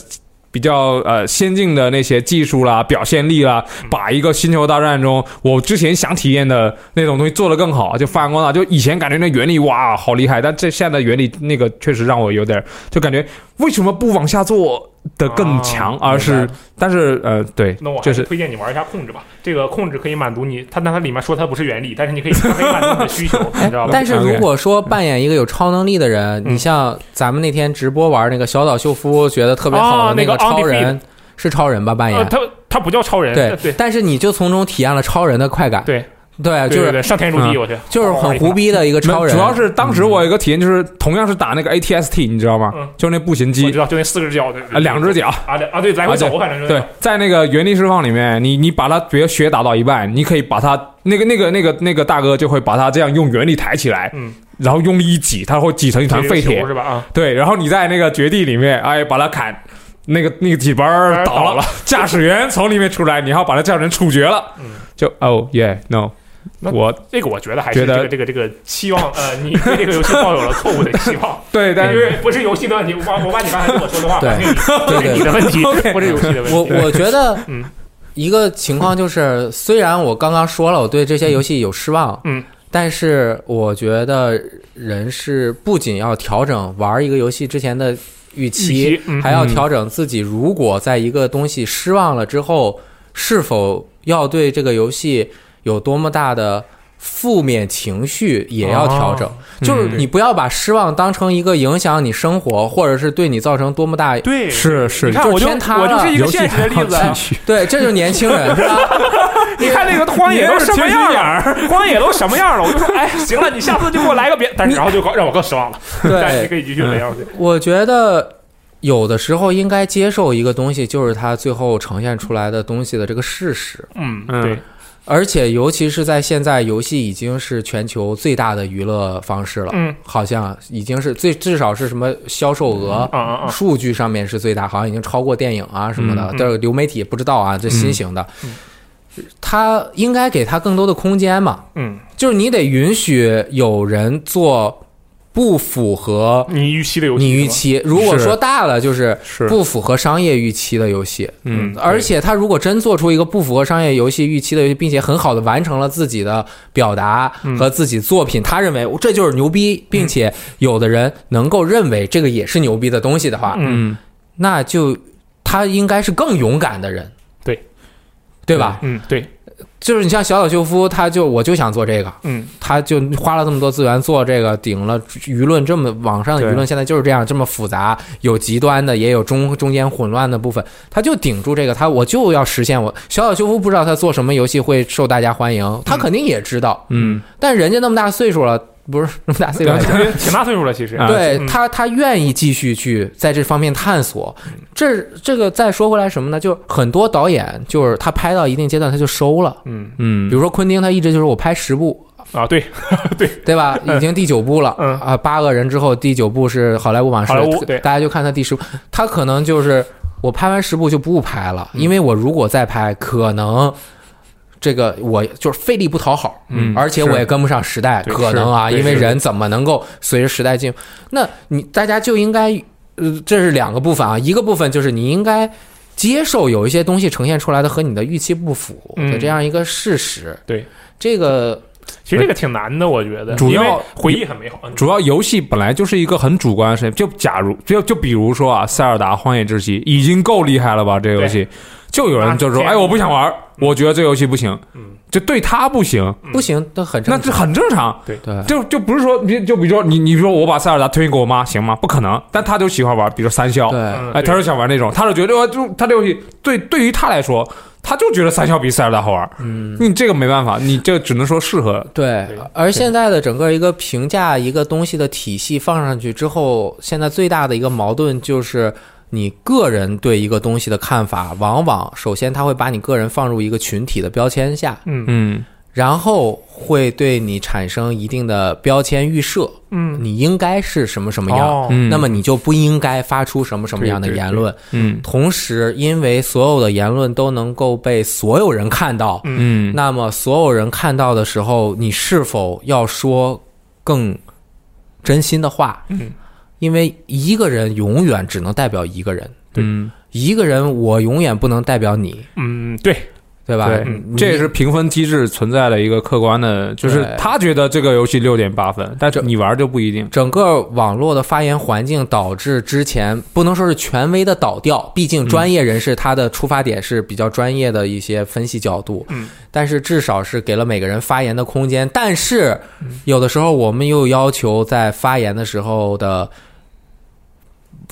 比较呃先进的那些技术啦、表现力啦，
嗯
把一个《星球大战》中我之前想体验的那种东西做得更好，就发扬光大。就以前感觉那原理哇好厉害，但这现在的原理那个确实让我有点儿就感觉为什么不往下做的更强，
啊
而是
明白
但是呃对
那我，还
就是是
推荐你玩一下控制吧，这个控制可以满足你，它但它里面说它不是原理，但是你可以它可以满足你的需 求，你知道吧？
但是如果说扮演一个有超能力的人，
嗯
你像咱们那天直播玩那个小岛秀夫，觉得特别好
哦
的
那个
个超
Undefeated
人，是超人吧？扮
呃，
演
他他不叫超人，呃
对
对
但是你就从中体验了超人的快感，
对对，
对，啊哎就
对哦
是
对上天入地，我去，
就是很胡逼的一个超人，
主要是当时我有一个体验，就是同样是打那个 ATST，你知道吗？
嗯
就那步行
我
机
知道，就那四只脚的
啊，两只脚。
啊两啊对，来回走，反正就是
对，在那个原地释放里面，你你把它，比如血打到一半，你可以把它那个那个那个那个大哥就会把它这样用原力抬起来，
嗯，
然后用力一挤，它会挤成一团废
这个
铁
球。是吧？啊，
对，然后你在那个绝地里面，哎，把它砍，那个那个几班
儿
倒
哎倒了，
驾驶员从里面出来，你要把那驾驶员处决了，
嗯
就哦耶 no，
那
我
这个我觉得还是
觉
这
得
个这个这个期望，呃，你对这个游戏抱有了错误的期望，
对，但
因
是
为不是游戏的问题，我把我把你刚才跟我说的话
对
还给你，这
对
是
对
你的问题
OK，
不是游戏的问
我
题。
我觉得
嗯，
一个情况就是，虽然我刚刚说了我对这些游戏有失望，
嗯，
但是我觉得人是不仅要调整玩一个游戏之前的预
预
期，
期嗯
还要调整自己，如果在一个东西失望了之后，是否要对这个游戏有多么大的。负面情绪也
哦
要调整，
嗯
就是你不要把失望当成一个影响你生活，或者是对你造成多么大
对，
是是
你看
就
我就
天塌
我就
了
是一个
游戏
现实的
还要
例子啊，
继续
对，这就是年轻人，是吧？
你看那个荒野都什么
你也是缺心
样啊
眼
了，荒野都什么样了，我就说，哎，行了，你下次就给我来个别，但是然后就搞让我更失望了。
对
但是你可以继续这样去。
我觉得有的时候应该接受一个东西，就是它最后呈现出来的东西的这个事实。
嗯，
嗯
对，
而且，尤其是在现在，游戏已经是全球最大的娱乐方式了，
嗯
好像已经是最至少是什么销售额、
啊啊啊，
数据上面是最大，好像已经超过电影啊什么的。
嗯嗯
但是流媒体不知道啊，这新型的，它应该给它更多的空间嘛。
嗯，
就是你得允许有人做不符合
你预期的游戏，
你预，期。如果说大了，就是
是
不符合商业预期的游戏。
嗯
而且他如果真做出一个不符合商业游戏预期的游戏，并且很好的完成了自己的表达
嗯
和自己作品，他认为这就是牛逼，并且有的人能够认为这个也是牛逼的东西的话，
嗯，
嗯
那就他应该是更勇敢的人，
对
对吧？
嗯，对，
就是你像小岛秀夫，他就我就想做这个，
嗯，
他就花了这么多资源做这个，顶了舆论这么网上的
对
舆论现在就是这样，这么复杂，有极端的，也有中中间混乱的部分，他就顶住这个，他我就要实现我小小修夫不知道他做什么游戏会受大家欢迎，他肯定也知道，
嗯，
但人家那么大岁数了，不是那么大岁数了。
挺大岁数了，其实
啊
对
嗯
他，他愿意继续去在这方面探索。这这个再说回来什么呢？就是很多导演，就是他拍到一定阶段他就收了。
嗯
嗯
比如说昆汀，他一直就是我拍十部，
啊，对，
对 吧？已经第九部了，
嗯
啊，八个人之后第九部是好莱坞往事，
好莱坞对
大家就看他第十部，他可能就是我拍完十部就不拍了，因为我如果再拍，可能这个我就是费力不讨好，
嗯
而且
是
我也跟不上时代，
对
可能啊，
是对
因为
是
人怎么能够随着时代进？那你大家就应该，呃，这是两个部分啊，一个部分就是你应该。接受有一些东西呈现出来的和你的预期不符的
嗯
这样一个事实，
对
这个
其实这个挺难的，我觉得，
主要
因为回忆很美好，
主要游戏本来就是一个很主观的事情，就假如就就比如说啊，《塞尔达荒野之息》已经够厉害了吧？这个游戏，就有人就说：“
啊这样
哎，我不想玩，我觉得这游戏不行。”
嗯
就对他不行，
不行，都很正
那
常。
这很正常。
对，
哎
就就不是说你就比如说你你说我把塞尔达推荐给我妈行吗？不可能，但她就喜欢玩，比如说三消，
对，
嗯
哎，
对
她就想玩那种，她就觉得呃就她这游戏对对于她来说，她就觉得三消比塞尔达好玩。嗯，你这个没办法，你这只能说适合。
对
对，
而现在的整个一个评价一个东西的体系放上去之后，现在最大的一个矛盾就是你个人对一个东西的看法，往往首先它会把你个人放入一个群体的标签下，
嗯
嗯
然后会对你产生一定的标签预设，
嗯，
你应该是什么什么样，
哦，
嗯，
那么你就不应该发出什么什么样的
对对
言论。
嗯
同时，因为所有的言论都能够被所有人看到，
嗯
那么所有人看到的时候，你是否要说更真心的话？
嗯，
因为一个人永远只能代表一个人，
嗯，
一个人我永远不能代表你，
嗯，对，
对吧？
对
嗯，
你
这也是评分机制存在的一个客观的，就是
对
他觉得这个游戏六点八分，但是你玩就不一定。
整个网络的发言环境导致之前不能说是权威的倒掉，毕竟专业人士他的出发点是比较专业的一些分析角度，
嗯，
但是至少是给了每个人发言的空间。但是有的时候我们又要求在发言的时候的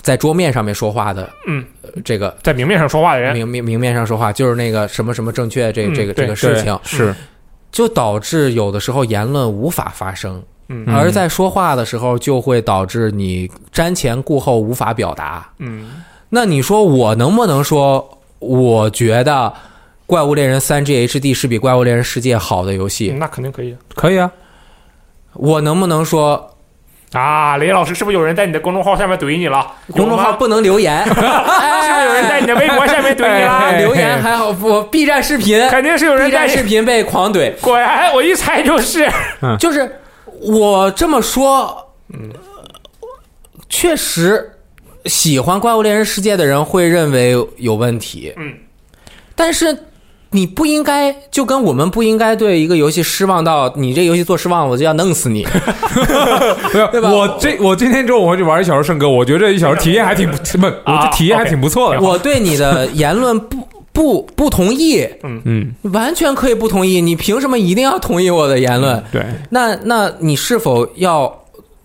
在桌面上面说话的，
嗯
呃，这个
在明面上说话的人，
明明明面上说话，就是那个什么什么正确这
嗯
这个
对
这个事情，
是
就导致有的时候言论无法发生，
嗯
而在说话的时候就会导致你瞻前顾后无法表达。
嗯
那你说我能不能说，我觉得《怪物猎人三 GHD》是比《怪物猎人世界》好的游戏？
那肯定可以
可以啊，
我能不能说
啊。雷老师，是不是有人在你的公众号下面怼你了？
公众号
有吗
不能留言？ 哎
是不是有人在你的微博下面怼你
哎哎
了？
哎
留言还好，我 B 站视频
肯定是有
，B
人在
站
你
视频被狂 怼，
果然，我一猜就是。
就是我这么说，嗯，确实喜欢《怪物猎人世界》的人会认为有问题，
嗯，
但是你不应该，就跟我们不应该对一个游戏失望到你这游戏做失望了，我就要弄死你。
没有
对吧
我这我今天中午回去玩一小时圣歌，我觉得这一小时体验还挺不，不，我这体验还挺不错的。
我对你的言论不不不同意，
嗯，
完全可以不同意，你凭什么一定要同意我的言
嗯
论？
对，
那那你是否要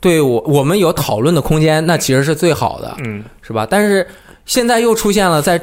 对我我们有讨论的空间？那其实是最好的，
嗯，
是吧？但是现在又出现了在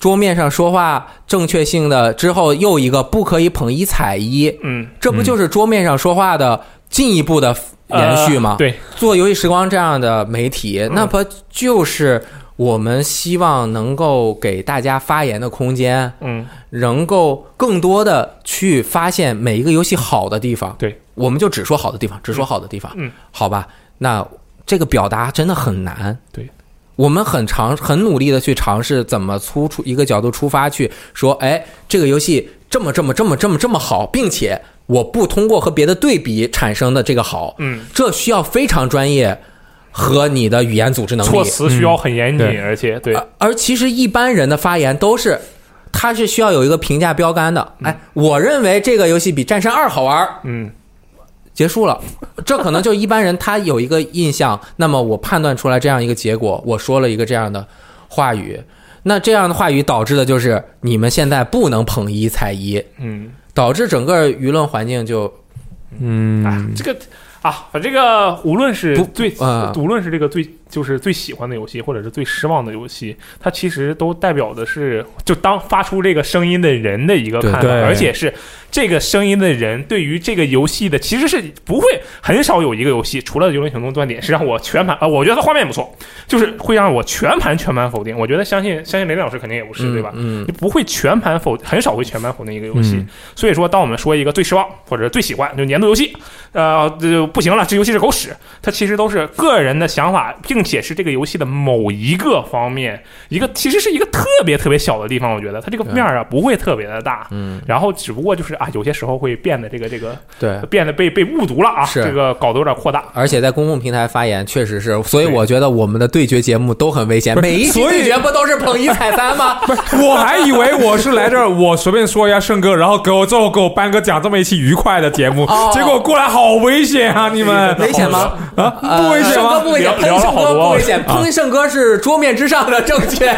桌面上说话正确性的之后又一个不可以捧一踩一，
嗯，
这不就是桌面上说话的进一步的延续吗？
呃对，
做游戏时光这样的媒体，那不就是我们希望能够给大家发言的空间，
嗯，
能够更多的去发现每一个游戏好的地方。
对，
我们就只说好的地方，只说好的地方。
嗯，
好吧，那这个表达真的很难。
对。
我们很尝很努力的去尝试怎么突出一个角度出发去说，哎，这个游戏这么这么这么这么这么好，并且我不通过和别的对比产生的这个好，
嗯，
这需要非常专业和你的语言组织能力。
措辞需要很严谨，
嗯对
而且对，
而而其实一般人的发言都是，他是需要有一个评价标杆的。哎，我认为这个游戏比《战神二》好玩儿，
嗯
结束了。这可能就是一般人他有一个印象，那么我判断出来这样一个结果，我说了一个这样的话语。那这样的话语导致的就是你们现在不能捧一踩一，
嗯，
导致整个舆论环境就
嗯
啊，这个啊，这个无论是
嗯不
最
啊
无论是这个最就是最喜欢的游戏，或者是最失望的游戏，它其实都代表的是就当发出这个声音的人的一个
对
看法，
对
而且是这个声音的人对于这个游戏的其实是不会很少有一个游戏，除了《幽灵行动》断点是让我全盘啊、我觉得它画面不错，就是会让我全盘全盘否定。我觉得相信相信雷电老师肯定也不是、对吧？
嗯，
你不会全盘否，很少会全盘否定一个游戏。
嗯
所以说，当我们说一个最失望或者最喜欢，就年度游戏，呃，这不行了，这游戏是狗屎，它其实都是个人的想法，并且是这个游戏的某一个方面，一个其实是一个特别特别小的地方。我觉得它这个面儿啊不会特别的大，
嗯，
然后只不过就是啊，有些时候会变得这个这个
嗯
对。
变得被被误读了啊，
是
这个搞得有点扩大。
而且在公共平台发言确实是，所以
对
我觉得我们的对决节目都很危险。每一期
所以
对决不都是捧一踩三吗？
我还以为我是来这儿，我随便说一下圣歌，然后给我最后给我颁个奖，这么一期愉快的节目
哦，
结果过来好危险啊！你们
危险吗？
啊，
呃
不危险
圣歌
吗？
不危
聊
险，
聊
喷
了
圣
好
歌
多
不危
啊
险，喷圣歌是桌面之上的正确。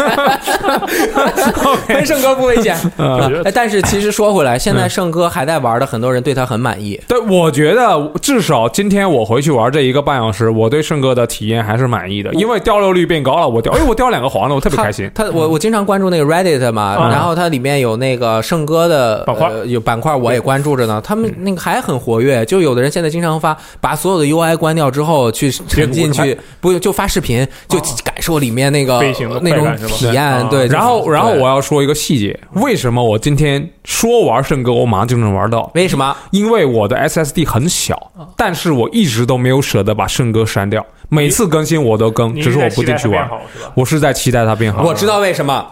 喷圣歌不危险，
我觉得
哎但是其实说
嗯
回来，现在圣歌还在玩的很多人对他很满意。
对，我觉得至少今天我回去玩这一个半小时，我对圣哥的体验还是满意的，
嗯
因为掉落率变高了。我掉，哎，我掉两个黄的，我特别开心。
他我我经常关注那个 Reddit 嘛，
嗯
然后它里面有那个圣歌的
板块嗯
呃有板块我也关注着呢。他们那个还很活跃，就有的人现在经常发，把所有的 UI 关掉之后去沉浸去，不就发视频，就感受里面那个
哦飞行的
那
快
种
感是吧哦
体验。
对
对，
然后，
就是
然后
对
我要说一个细节，为什么我今天说玩圣哥，我马上就能玩到？
为什么？
因为我的 SSD 很小，
啊
但是我一直都没有舍得把圣歌删掉，每次更新我都更，
你
只是我不进去
在期待它变
玩。
好是吧？
我是在期待它变好。
啊我知道为什么，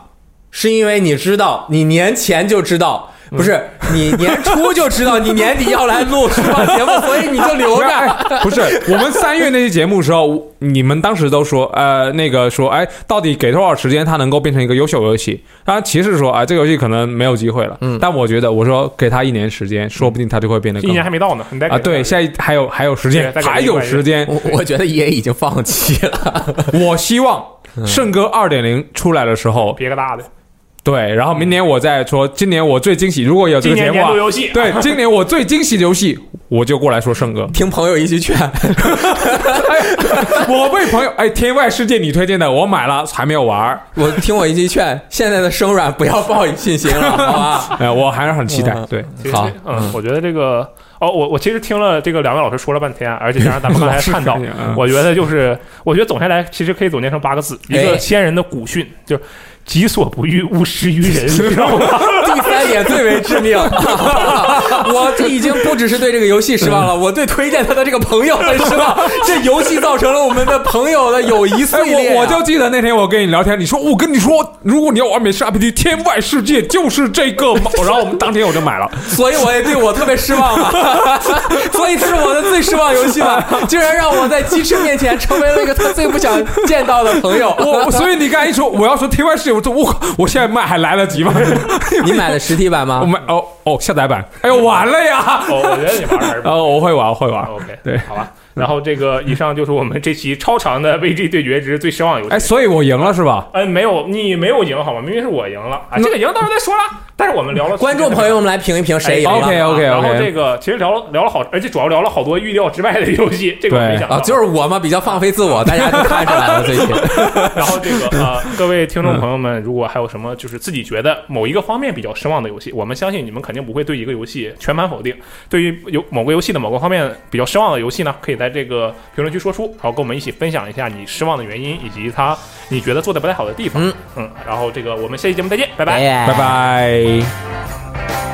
是因为你知道，你年前就知道。
嗯
不是你年初就知道你年底要来录是吧节目，所以你就留
不是
着。
哎不是，我们三月那期节目的时候，我你们当时都说，呃，那个说，哎，到底给多少时间它能够变成一个优秀游戏？当然，骑士说，哎，这个游戏可能没有机会了。嗯，但我觉得，我说给他一年时间，说不定他就会变得
一
更
年
好
还没到呢，你再给
啊。对，
它
下一还有还有时
对
间
再，给他
还
一个
有
月
时间，
我我觉得也已经放弃了。
我希望。圣歌二点零出来的时候，
别个大的，
对，然后明年我再说，今年我最惊喜，如果有
今
这个
年
节目
年
啊
度，游戏，
对，今年我最惊喜的游戏，我就过来说圣哥。
听朋友一句劝，
我被朋友哎，天外世界你推荐的，我买了还没有玩儿，
我听我一句劝，现在的生软不要抱以信心了， 好吧？
哎，我还是很期待
嗯。
对，
其实
好，
嗯，我觉得这个哦，我我其实听了这个两位老师说了半天，啊而且加上咱们刚才
老师
看到
说了嗯，
我觉得就是，我觉得总下来其实可以总结成八个字：一
哎
个先人的古训，就是己所不欲，勿施于人，你知道 吗？
第三点最为致命， 我这已经不只是对这个游戏失
嗯
望了，我对推荐他的这个朋友很失望。这游戏造成了我们的朋友的友谊
哎，
碎裂啊、
我我就记得那天我跟你聊天，你说我跟你说，如果你要玩美式 RPG，天外世界就是这个嘛，然后我们当天我就 买了。
所以我也对我特别失 望嘛，所以这是我的最失望游戏嘛，竟然让我在鸡翅面前成为了一个他最不想见到的朋友。
我所以你刚才一说我要说天外世界，我说我靠我现在卖还来得及 吗？
你买了实体版
我
吗？
买哦哦下载版，哎呦完了呀！
哦，我觉得你玩的还是不
哦，我会玩，我会玩。
OK，
对
好吧。然后这个以上就是我们这期超长的 VG 对决之最失望游戏。
哎，所以我赢了是吧？
哎，没有，你没有赢好吗？明明是我赢了啊，这个赢到时候再说啦。但是我们聊了
观众朋友们来评一评谁赢了。
OK OK
然后
OK，
这个其实聊了聊了好，而且主要聊了好多预料之外的游戏，这个我没
对
想到。
啊，就是我嘛，比较放飞自我，大家就看出来了。最近
然后这个 啊，呃各位听众朋友们，如果还有什么就是自己觉得某一个方面比较失望的游戏，我们相信你们肯定不会对一个游戏全盘否定。对于有某个游戏的某个方面比较失望的游戏呢，可以在这个评论区说出，然后跟我们一起分享一下你失望的原因以及它你觉得做的不太好的地方。
嗯
嗯，然后这个我们下期节目再见，拜拜。
拜
拜拜。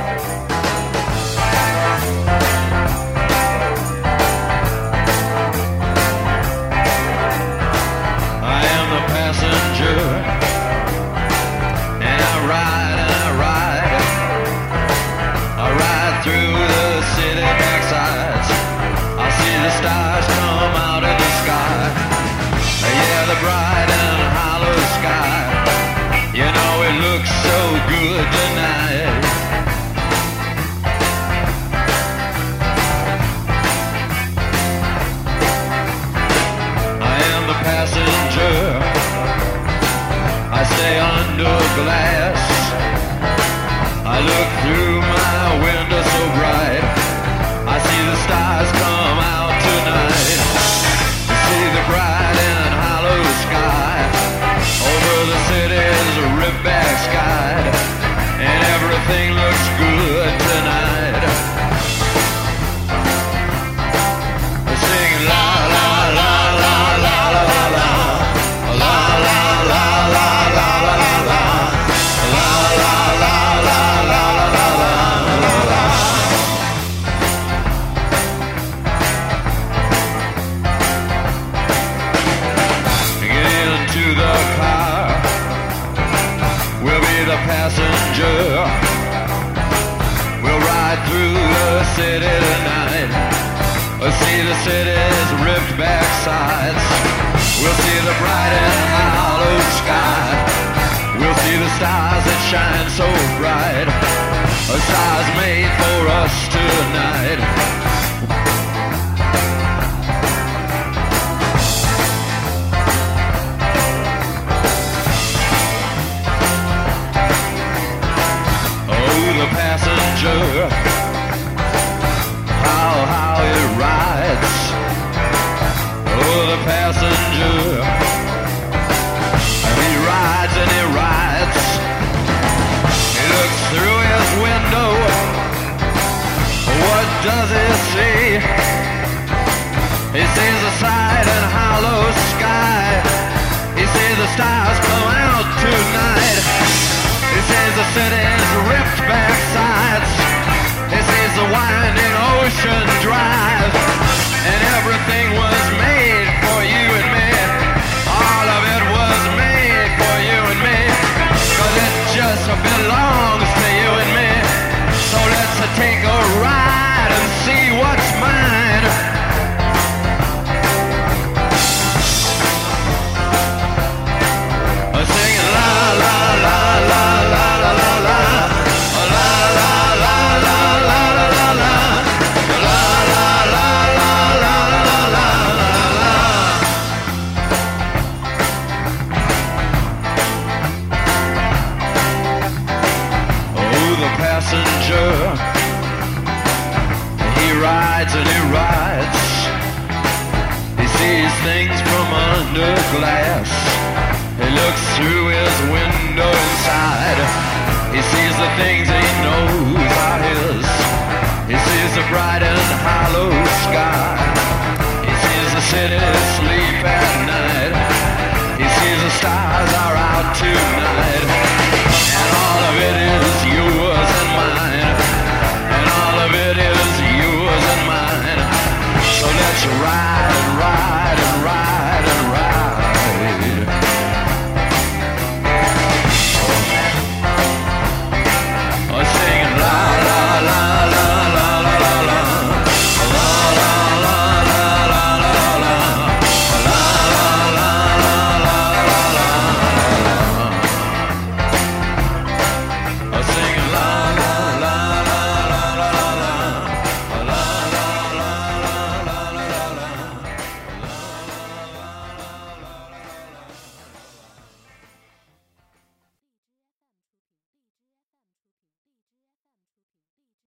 I am the passenger. And I ride and I ride. I ride through the city backsides. I see the stars come out of the sky. Yeah, the bright and hollow sky. You know it looks so good tonight. I am the passenger. I stay under glass. I look through my window so bright. I see the stars come out tonight. I see the bright and hollow sky over the city's ripback sky. And everything looks good tonight. Sing la la la la la la la la la la la la la la la la. Get into the car. We'll be the passenger. We'll ride through the city tonight. We'll see the city's ripped back sides. We'll see the bright and hollow sky. We'll see the stars that shine so bright. A stars made for us tonight. Oh, the passenger how how it rides. Oh, the passenger. He rides and he rides. He looks through his window. What does he see? He sees a side and hollow sky. He sees the stars come out tonight. He sees the city's ripped back sides. This is the winding ocean drive, and everything was made for you and me. All of it was made for you and me, cause it just belongs to you and me. So let's take a ride and see what's mine. Singing la la la la la la la la. Oh, the passenger. He rides and he rides. He sees things from under glass. He looks through his window inside. He sees the things he knows are his. He sees the bright and hollow sky. He sees the city sleep at night. He sees the stars are out tonight.